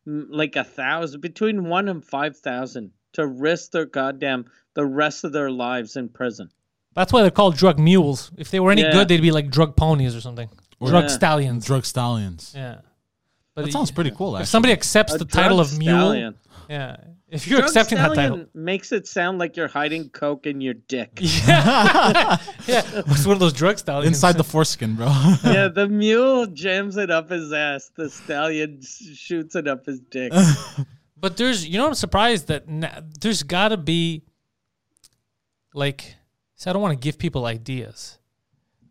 S3: m- like a thousand, between one and five thousand to risk their goddamn the rest of their lives in prison.
S1: That's why they're called drug mules. If they were any
S3: Yeah.
S1: good, they'd be like drug ponies or something. drug
S3: Yeah.
S1: stallions.
S2: drug stallions.
S1: yeah. But
S2: That
S1: y-
S2: sounds pretty cool. Actually.
S1: If somebody accepts
S3: A
S1: the title
S3: drug
S1: of mule,
S3: stallion.
S1: yeah. If you're
S3: Drug
S1: accepting that title,
S3: stallion makes it sound like you're hiding coke in your dick.
S1: yeah, it's one of those drug stallions
S2: inside the foreskin, bro.
S3: yeah, the mule jams it up his ass. The stallion sh- shoots it up his dick.
S1: But there's, you know, I'm surprised that na there's got to be, like, see, I don't want to give people ideas,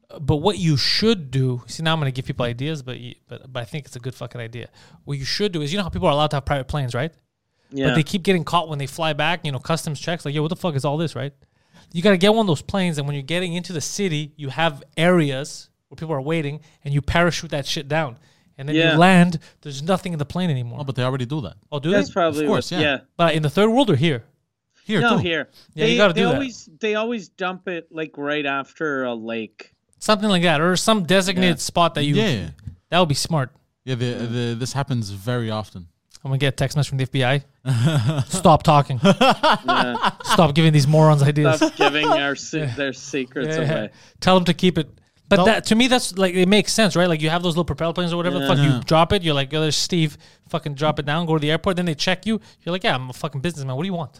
S1: Uh, but what you should do, see, now I'm going to give people ideas, but, you, but but I think it's a good fucking idea. What you should do is, you know, how people are allowed to have private planes, right?
S3: Yeah.
S1: But they keep getting caught when they fly back, you know, customs checks, like, yo, what the fuck is all this, right? You got to get one of those planes, and when you're getting into the city, you have areas where people are waiting, and you parachute that shit down. And then
S3: Yeah.
S1: you land, there's nothing in the plane anymore.
S2: no, but they already do that
S1: oh, do
S3: That's
S1: they?
S3: probably
S2: Of course,
S3: what,
S2: yeah.
S3: yeah.
S1: But in the third world or here?
S2: here
S3: No,
S2: too.
S3: here.
S1: Yeah, you
S3: they,
S1: gotta do
S3: they
S1: that.
S3: always they always dump it like right after a lake.
S1: Something like that. Or some designated spot that you
S2: Yeah,
S1: that would be smart.
S2: yeah. The, the, this happens very often.
S1: I'm gonna get a text message from the FBI. Stop talking. Stop giving these morons ideas.
S3: Stop giving our se- their secrets away.
S1: Tell them to keep it. But
S2: Don't-
S1: that to me, that's like it makes sense, right? Like you have those little propeller planes or whatever. the Fuck, you drop it. You're like, yo, there's Steve. Fucking drop it down. Go to the airport. Then they check you. You're like, yeah, I'm a fucking businessman. What do you want?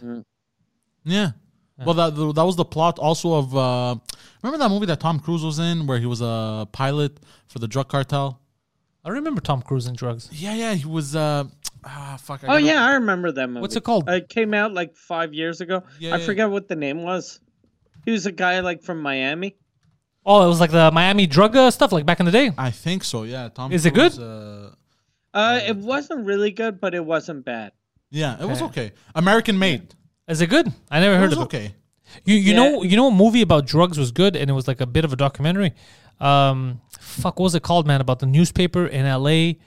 S2: Yeah. Well, that that was the plot also of uh, remember that movie that Tom Cruise was in where he was a pilot for the drug cartel.
S1: I remember Tom Cruise and drugs.
S2: Yeah, yeah, he was. Uh, ah, fuck. I
S3: Oh
S2: gotta-
S3: yeah, I remember that movie.
S1: What's it called?
S3: It came out like five years ago.
S2: Yeah,
S3: I
S2: yeah.
S3: forget what the name was. He was a guy like from Miami.
S1: Oh, it was like the Miami drug uh, stuff, like back in the day.
S2: I think so. Yeah, Tom.
S1: Is it
S2: Cruise,
S1: good?
S2: Uh,
S3: Uh, it wasn't really good, but it wasn't bad.
S2: yeah, it was okay. American Made.
S1: Is it good? I never
S2: It
S1: heard
S2: was
S1: of it.
S2: okay.
S1: You you
S3: Yeah.
S1: know you know a movie about drugs was good and it was like a bit of a documentary. Um, fuck, what was it called, man? About the newspaper in L.A.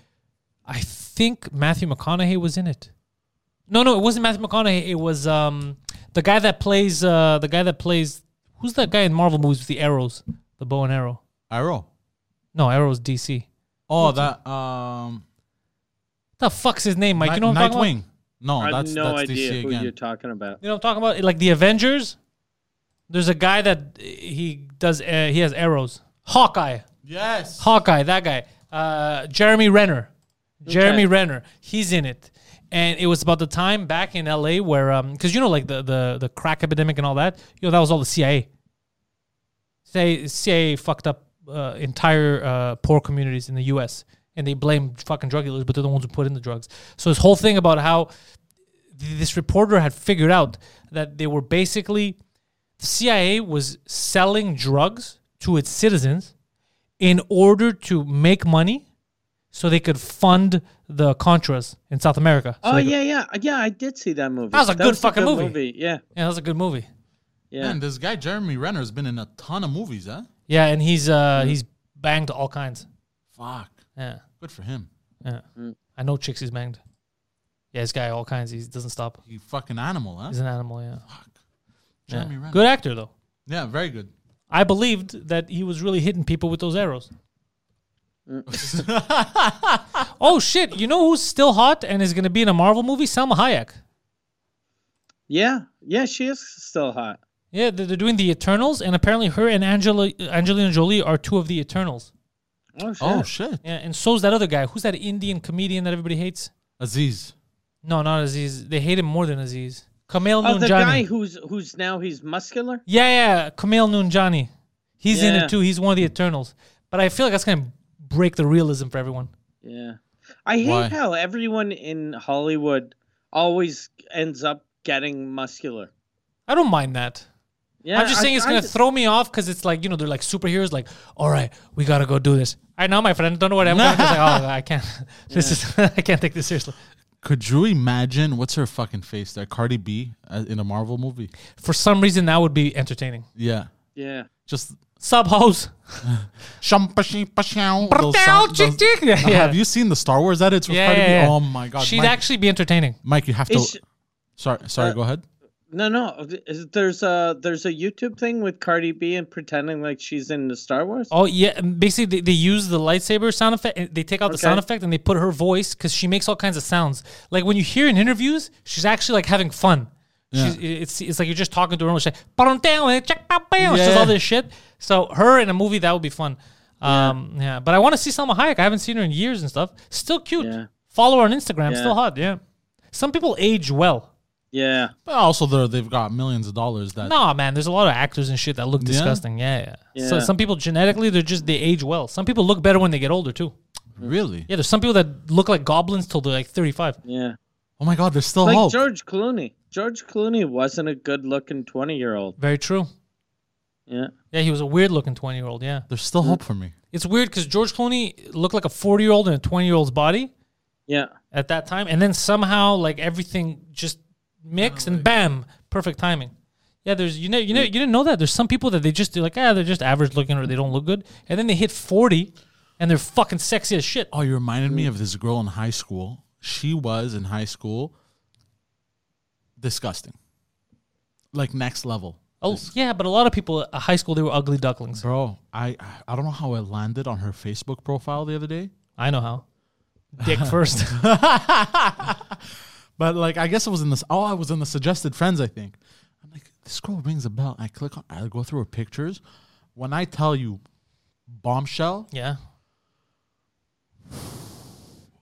S1: I think Matthew McConaughey was in it. No, no, it wasn't Matthew McConaughey. It was um the guy that plays uh the guy that plays who's that guy in Marvel movies with the arrows, the bow and arrow.
S2: Arrow.
S1: No, arrows DC.
S2: Oh, that um.
S1: The fuck's his name, Mike?
S2: Night-
S1: you know what I'm talking
S2: Nightwing.
S1: about?
S2: No,
S1: Oh,
S3: I have
S2: that's
S3: no
S2: that's
S3: idea
S2: DC
S3: who
S2: again.
S3: you're talking about.
S1: You know what I'm talking about? Like the Avengers. There's a guy that uh, he does. Uh, he has arrows. Hawkeye.
S2: yes.
S1: Hawkeye, that guy, uh, Jeremy Renner, Jeremy Renner, he's in it, and it was about the time back in L.A. where, um, because you know, like the, the the crack epidemic and all that, you know, that was all the CIA. Say CIA fucked up uh, entire uh, poor communities in the U.S. and they blame fucking drug dealers, but they're the ones who put in the drugs. So this whole thing about how this reporter had figured out that they were basically the CIA was selling drugs to its citizens in order to make money so they could fund the Contras in South America. So
S3: Oh
S1: they could-
S3: yeah, yeah, yeah. I did see that movie.
S1: That was a good fucking movie.
S3: Yeah,
S1: Yeah, that was a good movie.
S3: yeah.
S2: Man, this guy Jeremy Renner has been in a ton of movies, huh?
S1: Yeah, and he's uh he's banged all kinds.
S2: Fuck.
S1: Yeah.
S2: Good for him.
S1: Yeah. I know chicks he's banged. Yeah, this guy all kinds. He doesn't stop.
S2: He fucking animal, huh?
S1: He's an animal, yeah.
S2: Fuck.
S1: Yeah.
S2: Jeremy Renner.
S1: Good actor though.
S2: Yeah, very good.
S1: I believed that he was really hitting people with those arrows. oh shit! You know who's still hot and is going to be in a Marvel movie? Selma Hayek.
S3: Yeah, yeah, she is still hot.
S1: Yeah, they're they're doing the Eternals, and apparently her and Angela Angelina Jolie are two of the Eternals.
S3: Oh shit.
S2: Oh shit.
S1: Yeah, and so's that other guy. Who's that Indian comedian that everybody hates?
S2: Aziz.
S1: No, not Aziz. They hate him more than Aziz. Kamal
S3: Oh, the
S1: Nunjani.
S3: guy who's who's now he's muscular.
S1: yeah, yeah, Kamal Nunjani. He's in
S3: Yeah.
S1: it too. He's one of the Eternals. But I feel like that's going to break the realism for everyone.
S3: Yeah, I hate
S2: Why?
S3: how everyone in Hollywood always ends up getting muscular.
S1: I don't mind that.
S3: Yeah,
S1: I'm just saying it's
S3: I-
S1: gonna
S3: I-
S1: throw me off because it's like you know they're like superheroes. Like, all right, we gotta go do this. I know my friend. Don't know what I'm doing. Just like, oh, I can't. This is I can't take this seriously.
S2: Could you imagine what's her fucking face there? Cardi B uh, in a Marvel movie.
S1: For some reason, that would be entertaining.
S2: Yeah.
S3: Yeah,
S2: Just
S1: Sub hoes.
S2: Shampashi Pashow.
S1: Down,
S2: those sound-
S1: chick,
S2: those-
S1: chick. Yeah,
S2: Uh,
S1: yeah.
S2: Have you seen the Star Wars edits with
S1: Yeah,
S2: Cardi
S1: yeah,
S2: B?
S1: yeah.
S2: Oh my god.
S1: She'd
S2: Mike,
S1: actually Uh, be entertaining.
S2: Mike, you have to
S3: Is she-
S2: Sorry, sorry, go ahead.
S3: no, no. is- There's a there's a YouTube thing with Cardi B and pretending like she's in the Star Wars.
S1: Oh yeah, and basically they, they use the lightsaber sound effect. and They take out the sound
S3: Okay.
S1: effect and they put her voice because she makes all kinds of sounds. Like when you hear in interviews, she's actually like having fun. She's, it's it's like you're just talking to her and she's like, "Parang tao, eh, check pa pa," she does
S2: Yeah.
S1: all this shit. So her in a movie that would be fun. Um, yeah. but I want to see Selma Hayek. I haven't seen her in years and stuff. Still cute.
S3: Yeah.
S1: Follow her on Instagram.
S3: Yeah.
S1: Still hot. Yeah. Some people age well.
S3: Yeah,
S2: But also, they're- they've got millions of dollars that
S1: No, man, there's a lot of actors and shit that look disgusting. Yeah, yeah. So
S3: Yeah.
S1: some people genetically they're just they age well. Some people look better when they get older too.
S2: really.
S1: Yeah, there's some people that look like goblins till they're like 35.
S3: yeah.
S2: Oh my god, there's still
S3: Like
S2: hope.
S3: George Clooney. George Clooney wasn't a good looking twenty year old.
S1: Very true.
S3: Yeah.
S1: Yeah, he was a weird looking 20 year old. Yeah.
S2: there's still hope for me.
S1: It's weird because George Clooney looked like a 40 year old in a 20 year old's body
S3: Yeah.
S1: at that time. And then somehow, like, everything just mixed and bam, perfect timing. Yeah, there's, you know, you know, you didn't know that. There's some people that they just, they're like, ah, they're just average looking or they don't look good. And then they hit 40 and they're fucking sexy as shit.
S2: Oh, you reminded me of this girl in high school. She was in high school disgusting. Like next level.
S1: Oh, yeah, but a lot of people at high school, they were ugly ducklings.
S2: Bro, I I don't know how I landed on her Facebook profile the other day.
S1: I know how. Dick first.
S2: But like I guess it was in this oh, I was in the suggested friends, I think. I'm like, this girl rings a bell. I click on I go through her pictures. When I tell you bombshell,
S1: yeah.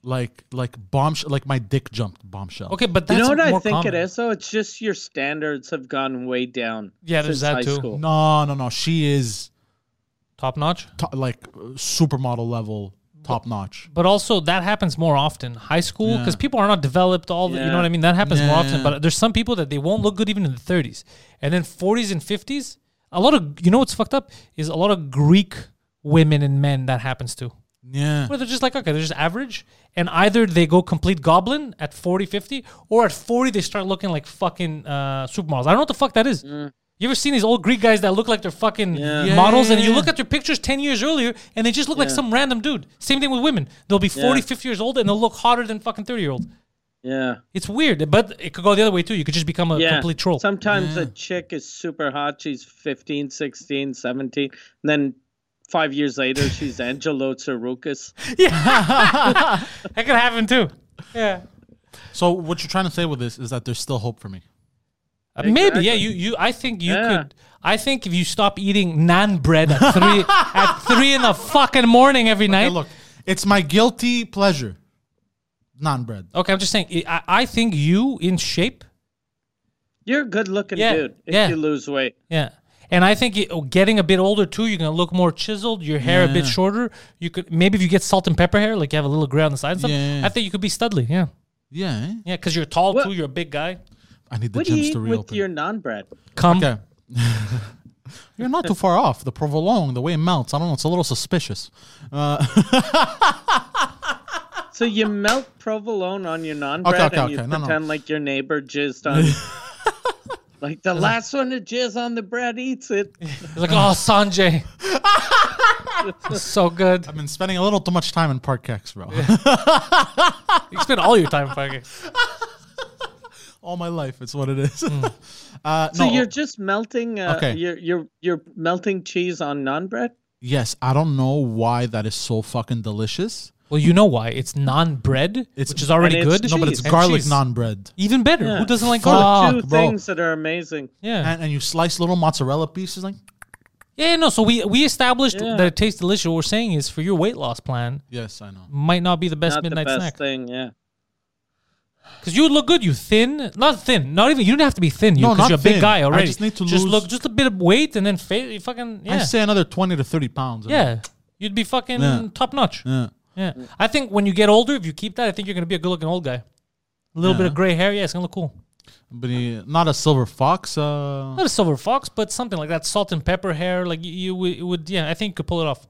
S2: like like bombshell like my dick jumped bombshell.
S1: Okay, but
S3: You
S1: that's
S3: know what I
S1: more
S3: think
S1: common.
S3: it is though? It's just your standards have gone way down.
S1: Yeah, there's
S3: since
S1: that
S3: high
S1: too.
S3: School.
S2: No, no, no. She is
S1: top notch.
S2: to- like uh, supermodel level, top notch.
S1: But also that happens more often. High school because people are not developed. All the, you know what I mean. That happens more often. But there's some people that they won't look good even in the 30s, and then 40s and 50s. A lot of you know what's fucked up is a lot of Greek women and men that happens to.
S2: Yeah.
S1: Where they're just like okay, they're just average, and either they go complete goblin at 40, 50, or at 40 they start looking like fucking uh, supermodels. I don't know what the fuck that is. You ever seen these old Greek guys that look like they're fucking
S2: Yeah,
S1: models,
S2: yeah,
S1: and you
S2: yeah.
S1: look at their pictures 10 years earlier, and they just look like some random dude. Same thing with women. They'll be 40, 50 years old, and they'll look hotter than fucking 30 year old.
S3: Yeah.
S1: It's weird, but it could go the other way too. You could just become a
S3: Yeah.
S1: complete troll.
S3: Sometimes a chick is super hot. She's 15, 16, 17. And then five years later, she's Angelo Tsaroukas.
S1: that could happen too. Yeah.
S2: So what you're trying to say with this is that there's still hope for me.
S1: Uh, Maybe yeah. You you. I think you
S3: Yeah.
S1: could. I think if you stop eating naan bread at three at three in the fucking morning every night.
S2: Hey, look, it's my guilty pleasure. Non bread.
S1: Okay, I'm just saying. I- I, I think you in shape.
S3: You're a good looking
S1: Yeah,
S3: dude if
S1: yeah.
S3: you lose weight.
S1: Yeah. And I think it, oh, getting a bit older too, you're gonna look more chiseled. Your hair a bit shorter. You could maybe if you get salt and pepper hair, like you have a little gray on the side and stuff.
S2: Yeah.
S1: I think you could be studly. Yeah.
S2: Yeah. eh?
S1: Yeah, because you're tall
S3: What-
S1: too. You're a big guy.
S2: I need the
S3: What do
S2: gyms
S3: you eat
S2: to
S3: with
S2: reopen.
S3: your non-bread?
S1: Come.
S2: okay. You're not too far off. The provolone, the way it melts, I don't know. It's a little suspicious.
S3: So you melt provolone on your non-bread
S2: Okay, okay,
S3: and you
S2: okay. No, no.
S3: pretend like your neighbor jizzed on. like the last one to jizz on the bread eats it.
S1: He's like, oh, Sanjay. It's so good.
S2: I've been spending a little too much time in parkex, bro.
S1: You spend all your time fucking.
S2: All my life, it's what it is. uh,
S3: So
S2: no,
S3: you're just melting. Uh,
S2: Okay.
S3: You're you're you're melting cheese on non-bread.
S2: yes, I don't know why that is so fucking delicious.
S1: Well, you know why? It's non-bread,
S2: It's-
S1: which is already
S3: and it's
S1: good.
S2: No, but it's
S3: Cheese.
S1: And
S2: garlic
S1: cheese.
S2: non bread.
S1: Even better. Who doesn't like
S2: Fuck.
S1: garlic?
S3: Two
S2: bro.
S3: things that are amazing.
S1: Yeah.
S2: And, and you slice little mozzarella pieces, like
S1: Yeah, no. So we we established
S3: Yeah.
S1: that it tastes delicious. What we're saying is for your weight loss plan,
S2: yes, I know.
S1: might not be the best
S3: Not the
S1: midnight
S3: best
S1: snack.
S3: thing. Yeah.
S1: Because you would look good. You thin, not thin, not even. You don't have to be thin. You,
S2: No,
S1: 'cause
S2: not
S1: you're a big
S2: thin.
S1: guy
S2: I
S1: already.
S2: just need to
S1: just
S2: lose-
S1: look just a bit of weight and then face. You fucking yeah,
S2: I say another twenty to thirty pounds.
S1: yeah. You'd be fucking
S2: Yeah.
S1: top notch.
S2: yeah.
S1: Yeah. I think when you get older, if you keep that, I think you're gonna be a good looking old guy. A little bit
S2: Yeah.
S1: of gray hair, yeah, it's gonna look cool.
S2: But he, not a silver fox. Uh,
S1: Not a silver fox, but something like that salt and pepper hair. Like you, you would, it would, yeah. I think you could pull it off.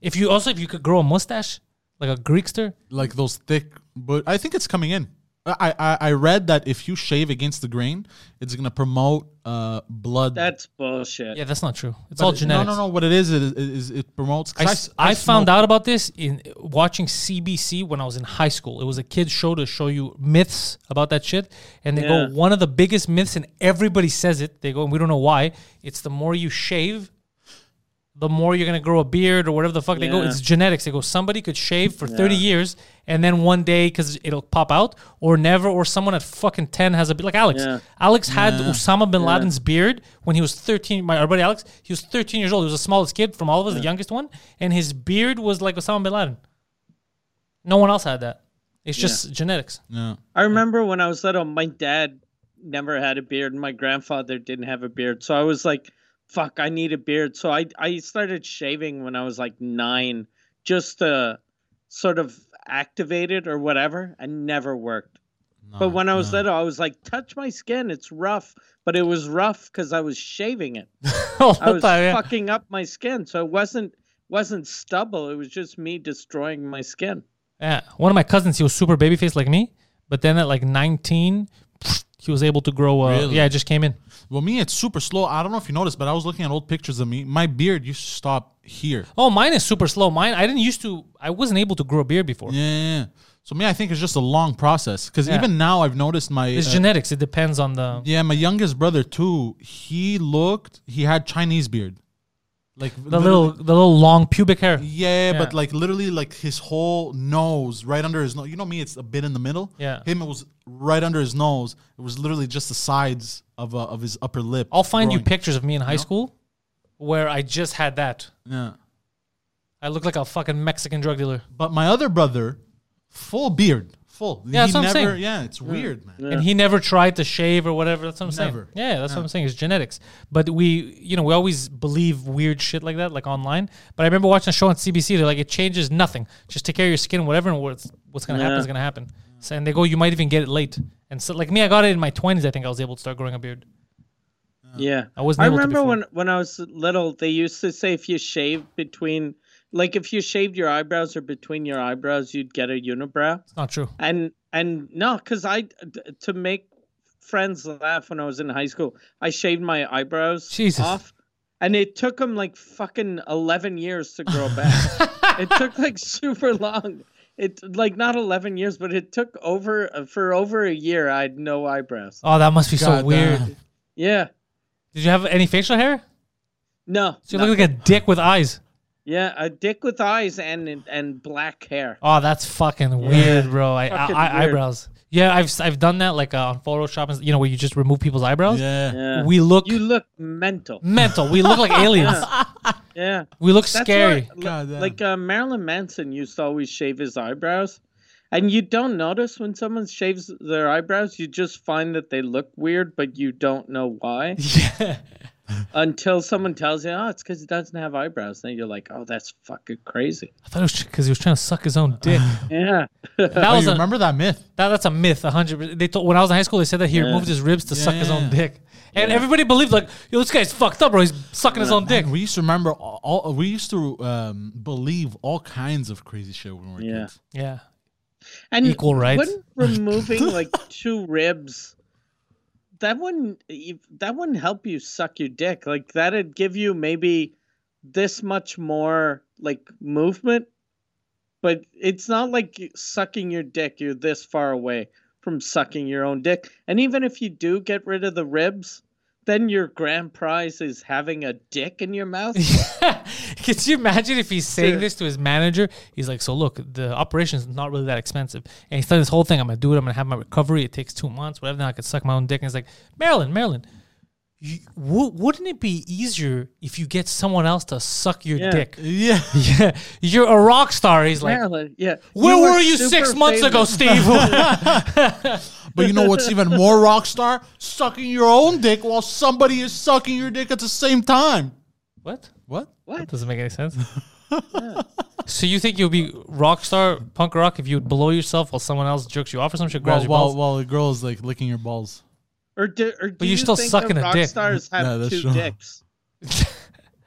S1: If you also, if you could grow a mustache, like a Greekster,
S2: like those thick. But I think it's coming in. I, I I read that if you shave against the grain, it's gonna promote uh blood.
S3: That's bullshit.
S1: yeah, that's not true. It's
S2: But
S1: all
S2: it-
S1: genetics.
S2: No, no, no. What it is, it is, is it promotes. 'cause
S1: I,
S2: s-
S1: I found
S2: smoke-
S1: out about this in watching CBC when I was in high school. It was a kids show to show you myths about that shit, and they
S3: Yeah.
S1: go one of the biggest myths, and everybody says it. They go, and we don't know why. It's the more you shave, the more you're gonna grow a beard or whatever the fuck they go.
S3: Yeah.
S1: It's genetics. They go, somebody could shave for 30 years, and then one day because it'll pop out, or never, or someone at fucking 10 has a beard. Like Alex.
S3: Yeah.
S1: Alex had Osama bin Laden's beard when he was 13. My our buddy Alex, he was 13 years old. He was the smallest kid from all of us, the youngest one, and his beard was like Osama bin Laden. No one else had that. It's just genetics.
S2: Yeah.
S3: I remember when I was little, my dad never had a beard, and my grandfather didn't have a beard. So I was like, "Fuck, I need a beard." So I I started shaving when I was like nine, just to sort of activate it or whatever, and never worked. but when I was little, I was like, "Touch my skin, it's rough," but it was rough because I was shaving it.
S1: All the
S3: I was
S1: time, Oh, yeah.
S3: fucking up my skin, so it wasn't wasn't stubble. It was just me destroying my skin.
S1: Yeah, one of my cousins, he was super baby faced like me, but then at like 19, he was able to grow. Uh,
S2: Really?
S1: Yeah, it just came in.
S2: Well, me, it's super slow. I don't know if you noticed, but I was looking at old pictures of me. My beard used to stop here.
S1: Oh, mine is super slow. Mine, I didn't used to. I wasn't able to grow a beard before.
S2: Yeah, yeah, yeah. So me, I think it's just a long process. Because
S1: Yeah.
S2: even now, I've noticed my
S1: It's
S2: uh,
S1: genetics. It depends on the.
S2: yeah, my youngest brother too. He looked. He had Chinese beard, like
S1: The
S2: literally-
S1: little, the little long pubic hair.
S2: Yeah, but
S1: Yeah.
S2: like literally, like his whole nose, right under his nose. You know me, it's a bit in the middle.
S1: Yeah.
S2: him, it was right under his nose. It was literally just the sides of uh, of his upper lip.
S1: I'll find you
S2: growing.
S1: pictures of me in high school where I just had that.
S2: Yeah.
S1: I look like a fucking Mexican drug dealer.
S2: But my other brother, full beard, full.
S1: Yeah, that's
S2: He
S1: what I'm
S2: never-
S1: saying.
S2: Yeah, it's weird, man.
S1: And he never tried to shave or whatever. That's what I'm saying.
S2: Never.
S1: Yeah, that's what I'm saying. It's genetics. But we, you know, we always believe weird shit like that, like online. But I remember watching a show on CBC. They're like, it changes nothing. Just take care of your skin, whatever, and what's what's gonna happen
S3: Yeah.
S1: is gonna happen. So, and they go, you might even get it late. And so, like me, I got it in my 20s. I think I was able to start growing a beard.
S3: Yeah,
S1: I wasn't able to
S3: remember
S1: before.
S3: when when I was little, they used to say if you shaved between, like if you shaved your eyebrows or between your eyebrows, you'd get a unibrow.
S1: It's not true.
S3: And and no, because I d- to make friends laugh when I was in high school, I shaved my eyebrows
S1: Jesus.
S3: off, and it took them like fucking eleven years to grow back. it took like super long. It like not eleven years, but it took over for over a year. I had no eyebrows.
S1: Oh, that must be so
S2: God
S1: weird.
S2: damn.
S3: Yeah,
S1: Did you have any facial hair?
S3: no.
S1: So you look like a dick with eyes.
S3: Yeah, a dick with eyes and and black hair.
S1: Oh, that's fucking weird, bro. I,
S3: Fucking
S1: I, I
S3: weird.
S1: eyebrows. Yeah, I've s- I've done that like uh, on Photoshop, and, s- you know, where you just remove people's eyebrows.
S2: Yeah.
S3: Yeah.
S1: We look
S3: Uh, you look mental.
S1: mental. We look like aliens.
S3: Yeah,
S1: We look
S3: That's
S1: scary.
S3: why-
S2: God damn.
S3: like uh, Marilyn Manson used to always shave his eyebrows, and you don't notice when someone shaves their eyebrows. You just find that they look weird, but you don't know why.
S1: Yeah.
S3: until someone tells you, oh, it's because he doesn't have eyebrows. Then you're like, oh, that's fucking crazy.
S1: I thought it was because he was trying to suck his own dick.
S3: Yeah.
S1: That
S2: Oh,
S1: was
S2: you
S1: a,
S2: remember that myth?
S1: that, that's a myth. A hundred. percent. They told, when I was in high school, they said that he removed his ribs to suck his own dick, and everybody believed like, yo, this guy's fucked up, bro. He's sucking his own dick.
S2: Man, we used to remember all. all- We used to um, believe all kinds of crazy shit when we were
S3: Yeah.
S2: kids.
S1: Yeah.
S3: And
S1: Equal rights.
S3: Wouldn't removing like two ribs that wouldn't ev- that wouldn't help you suck your dick. Like that'd give you maybe this much more like movement, but it's not like you- sucking your dick. You're this far away from sucking your own dick. And even if you do get rid of the ribs, then your grand prize is having a dick in your mouth.
S1: Could you imagine if he's saying this to his manager? He's like, "So look, the operation's not really that expensive." And he's done this whole thing. I'm gonna do it. I'm gonna have my recovery. It takes two months. Whatever. Then I could suck my own dick. And it's like, Marilyn, Marilyn, you, w- wouldn't it be easier if you get someone else to suck your
S3: Yeah.
S1: dick?
S2: Yeah.
S1: Yeah, you're a rock star. He's like,
S3: Marilyn, yeah.
S1: "Where
S3: are
S1: were you six
S3: super
S1: months ago,
S3: famous.
S1: Steve?"
S2: But you know what's even more rock star? Sucking your own dick while somebody is sucking your dick at the same time.
S1: what?
S2: What?
S1: That doesn't make any sense. So you think you'll be rock star, punk rock, if you would blow yourself while someone else jerks you off or some shit, grabs
S2: While,
S1: your
S2: while,
S1: balls?
S2: while the girl is like licking your balls.
S3: Or do, or do
S1: you're
S3: you
S1: still
S3: think
S1: sucking
S3: that
S1: a
S3: rock
S1: dick.
S3: stars have
S2: No, that's
S3: two
S2: wrong.
S3: dicks?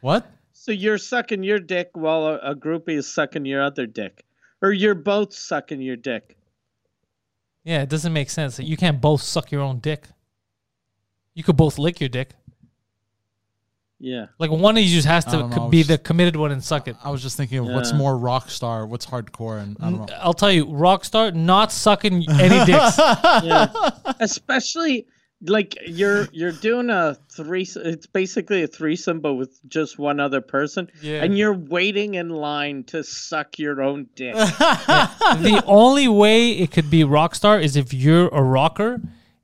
S2: What?
S3: So you're sucking your dick while a, a groupie is sucking your other dick, or you're both sucking your dick.
S1: Yeah, it doesn't make sense. You can't both suck your own dick. You could both lick your dick.
S3: Yeah,
S1: Like one of you just has
S2: I
S1: to
S2: don't know,
S1: co-
S2: I was
S1: be
S2: just-
S1: the committed one and suck it.
S2: I was just thinking of what's
S3: Yeah.
S2: more rock star, what's hardcore, and I don't know.
S1: I'll tell you, Rockstar not sucking any dicks.
S3: yeah. Especially like you're you're doing a threesome. It's basically a threesome, but with just one other person.
S1: Yeah.
S3: And you're waiting in line to suck your own dick.
S1: the only way it could be Rockstar is if you're a rocker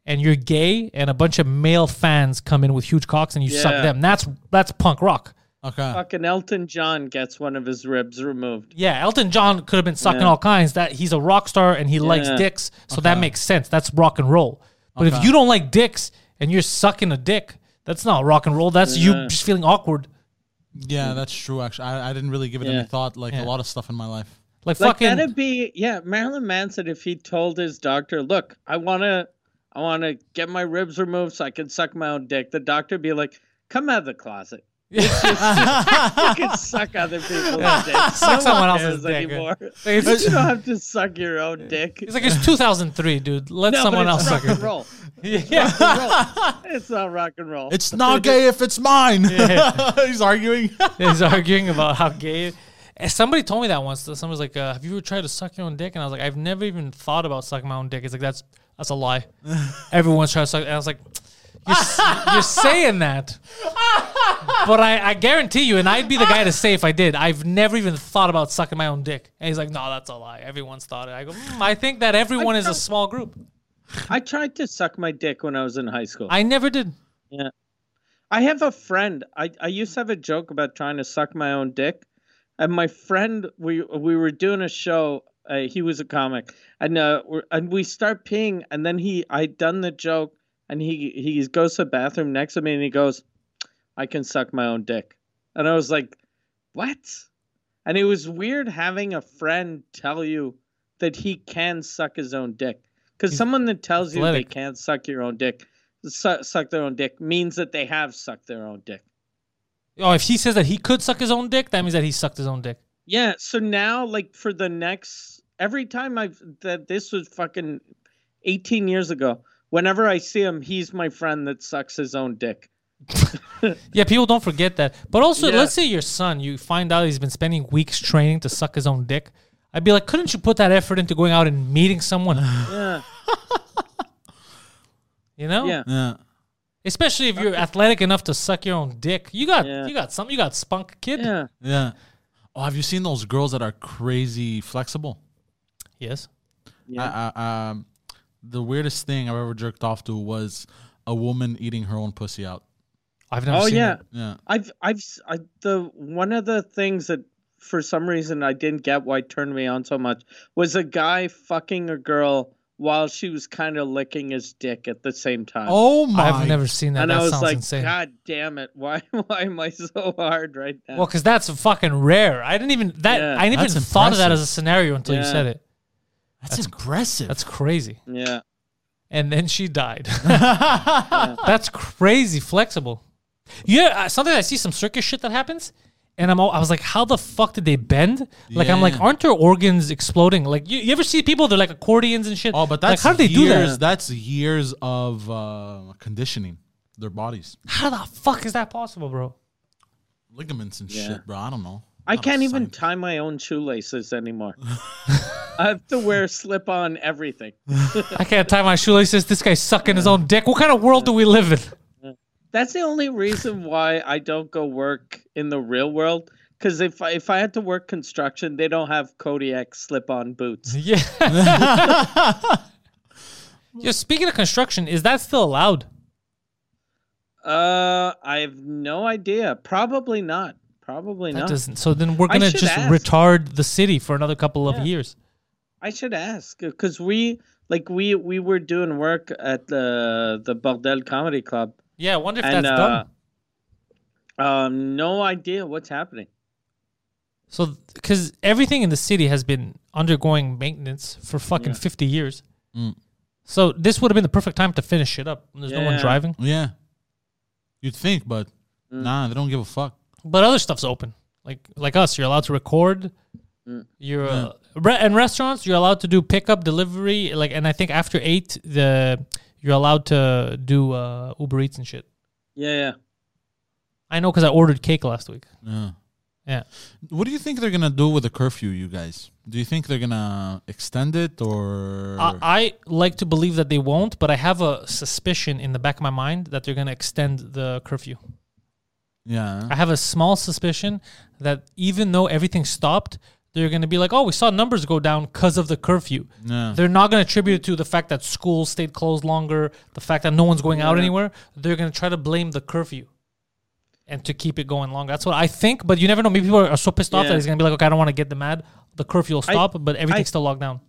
S1: and you're gay and a bunch of male fans come in with huge cocks and you suck
S3: Yeah.
S1: them. That's that's punk rock.
S2: Okay.
S3: Fucking Elton John gets one of his ribs removed.
S1: Yeah, Elton John could have been sucking all kinds. That he's a rock star and he likes dicks, so that makes sense. That's rock and roll. But if you don't like dicks and you're sucking a dick, that's not rock and roll. That's you just feeling awkward.
S2: Yeah, that's true. Actually, I, I didn't really give it
S3: Yeah.
S2: any thought. Like
S1: Yeah.
S2: a lot of stuff in my life.
S1: Like,
S3: Like
S1: fucking
S3: that'd be yeah, Marilyn Manson if he told his doctor, "Look, I wanna, I wanna get my ribs removed so I can suck my own dick." The doctor'd be like, "Come out of the closet. you can suck other people's dicks.
S1: Suck someone
S3: one
S1: else's
S3: cares
S1: dick.
S3: anymore.
S1: It's-
S3: you don't have to suck your own dick."
S1: it's like it's 2003, dude. Let
S3: No, but
S1: someone else
S3: it's rock
S1: suck it.
S3: and roll.
S1: Yeah.
S3: It's not rock and roll.
S2: It's not gay if it's mine. He's arguing.
S1: He's arguing about how gay. And somebody told me that once. Someone was like, uh, "Have you ever tried to suck your own dick?" And I was like, "I've never even thought about sucking my own dick." It's like that's that's a lie. Everyone's trying to suck. And I was like, "You're, s- you're saying that, but I, I guarantee you, and I'd be the guy to say if I did. I've never even thought about sucking my own dick." And he's like, "No, that's a lie. Everyone's thought it." I go, mm, "I think that everyone is a small group.
S3: I tried to suck my dick when I was in high school.
S1: I never did."
S3: I have a friend. I, I used to have a joke about trying to suck my own dick, and my friend we we were doing a show. Uh, he was a comic, and uh, we're, and we start peeing, and then he I done the joke, and he he goes to the bathroom next to me, and he goes, "I can suck my own dick," and I was like, "What?" And it was weird having a friend tell you that he can suck his own dick, because someone that tells you they
S1: athletic.
S3: can't suck your own dick su- suck their own dick means that they have sucked their own dick.
S1: Oh, if he says that he could suck his own dick, that means that he sucked his own dick.
S3: Yeah. So now, like for the next, every time I've that this was fucking eighteen years ago. Whenever I see him, he's my friend that sucks his own dick.
S1: Yeah, people don't forget that. But also,
S3: Yeah.
S1: let's say your son, you find out he's been spending weeks training to suck his own dick. I'd be like, couldn't you put that effort into going out and meeting someone?
S3: Yeah.
S1: You know,
S3: Yeah.
S2: Yeah.
S1: Especially if you're athletic enough to suck your own dick, you got
S3: Yeah.
S1: you got something. You got spunk, kid.
S3: Yeah.
S2: Yeah. Oh, have you seen those girls that are crazy flexible?
S1: Yes.
S2: I, I, um, the weirdest thing I've ever jerked off to was a woman eating her own pussy out.
S1: I've never.
S3: Oh
S1: seen
S3: yeah.
S1: it.
S2: Yeah.
S3: I've I've s- I, the one of the things that for some reason I didn't get why it turned me on so much was a guy fucking a girl while she was kind of licking his dick at the same time.
S2: Oh my!
S1: I've never seen that.
S3: and
S1: that
S3: I was
S1: sounds
S3: like,
S1: insane.
S3: God damn it! Why why am I so hard right now?
S1: Well, because that's fucking rare. I didn't even that.
S3: Yeah.
S1: I didn't even
S2: That's
S1: thought of that as
S2: impressive.
S1: a scenario until you
S3: Yeah.
S1: said it.
S2: That's, impressive.
S1: That's crazy.
S3: yeah,
S1: And then she died. That's crazy flexible. Yeah, uh, sometimes I see some circus shit that happens, and I'm all, I was like, how the fuck did they bend? Like I'm like,
S2: Yeah.
S1: aren't their organs exploding? Like you, you ever see people? They're like accordions and shit.
S2: oh, but
S1: Like,
S2: that's
S1: how do they do
S2: years,
S1: that?
S2: That's years of uh, conditioning their bodies,
S1: How the fuck is that possible, bro?
S2: ligaments and
S3: Yeah.
S2: shit, bro. I don't know.
S3: I
S2: Not a
S3: can't even
S2: scientist.
S3: tie my own shoelaces anymore. I have to wear slip on everything.
S1: I can't tie my shoelaces. This guy's sucking his own dick. What kind of world do we live in?
S3: That's the only reason why I don't go work in the real world. Because if I, if I had to work construction, they don't have Kodiak slip on boots.
S1: Yeah. yeah. Speaking of construction, is that still allowed?
S3: Uh, I have no idea. Probably not. Probably
S1: That
S3: not.
S1: doesn't. So then we're
S3: I
S1: gonna
S3: should
S1: just
S3: ask.
S1: retard the city for another couple of years.
S3: I should ask because we like we we were doing work at the the Bordel Comedy Club
S1: Yeah, I wonder if
S3: and
S1: that's
S3: uh,
S1: done.
S3: um no idea what's happening.
S1: So, because everything in the city has been undergoing maintenance for fucking fifty years, so this would have been the perfect time to finish it up. when There's no one
S3: Yeah.
S1: driving,
S2: Yeah, you'd think, but nah, they don't give a fuck.
S1: but other stuff's open. Like like us, you're allowed to record.
S3: Mm.
S1: You're uh, re- and restaurants, you're allowed to do pickup, delivery. Like, and I think after eight, the you're allowed to do uh, Uber Eats and shit.
S3: Yeah, yeah.
S1: I know because I ordered cake last week.
S2: Yeah.
S1: Yeah.
S2: What do you think they're gonna do with the curfew, you guys? Do you think they're gonna extend it or?
S1: I, I like to believe that they won't, but I have a suspicion in the back of my mind that they're going to extend the curfew.
S2: yeah.
S1: I have a small suspicion that even though everything stopped, they're going to be like, oh, we saw numbers go down because of the curfew.
S2: Yeah.
S1: They're not going to attribute it to the fact that schools stayed closed longer, the fact that no one's going out anywhere. They're going to try to blame the curfew and to keep it going longer. That's what I think, but you never know. Maybe people are so pissed off that
S3: Yeah.
S1: it's going to be like, okay, I don't want to get them mad. The curfew will
S3: I-
S1: stop, but everything's
S3: I-
S1: still locked down.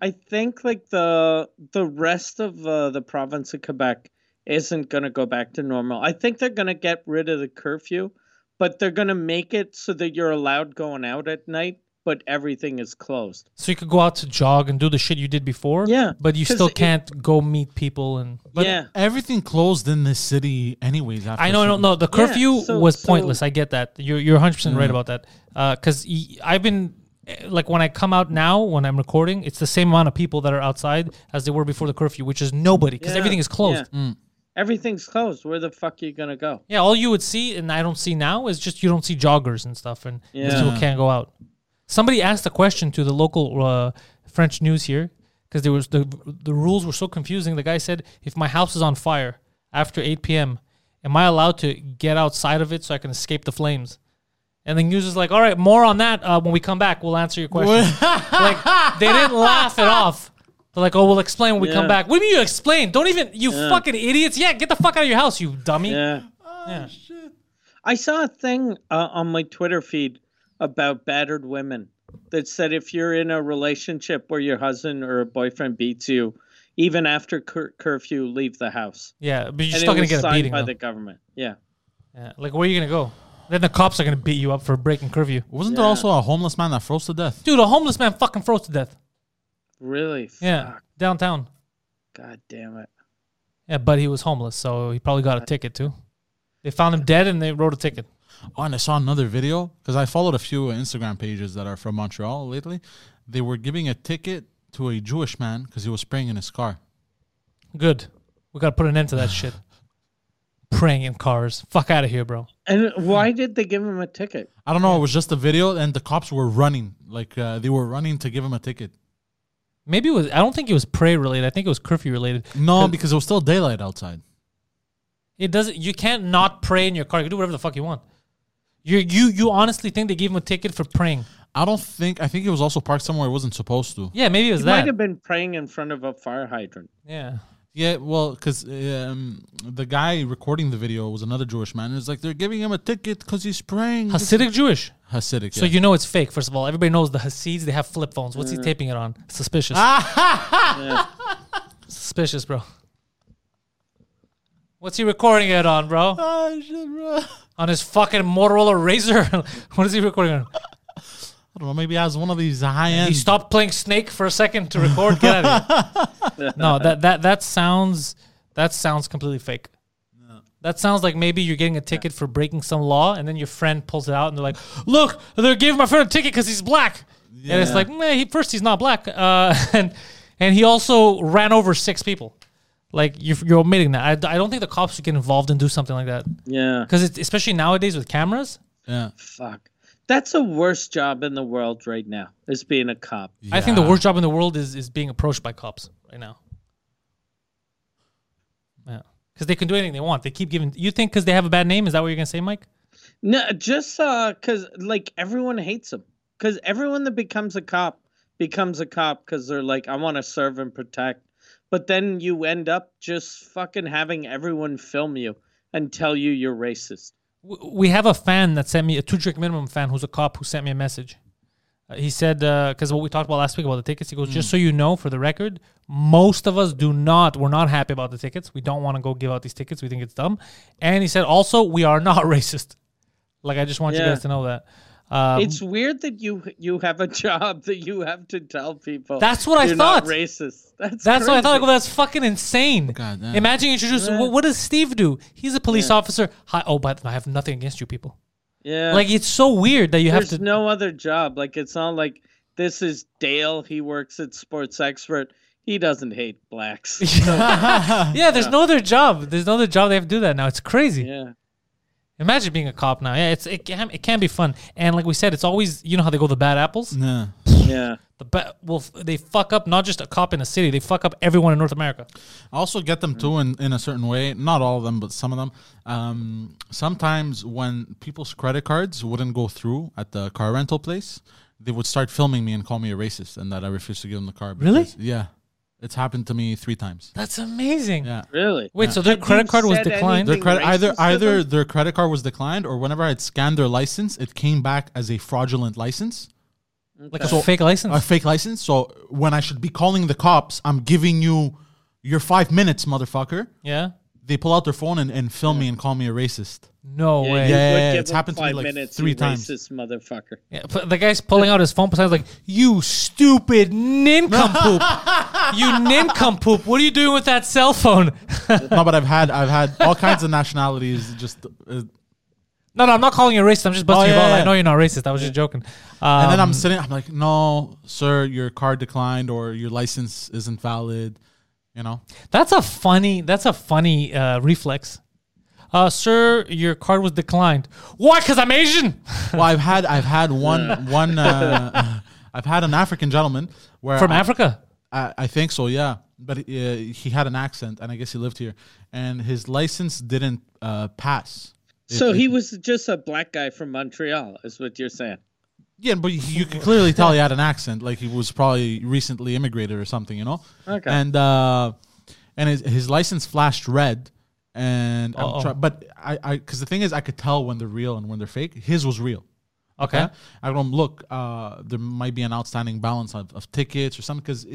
S3: I think like the the rest of uh, the province of Quebec isn't going to go back to normal. I think they're going to get rid of the curfew, but they're going to make it so that you're allowed going out at night, but everything is closed.
S1: So you could go out to jog and do the shit you did before.
S3: Yeah,
S1: But you
S3: 'cause
S1: still
S3: it-
S1: can't go meet people and
S2: But
S3: yeah.
S2: Everything closed in this city, anyways. After
S1: I know,
S2: a
S1: no,
S2: certain-
S1: no. The
S3: Yeah,
S1: curfew
S3: so-
S1: was
S3: so- Mm.
S1: pointless. I get that. You're you're 100 percent right about that. Because y I've been eh, like when I come out now when I'm recording, it's the same amount of people that are outside as they were before the curfew, which is nobody because
S3: Yeah,
S1: everything is closed. Mm. Yeah.
S3: yeah. Everything's closed. Where the fuck are you going to go?
S1: all you would see and I don't see now is just you don't see joggers and stuff, and these
S3: Yeah.
S1: people can't go out. Somebody asked a question to the local uh, French news here because there was the the rules were so confusing. The guy said, "If my house is on fire after 8 p.m., am I allowed to get outside of it so I can escape the flames?" And the news is like, "All right, more on that uh, when we come back. We'll answer your question." like they didn't laugh it off. They're like, "Oh, we'll explain when we come
S3: Yeah.
S1: back." What do you mean you explain? Don't even you fucking idiots. Yeah, get the fuck out of your house, you dummy.
S3: Yeah.
S1: Yeah.
S3: I saw a thing uh, on my Twitter feed about battered women that said if you're in a relationship where your husband or boyfriend beats you, even after cur- curfew, leave the house.
S1: Yeah, but you're
S3: and
S1: still
S3: it
S1: gonna
S3: was
S1: get a
S3: signed
S1: beating.
S3: by
S1: though.
S3: the government. Yeah.
S1: Yeah, Like, where are you gonna go? Then the cops are gonna beat you up for breaking curfew.
S2: Wasn't there also a homeless man that froze to death?
S1: Dude, a homeless man fucking froze to death.
S3: Really?
S1: Yeah,
S3: Fuck.
S1: downtown.
S3: God damn it.
S1: Yeah, but he was homeless, so he probably got a ticket too. They found him dead and they wrote a ticket.
S2: Oh, and I saw another video because I followed a few Instagram pages that are from Montreal lately. They were giving a ticket to a Jewish man because he was praying in his car.
S1: Good. We gotta put an end to that shit. Praying in cars. Fuck out of here, bro.
S3: And why did they give him a ticket?
S2: I don't know. It was just a video, and the cops were running. Like uh, they were running to give him a ticket.
S1: Maybe it was. I don't think it was pray related. I think it was curfew related.
S2: No, because it was still daylight outside.
S1: It doesn't. You can't not pray in your car. You can do whatever the fuck you want. You you you honestly think they gave him a ticket for praying?
S2: I don't think. I think it was also parked somewhere it wasn't supposed to.
S1: Yeah, maybe it was
S3: He
S1: that.
S3: might have been praying in front of a fire hydrant.
S1: Yeah.
S2: Yeah, well, because um, the guy recording the video was another Jewish man. And it's like they're giving him a ticket because he's praying.
S1: Hasidic Jewish.
S2: Hasidic.
S1: So you know it's fake. First of all, everybody knows the Hasids. They have flip phones. What's he taping it on? Suspicious. Suspicious, bro. What's he recording it on, bro?
S2: Ah, shit, bro.
S1: On his fucking Motorola Razor. what is he recording on?
S2: I don't know. Maybe he has one of these high end.
S1: He stopped playing Snake for a second to record. Get out of here. no, that that that sounds that sounds completely fake. That sounds like maybe you're getting a ticket for breaking some law, and then your friend pulls it out, and they're like, "Look, they're giving my friend a ticket because he's black." And it's like, "Meh, he, first he's not black, uh, and and he also ran over six people. Like you're, you're omitting that. I, I don't think the cops should get involved and do something like that
S3: Yeah.
S1: because especially nowadays with cameras,
S2: yeah.
S3: Fuck. That's the worst job in the world right now. Is being a cop.
S1: I think the
S2: Yeah.
S1: worst job in the world is is being approached by cops right now. Yeah, because they can do anything they want. They keep giving. You think because they have a bad name, is that what you're gonna say, Mike?
S3: No, just uh, cause like everyone hates him. Cause everyone that becomes a cop becomes a cop because they're like, I want to serve and protect. But then you end up just fucking having everyone film you and tell you you're racist.
S1: W- We have a fan that sent me a two drink minimum fan who's a cop who sent me a message. Uh, he said because what we talked about last week about the tickets. He goes, just so you know, for the record, most of us do not. We're not happy about the tickets. We don't want to go give out these tickets. We think it's dumb. And he said also we are not racist. Like I just want you
S3: Yeah.
S1: guys to know that. Um,
S3: it's weird that you you have a job that you have to tell people.
S1: That's what I
S3: you're not
S1: thought.
S3: racist. That's
S1: That's what I thought. I
S3: crazy.
S1: go,
S3: Oh,
S1: that's fucking insane.
S2: God damn.
S1: Imagine introducing. What, what does Steve do? He's a police officer. Hi, oh, but I have nothing against you people.
S3: Yeah.
S1: Like it's so weird that you have
S3: There's
S1: to.
S3: no other job. Like it's not like this is Dale. He works at Sports Expert. He doesn't hate blacks.
S1: yeah, there's no other job. There's no other job they have to do that now. It's crazy.
S3: yeah.
S1: Imagine being a cop now. Yeah, it's it can it can be fun. And like we said, it's always you know how they go the bad apples.
S2: Yeah.
S3: Yeah.
S1: The ba- well, f- they fuck up not just a cop in a city. They fuck up everyone in North America.
S2: I also get them too in, in a certain way. Not all of them, but some of them. Um, sometimes when people's credit cards wouldn't go through at the car rental place, they would start filming me and call me a racist and that I refuse to give them the car.
S1: Really?
S2: because- Yeah. It's happened to me three times.
S1: That's amazing.
S2: Yeah.
S3: Really?
S1: Wait, so their
S3: Have
S1: credit
S3: you
S1: card was
S3: said
S1: declined?
S2: Their
S3: anything
S2: credit either
S3: racist to
S2: either
S3: them?
S2: their credit card was declined or whenever I'd scanned their license, it came back as a fraudulent license,
S1: like a fake license.
S2: a fake license. So when I should be calling the cops, I'm giving you your five minutes, motherfucker.
S1: yeah.
S2: They pull out their phone and, and film me and call me a racist.
S1: No
S3: Yeah,
S1: way.
S3: you
S2: Yeah,
S3: would
S2: yeah,
S3: give
S2: it's
S3: him
S2: happened to me,
S3: five
S2: like,
S3: minutes,
S2: three
S3: you
S2: times.
S3: Racist motherfucker.
S1: Yeah, but the guy's pulling out his phone besides like, you stupid nincompoop. you nincompoop. What are you doing with that cell phone?
S2: no, but I've had I've had all kinds of nationalities. Just uh, and
S1: no, no, I'm not calling you a racist. I'm just busting
S2: Oh,
S1: your
S2: yeah,
S1: balls.
S2: yeah.
S1: I know you're not racist. I was just joking. Um,
S2: then I'm sitting. I'm like, no, sir, your card declined or your license isn't valid. You know,
S1: that's a funny, that's a funny uh, reflex. Uh, sir, your card was declined. Why? Because I'm Asian.
S2: well, I've had I've had one one. Uh, I've had an African gentleman where
S1: From
S2: I-
S1: Africa.
S2: I, I think so, yeah. But uh, he had an accent, and I guess he lived here, and his license didn't uh, pass.
S3: So he was just a black guy from Montreal, is what you're saying.
S2: Yeah, but you could clearly tell he had an accent, like he was probably recently immigrated or something, you know.
S3: Okay.
S2: And uh, and his, his license flashed red, and
S1: Uh-oh.
S2: I'm try- but I I because the thing is I could tell when they're real and when they're fake. His was real.
S1: Okay.
S2: Yeah? I go, look, uh, there might be an outstanding balance of, of tickets or something because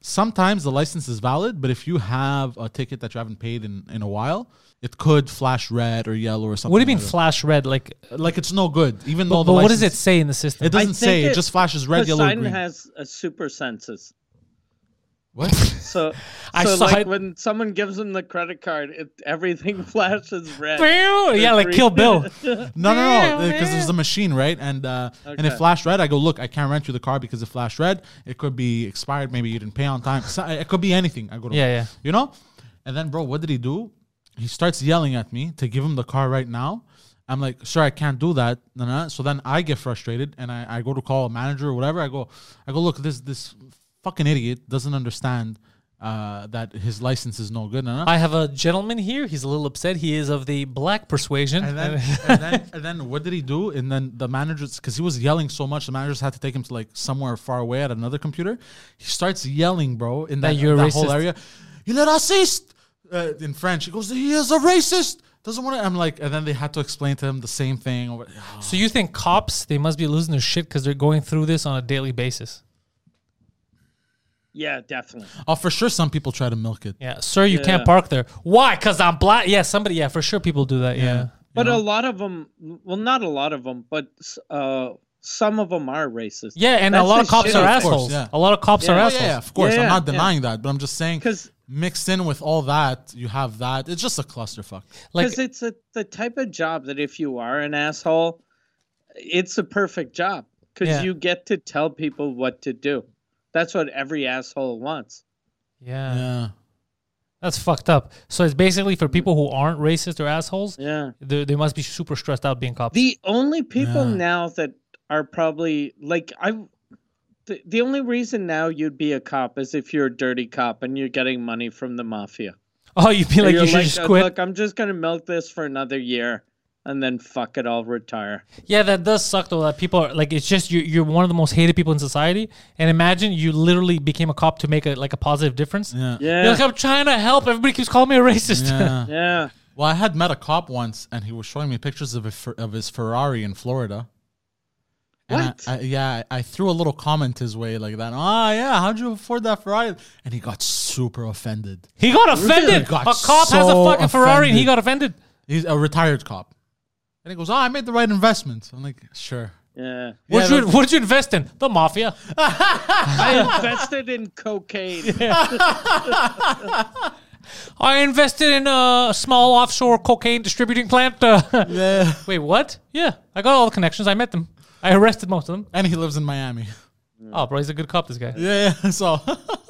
S2: sometimes the license is valid, but if you have a ticket that you haven't paid in, in a while, it could flash red or yellow or something.
S1: What do you mean
S2: like
S1: flash red? Like,
S2: that. Like it's no good, even though
S1: but,
S2: the
S1: but what does it
S2: license-
S1: say in the system?
S2: It doesn't
S3: think
S2: say. It,
S3: it-
S2: just flashes red, yellow,
S3: Poseidon
S2: green.
S3: has a super senses.
S2: what?
S3: So,
S1: I
S3: so
S1: saw
S3: like
S1: it-
S3: when someone gives him the credit card, it, everything flashes red.
S1: yeah, like Kill Bill.
S2: No, no, no, because there's a machine, right? And uh, and it
S3: Okay.
S2: flashed red. I go, look, I can't rent you the car because it flashed red. It could be expired. Maybe you didn't pay on time. So, it could be anything. I go, to
S1: Yeah, yeah.
S2: You know, and then, bro, what did he do? He starts yelling at me to give him the car right now. I'm like, sir, I can't do that. Nah, nah. So then I get frustrated and I, I go to call a manager or whatever. I go, I go, look, this this fucking idiot doesn't understand uh, that his license is no good. Nah, nah.
S1: I have a gentleman here. He's a little upset. He is of the black persuasion.
S2: And then, and then, and then, what did he do? And then the managers, because he was yelling so much, the managers had to take him to like somewhere far away at another computer. He starts yelling, bro, in that,
S1: you're
S2: that whole
S1: racist.
S2: area. "Il est raciste" uh, in French. He goes, "He is a racist." Doesn't want to. I'm like, and then they had to explain to him the same thing. Oh, Over,
S1: So you think cops they must be losing their shit because they're going through this on a daily basis?
S3: Yeah, definitely.
S2: oh, for sure, some people try to milk it.
S1: Yeah, sir, you can't
S3: Yeah.
S1: park there. Why? Because I'm black. Yeah, somebody. Yeah, for sure, people do that. Yeah.
S3: But a lot of them, well, not a lot of them, but uh, some of them are racist.
S1: Yeah, and a
S3: That's
S1: lot
S3: the
S1: of cops
S3: shitty
S1: are
S2: Of course,
S1: assholes.
S2: yeah.
S1: A lot of cops are
S2: Oh,
S1: assholes.
S2: yeah, yeah, of course.
S3: Yeah,
S2: I'm not
S3: yeah.
S2: denying that, but I'm just saying,
S3: 'Cause-
S2: mixed in with all that, you have that. It's just a clusterfuck.
S1: Like,
S3: because it's a, the type of job that if you are an asshole, it's a perfect job because
S1: Yeah.
S3: you get to tell people what to do. That's what every asshole wants.
S1: yeah,
S2: Yeah.
S1: that's fucked up. So it's basically for people who aren't racist or assholes.
S3: Yeah.
S1: They, they must be super stressed out being cops.
S3: The only people
S2: Yeah.
S3: now that are probably like I, the, the only reason now you'd be a cop is if you're a dirty cop and you're getting money from the mafia.
S1: oh, you feel like
S3: You're
S1: you should just
S3: "Oh,
S1: quit.
S3: Look, I'm just gonna milk this for another year and then fuck it, I'll retire.
S1: Yeah, that does suck though. That people are like, it's just you. You're one of the most hated people in society. And imagine you literally became a cop to make a like a positive difference.
S2: Yeah.
S1: You're
S3: Yeah,
S1: like, I'm trying to help. Everybody keeps calling me a racist.
S2: Yeah.
S3: yeah.
S2: Well, I had met a cop once, and he was showing me pictures of a, Fer- of his Ferrari in Florida. And I-
S3: What?
S2: I, yeah, I I threw a little comment his way like that. Ah, yeah, how'd you afford that Ferrari? And he got super offended.
S1: he got offended.
S2: Really? Got
S1: a cop has a
S2: so
S1: fucking Ferrari, and he
S2: offended.
S1: got offended.
S2: He's a retired cop, and he goes, "Oh, I made the right investment." I'm like, "Sure."
S3: yeah.
S1: What would you What did you invest in? The mafia.
S3: I invested in cocaine.
S1: I invested in a small offshore cocaine distributing plant. Uh,
S2: Yeah.
S1: wait, what? Yeah, I got all the connections. I met them. I arrested most of them.
S2: And he lives in Miami.
S1: Oh, bro, he's a good cop. This guy.
S2: Yeah. yeah so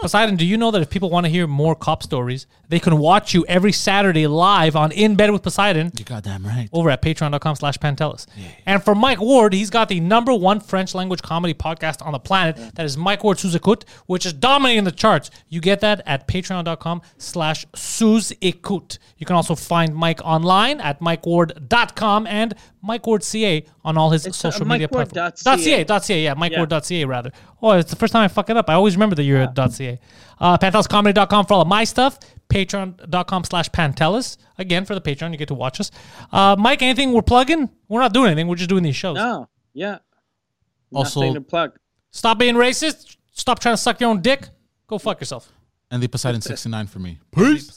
S1: Poseidon, do you know that if people want to hear more cop stories, they can watch you every Saturday live on In Bed with Poseidon
S2: you goddamn right.
S1: over at patreon.com slash pantelis. And for Mike Ward, he's got the number one French language comedy podcast on the planet. That is Mike Ward Suzekut, which is dominating the charts. You get that at patreon.com slash Suzekut. You can also find Mike online at mikeward.com and Mike Ward CA on all his
S3: It's, uh,
S1: social media
S3: MikeWard.ca.
S1: platforms. Dot .ca, dot .ca, yeah,
S3: Yeah.
S1: MikeWard.ca rather. Oh, it's the first time I fuck it up. I always remember that you're at .ca. Uh, PantelisComedy.com for all of my stuff. Patreon.com slash Pantelis. Again, for the Patreon, you get to watch us. Uh, Mike, anything we're plugging? We're not doing anything. We're just doing these shows.
S3: No, Oh, yeah. Nothing to
S2: Also,
S3: plug.
S1: Stop being racist. Stop trying to suck your own dick. Go fuck yourself.
S2: and the Poseidon 69 for me. Peace.